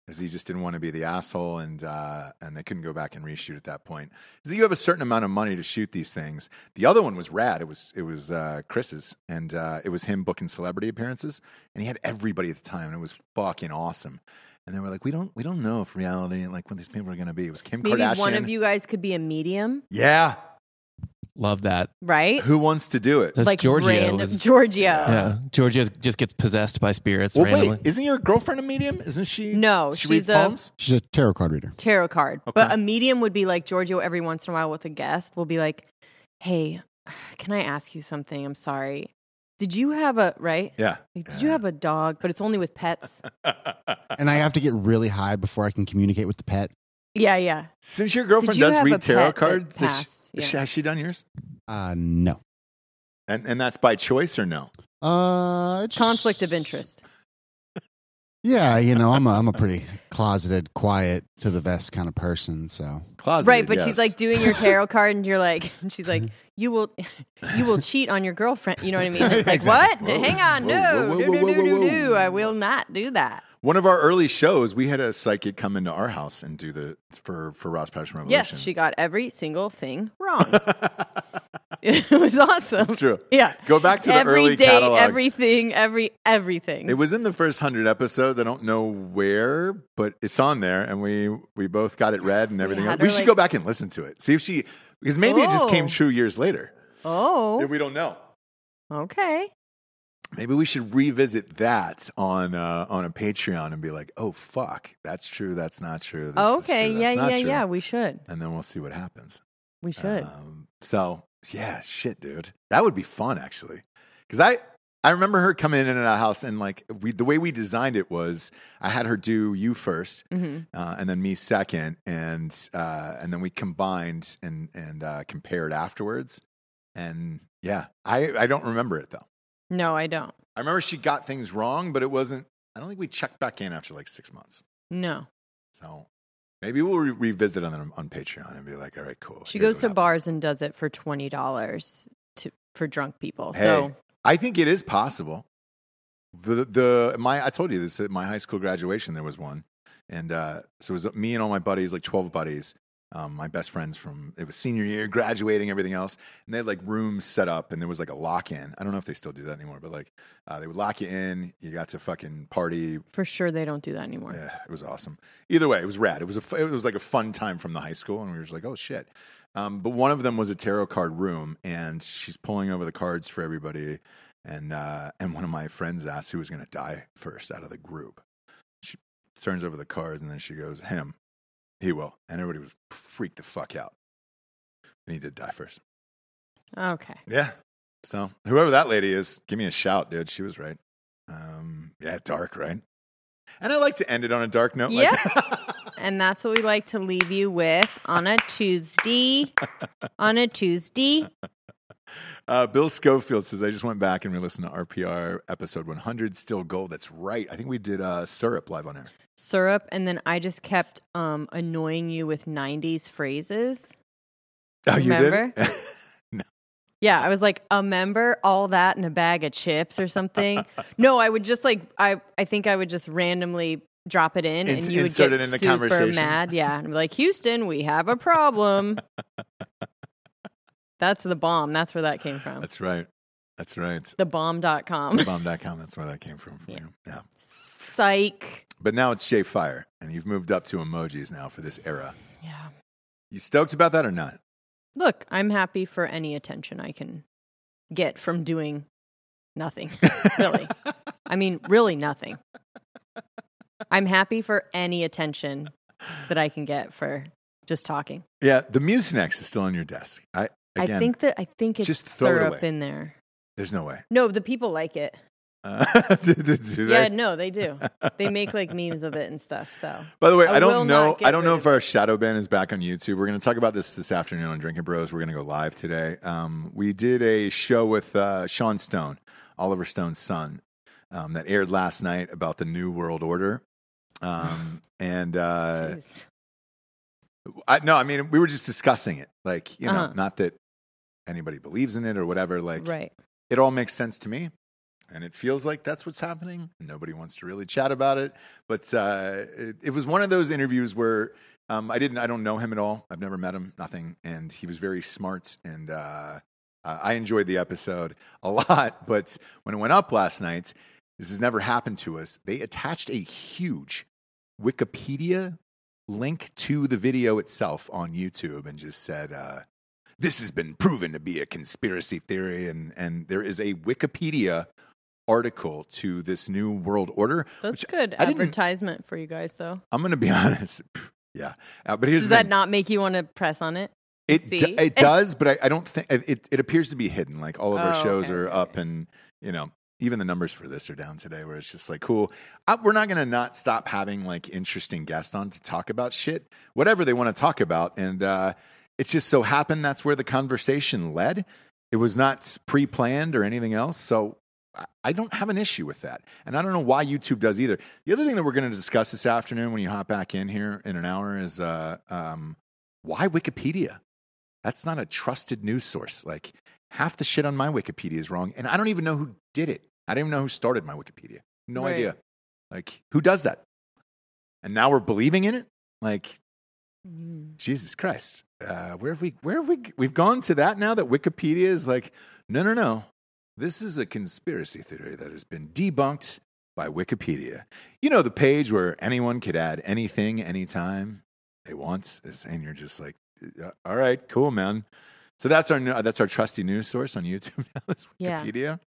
Speaker 1: Because he just didn't want to be the asshole, and uh, and they couldn't go back and reshoot at that point. So you have a certain amount of money to shoot these things, the other one was rad. It was it was uh, Chris's, and uh, it was him booking celebrity appearances, and he had everybody at the time, and it was fucking awesome. And they were like, we don't we don't know if reality like when these people are going to be. It was Kim
Speaker 4: Maybe
Speaker 1: Kardashian.
Speaker 4: one of you guys could be a medium,
Speaker 1: yeah.
Speaker 5: Love that.
Speaker 4: right?
Speaker 1: Who wants to do it?
Speaker 5: That's Giorgio.
Speaker 4: random-
Speaker 5: is-
Speaker 4: Giorgio.
Speaker 5: yeah, Giorgio just gets possessed by spirits
Speaker 1: Well,
Speaker 5: randomly.
Speaker 1: wait, isn't your girlfriend a medium? Isn't she?
Speaker 4: No,
Speaker 1: she
Speaker 4: she's
Speaker 1: reads
Speaker 4: a-
Speaker 1: poems.
Speaker 6: She's a tarot card reader.
Speaker 4: Tarot card. But a medium would be like Giorgio every once in a while with a guest will be like, Hey, can I ask you something? I'm sorry. Did you have a right?
Speaker 1: Yeah.
Speaker 4: Like, Did you have a dog? But it's only with pets.
Speaker 6: And I have to get really high before I can communicate with the pet.
Speaker 4: yeah, yeah.
Speaker 1: Since your girlfriend
Speaker 4: you
Speaker 1: does
Speaker 4: have a
Speaker 1: read tarot
Speaker 4: pet that
Speaker 1: cards, does she-
Speaker 4: passed? Yeah.
Speaker 1: she- has she done yours?
Speaker 6: Uh, no.
Speaker 1: And and that's by choice or no?
Speaker 6: Uh, it's just-
Speaker 4: Conflict of interest.
Speaker 6: Yeah, you know, I'm a, I'm a pretty closeted, quiet to the vest kind of person. So
Speaker 1: Closeted,
Speaker 4: Right, but she's
Speaker 1: yes.
Speaker 4: like doing your tarot card and you're like and she's like, You will you will cheat on your girlfriend. You know what I mean? It's like,
Speaker 1: Exactly.
Speaker 4: what?
Speaker 1: Whoa,
Speaker 4: Hang on,
Speaker 1: whoa,
Speaker 4: no,
Speaker 1: whoa,
Speaker 4: no,
Speaker 1: whoa,
Speaker 4: no,
Speaker 1: whoa,
Speaker 4: no,
Speaker 1: whoa,
Speaker 4: no,
Speaker 1: whoa.
Speaker 4: no. I will not do that.
Speaker 1: One of our early shows, we had a psychic come into our house and do the for for Ross Patterson Revolution.
Speaker 4: Yes, she got every single thing wrong. it was awesome.
Speaker 1: That's true.
Speaker 4: Yeah.
Speaker 1: Go back to the
Speaker 4: every
Speaker 1: early
Speaker 4: day,
Speaker 1: catalog.
Speaker 4: everything, every everything.
Speaker 1: It was in the first hundred episodes. I don't know where, but it's on there, and we we both got it read and everything.
Speaker 4: had
Speaker 1: we
Speaker 4: her,
Speaker 1: should
Speaker 4: like-
Speaker 1: go back and listen to it, see if she because maybe it just came
Speaker 4: Oh.
Speaker 1: true years later.
Speaker 4: oh,
Speaker 1: We don't know.
Speaker 4: okay.
Speaker 1: Maybe we should revisit that on uh, on a Patreon and be like, "Oh fuck, that's true. That's not true. This is
Speaker 4: okay.
Speaker 1: true,
Speaker 4: Yeah,
Speaker 1: that's not
Speaker 4: yeah,
Speaker 1: true."
Speaker 4: yeah. We should.
Speaker 1: And then we'll see what happens.
Speaker 4: We should.
Speaker 1: Um, so yeah, shit, dude, that would be fun actually. Because I I remember her coming in and out of house, and like we the way we designed it was I had her do you first,
Speaker 4: Mhm.
Speaker 1: uh, and then me second, and uh, and then we combined and and uh, compared afterwards. And yeah, I I don't remember it though.
Speaker 4: No, I don't.
Speaker 1: I remember she got things wrong, but it wasn't. I don't think we checked back in after like six months.
Speaker 4: No.
Speaker 1: So maybe we'll re- revisit on on Patreon and be like, all right, cool.
Speaker 4: She
Speaker 1: here's
Speaker 4: goes
Speaker 1: what
Speaker 4: to
Speaker 1: happened.
Speaker 4: bars and does it for twenty dollars to for drunk people.
Speaker 1: Hey,
Speaker 4: So
Speaker 1: I think it is possible. The the my I told you this at my high school graduation there was one, and uh, so it was me and all my buddies, like twelve buddies, um, my best friends from it was senior year, graduating, everything else, and they had like rooms set up, and there was like a lock in. I don't know if they still do that anymore, but like uh, they would lock you in. You got to fucking party.
Speaker 4: for sure they don't do that anymore.
Speaker 1: Yeah, it was awesome. Either way, it was rad. It was a fu- it was like a fun time from the high school, and we were just like, oh shit. Um, but one of them was a tarot card room, and she's pulling over the cards for everybody, and uh, and one of my friends asked who was going to die first out of the group. She turns over the cards, and then she goes, him, he will, and everybody was freaked the fuck out, and he did die first.
Speaker 4: Okay.
Speaker 1: Yeah. So whoever that lady is, give me a shout, dude. She was right. Um, yeah, dark, right? And I like to end it on a dark note. like-
Speaker 4: And that's what we like to leave you with on a Tuesday. on a Tuesday.
Speaker 1: uh, Bill Schofield says, I just went back and we listened to RPR episode 100, Still Gold. That's right. I think we did uh, Syrup live on air.
Speaker 4: Syrup. And then I just kept um, annoying you with 90s phrases.
Speaker 1: Oh, you did?
Speaker 4: Remember? Yeah, I was like, a member, all that, and a bag of chips or something. no, I would just like, I, I think I would just randomly drop it in,
Speaker 1: Ins-
Speaker 4: and you would
Speaker 1: insert
Speaker 4: get
Speaker 1: it into
Speaker 4: super
Speaker 1: conversations.
Speaker 4: mad. Yeah, and be like, Houston, we have a problem. That's the bomb. That's where that came from.
Speaker 1: That's right. That's right.
Speaker 4: Thebomb.com.
Speaker 1: Bomb.com. That's where that came from. from you. Yeah.
Speaker 4: Psych.
Speaker 1: But now it's Jay Fire, and you've moved up to emojis now for this era.
Speaker 4: Yeah.
Speaker 1: You stoked about that or not?
Speaker 4: Look, I'm happy for any attention I can get from doing nothing. really. I mean, really nothing. I'm happy for any attention that I can get for just talking.
Speaker 1: Yeah, the Mucinex is still on your desk. I again,
Speaker 4: I think that I think it's
Speaker 1: just throw it
Speaker 4: syrup
Speaker 1: away.
Speaker 4: in there.
Speaker 1: there's no way.
Speaker 4: No, the people like it.
Speaker 1: Uh, do, do- do
Speaker 4: yeah,
Speaker 1: they?
Speaker 4: no, they do. They make like memes of it and stuff. So
Speaker 1: By the way, I,
Speaker 4: I will
Speaker 1: don't
Speaker 4: not
Speaker 1: know.
Speaker 4: get
Speaker 1: I don't know
Speaker 4: rid
Speaker 1: if
Speaker 4: of it.
Speaker 1: our shadow ban is back on YouTube. We're going to talk about this this afternoon on Drinking Bros. We're going to go live today. Um, we did a show with uh, Sean Stone, Oliver Stone's son, um, that aired last night about the New World Order. Um, and uh,
Speaker 4: Jeez.
Speaker 1: I, no, I mean we were just discussing it. Like you know,
Speaker 4: Uh-huh.
Speaker 1: not that anybody believes in it or whatever. Like
Speaker 4: right.
Speaker 1: it all makes sense to me. And it feels like that's what's happening. Nobody wants to really chat about it. But uh, it, it was one of those interviews where um, I didn't, I don't know him at all. I've never met him, nothing. And he was very smart. And uh, uh, I enjoyed the episode a lot. But when it went up last night, this has never happened to us. They attached a huge Wikipedia link to the video itself on YouTube and just said, uh, this has been proven to be a conspiracy theory and and there is a wikipedia article to this new world order
Speaker 4: That's
Speaker 1: which
Speaker 4: good
Speaker 1: I didn't-
Speaker 4: advertisement for you guys though.
Speaker 1: i'm gonna be honest yeah Uh, but here's
Speaker 4: Does
Speaker 1: the
Speaker 4: that
Speaker 1: thing.
Speaker 4: not make you want to press on it?
Speaker 1: it, d-
Speaker 4: see?
Speaker 1: it does but I, I don't think it, it appears to be hidden like all of our
Speaker 4: Oh,
Speaker 1: shows
Speaker 4: okay,
Speaker 1: are
Speaker 4: okay,
Speaker 1: up and you know even the numbers for this are down today where it's just like cool I, we're not gonna not stop having like interesting guests on to talk about shit whatever they want to talk about and uh it's just so happened that's where the conversation led It was not pre planned or anything else. So I- I don't have an issue with that. And I don't know why YouTube does either. The other thing that we're going to discuss this afternoon when you hop back in here in an hour is uh, um, why Wikipedia? That's not a trusted news source. Like half the shit on my Wikipedia is wrong. And I don't even know who did it. I don't even know who started my Wikipedia. No
Speaker 4: Right.
Speaker 1: idea. Like who does that? And now we're believing in it? Like Jesus Christ. Uh, where have we, where have we, we've gone to that now that Wikipedia is like, no, no, no. This is a conspiracy theory that has been debunked by Wikipedia. You know, the page where anyone could add anything, anytime they want. is- And you're just like, uh, all right, cool, man. So that's our, new- that's our trusty news source on YouTube now, is
Speaker 4: Yeah.
Speaker 1: Wikipedia.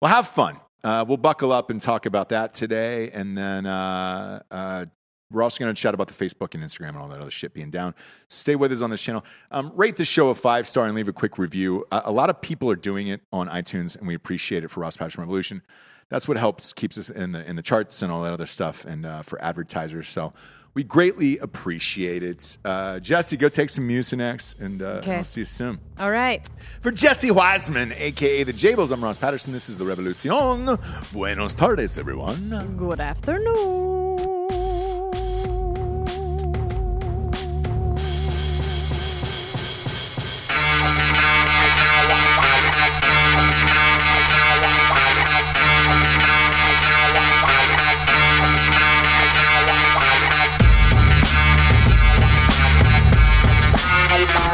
Speaker 1: Well, have fun. Uh, we'll buckle up and talk about that today. And then uh, uh, we're also going to chat about the Facebook and Instagram and all that other shit being down. Stay with us on this channel. Um, rate the show a five star and leave a quick review. Uh, a lot of people are doing it on iTunes, and we appreciate it for Ross Passion Revolution. That's what helps keeps us in the in the charts and all that other stuff, and uh, for advertisers. So we greatly appreciate it. Uh, Jesse, go take some Mucinex, and uh,
Speaker 4: Okay.
Speaker 1: I'll see you soon.
Speaker 4: All right.
Speaker 1: For Jesse Wiseman, aka the Jables, I'm Ross Patterson. This is the Revolucion. Buenos tardes, everyone.
Speaker 4: Good afternoon.
Speaker 8: Bye.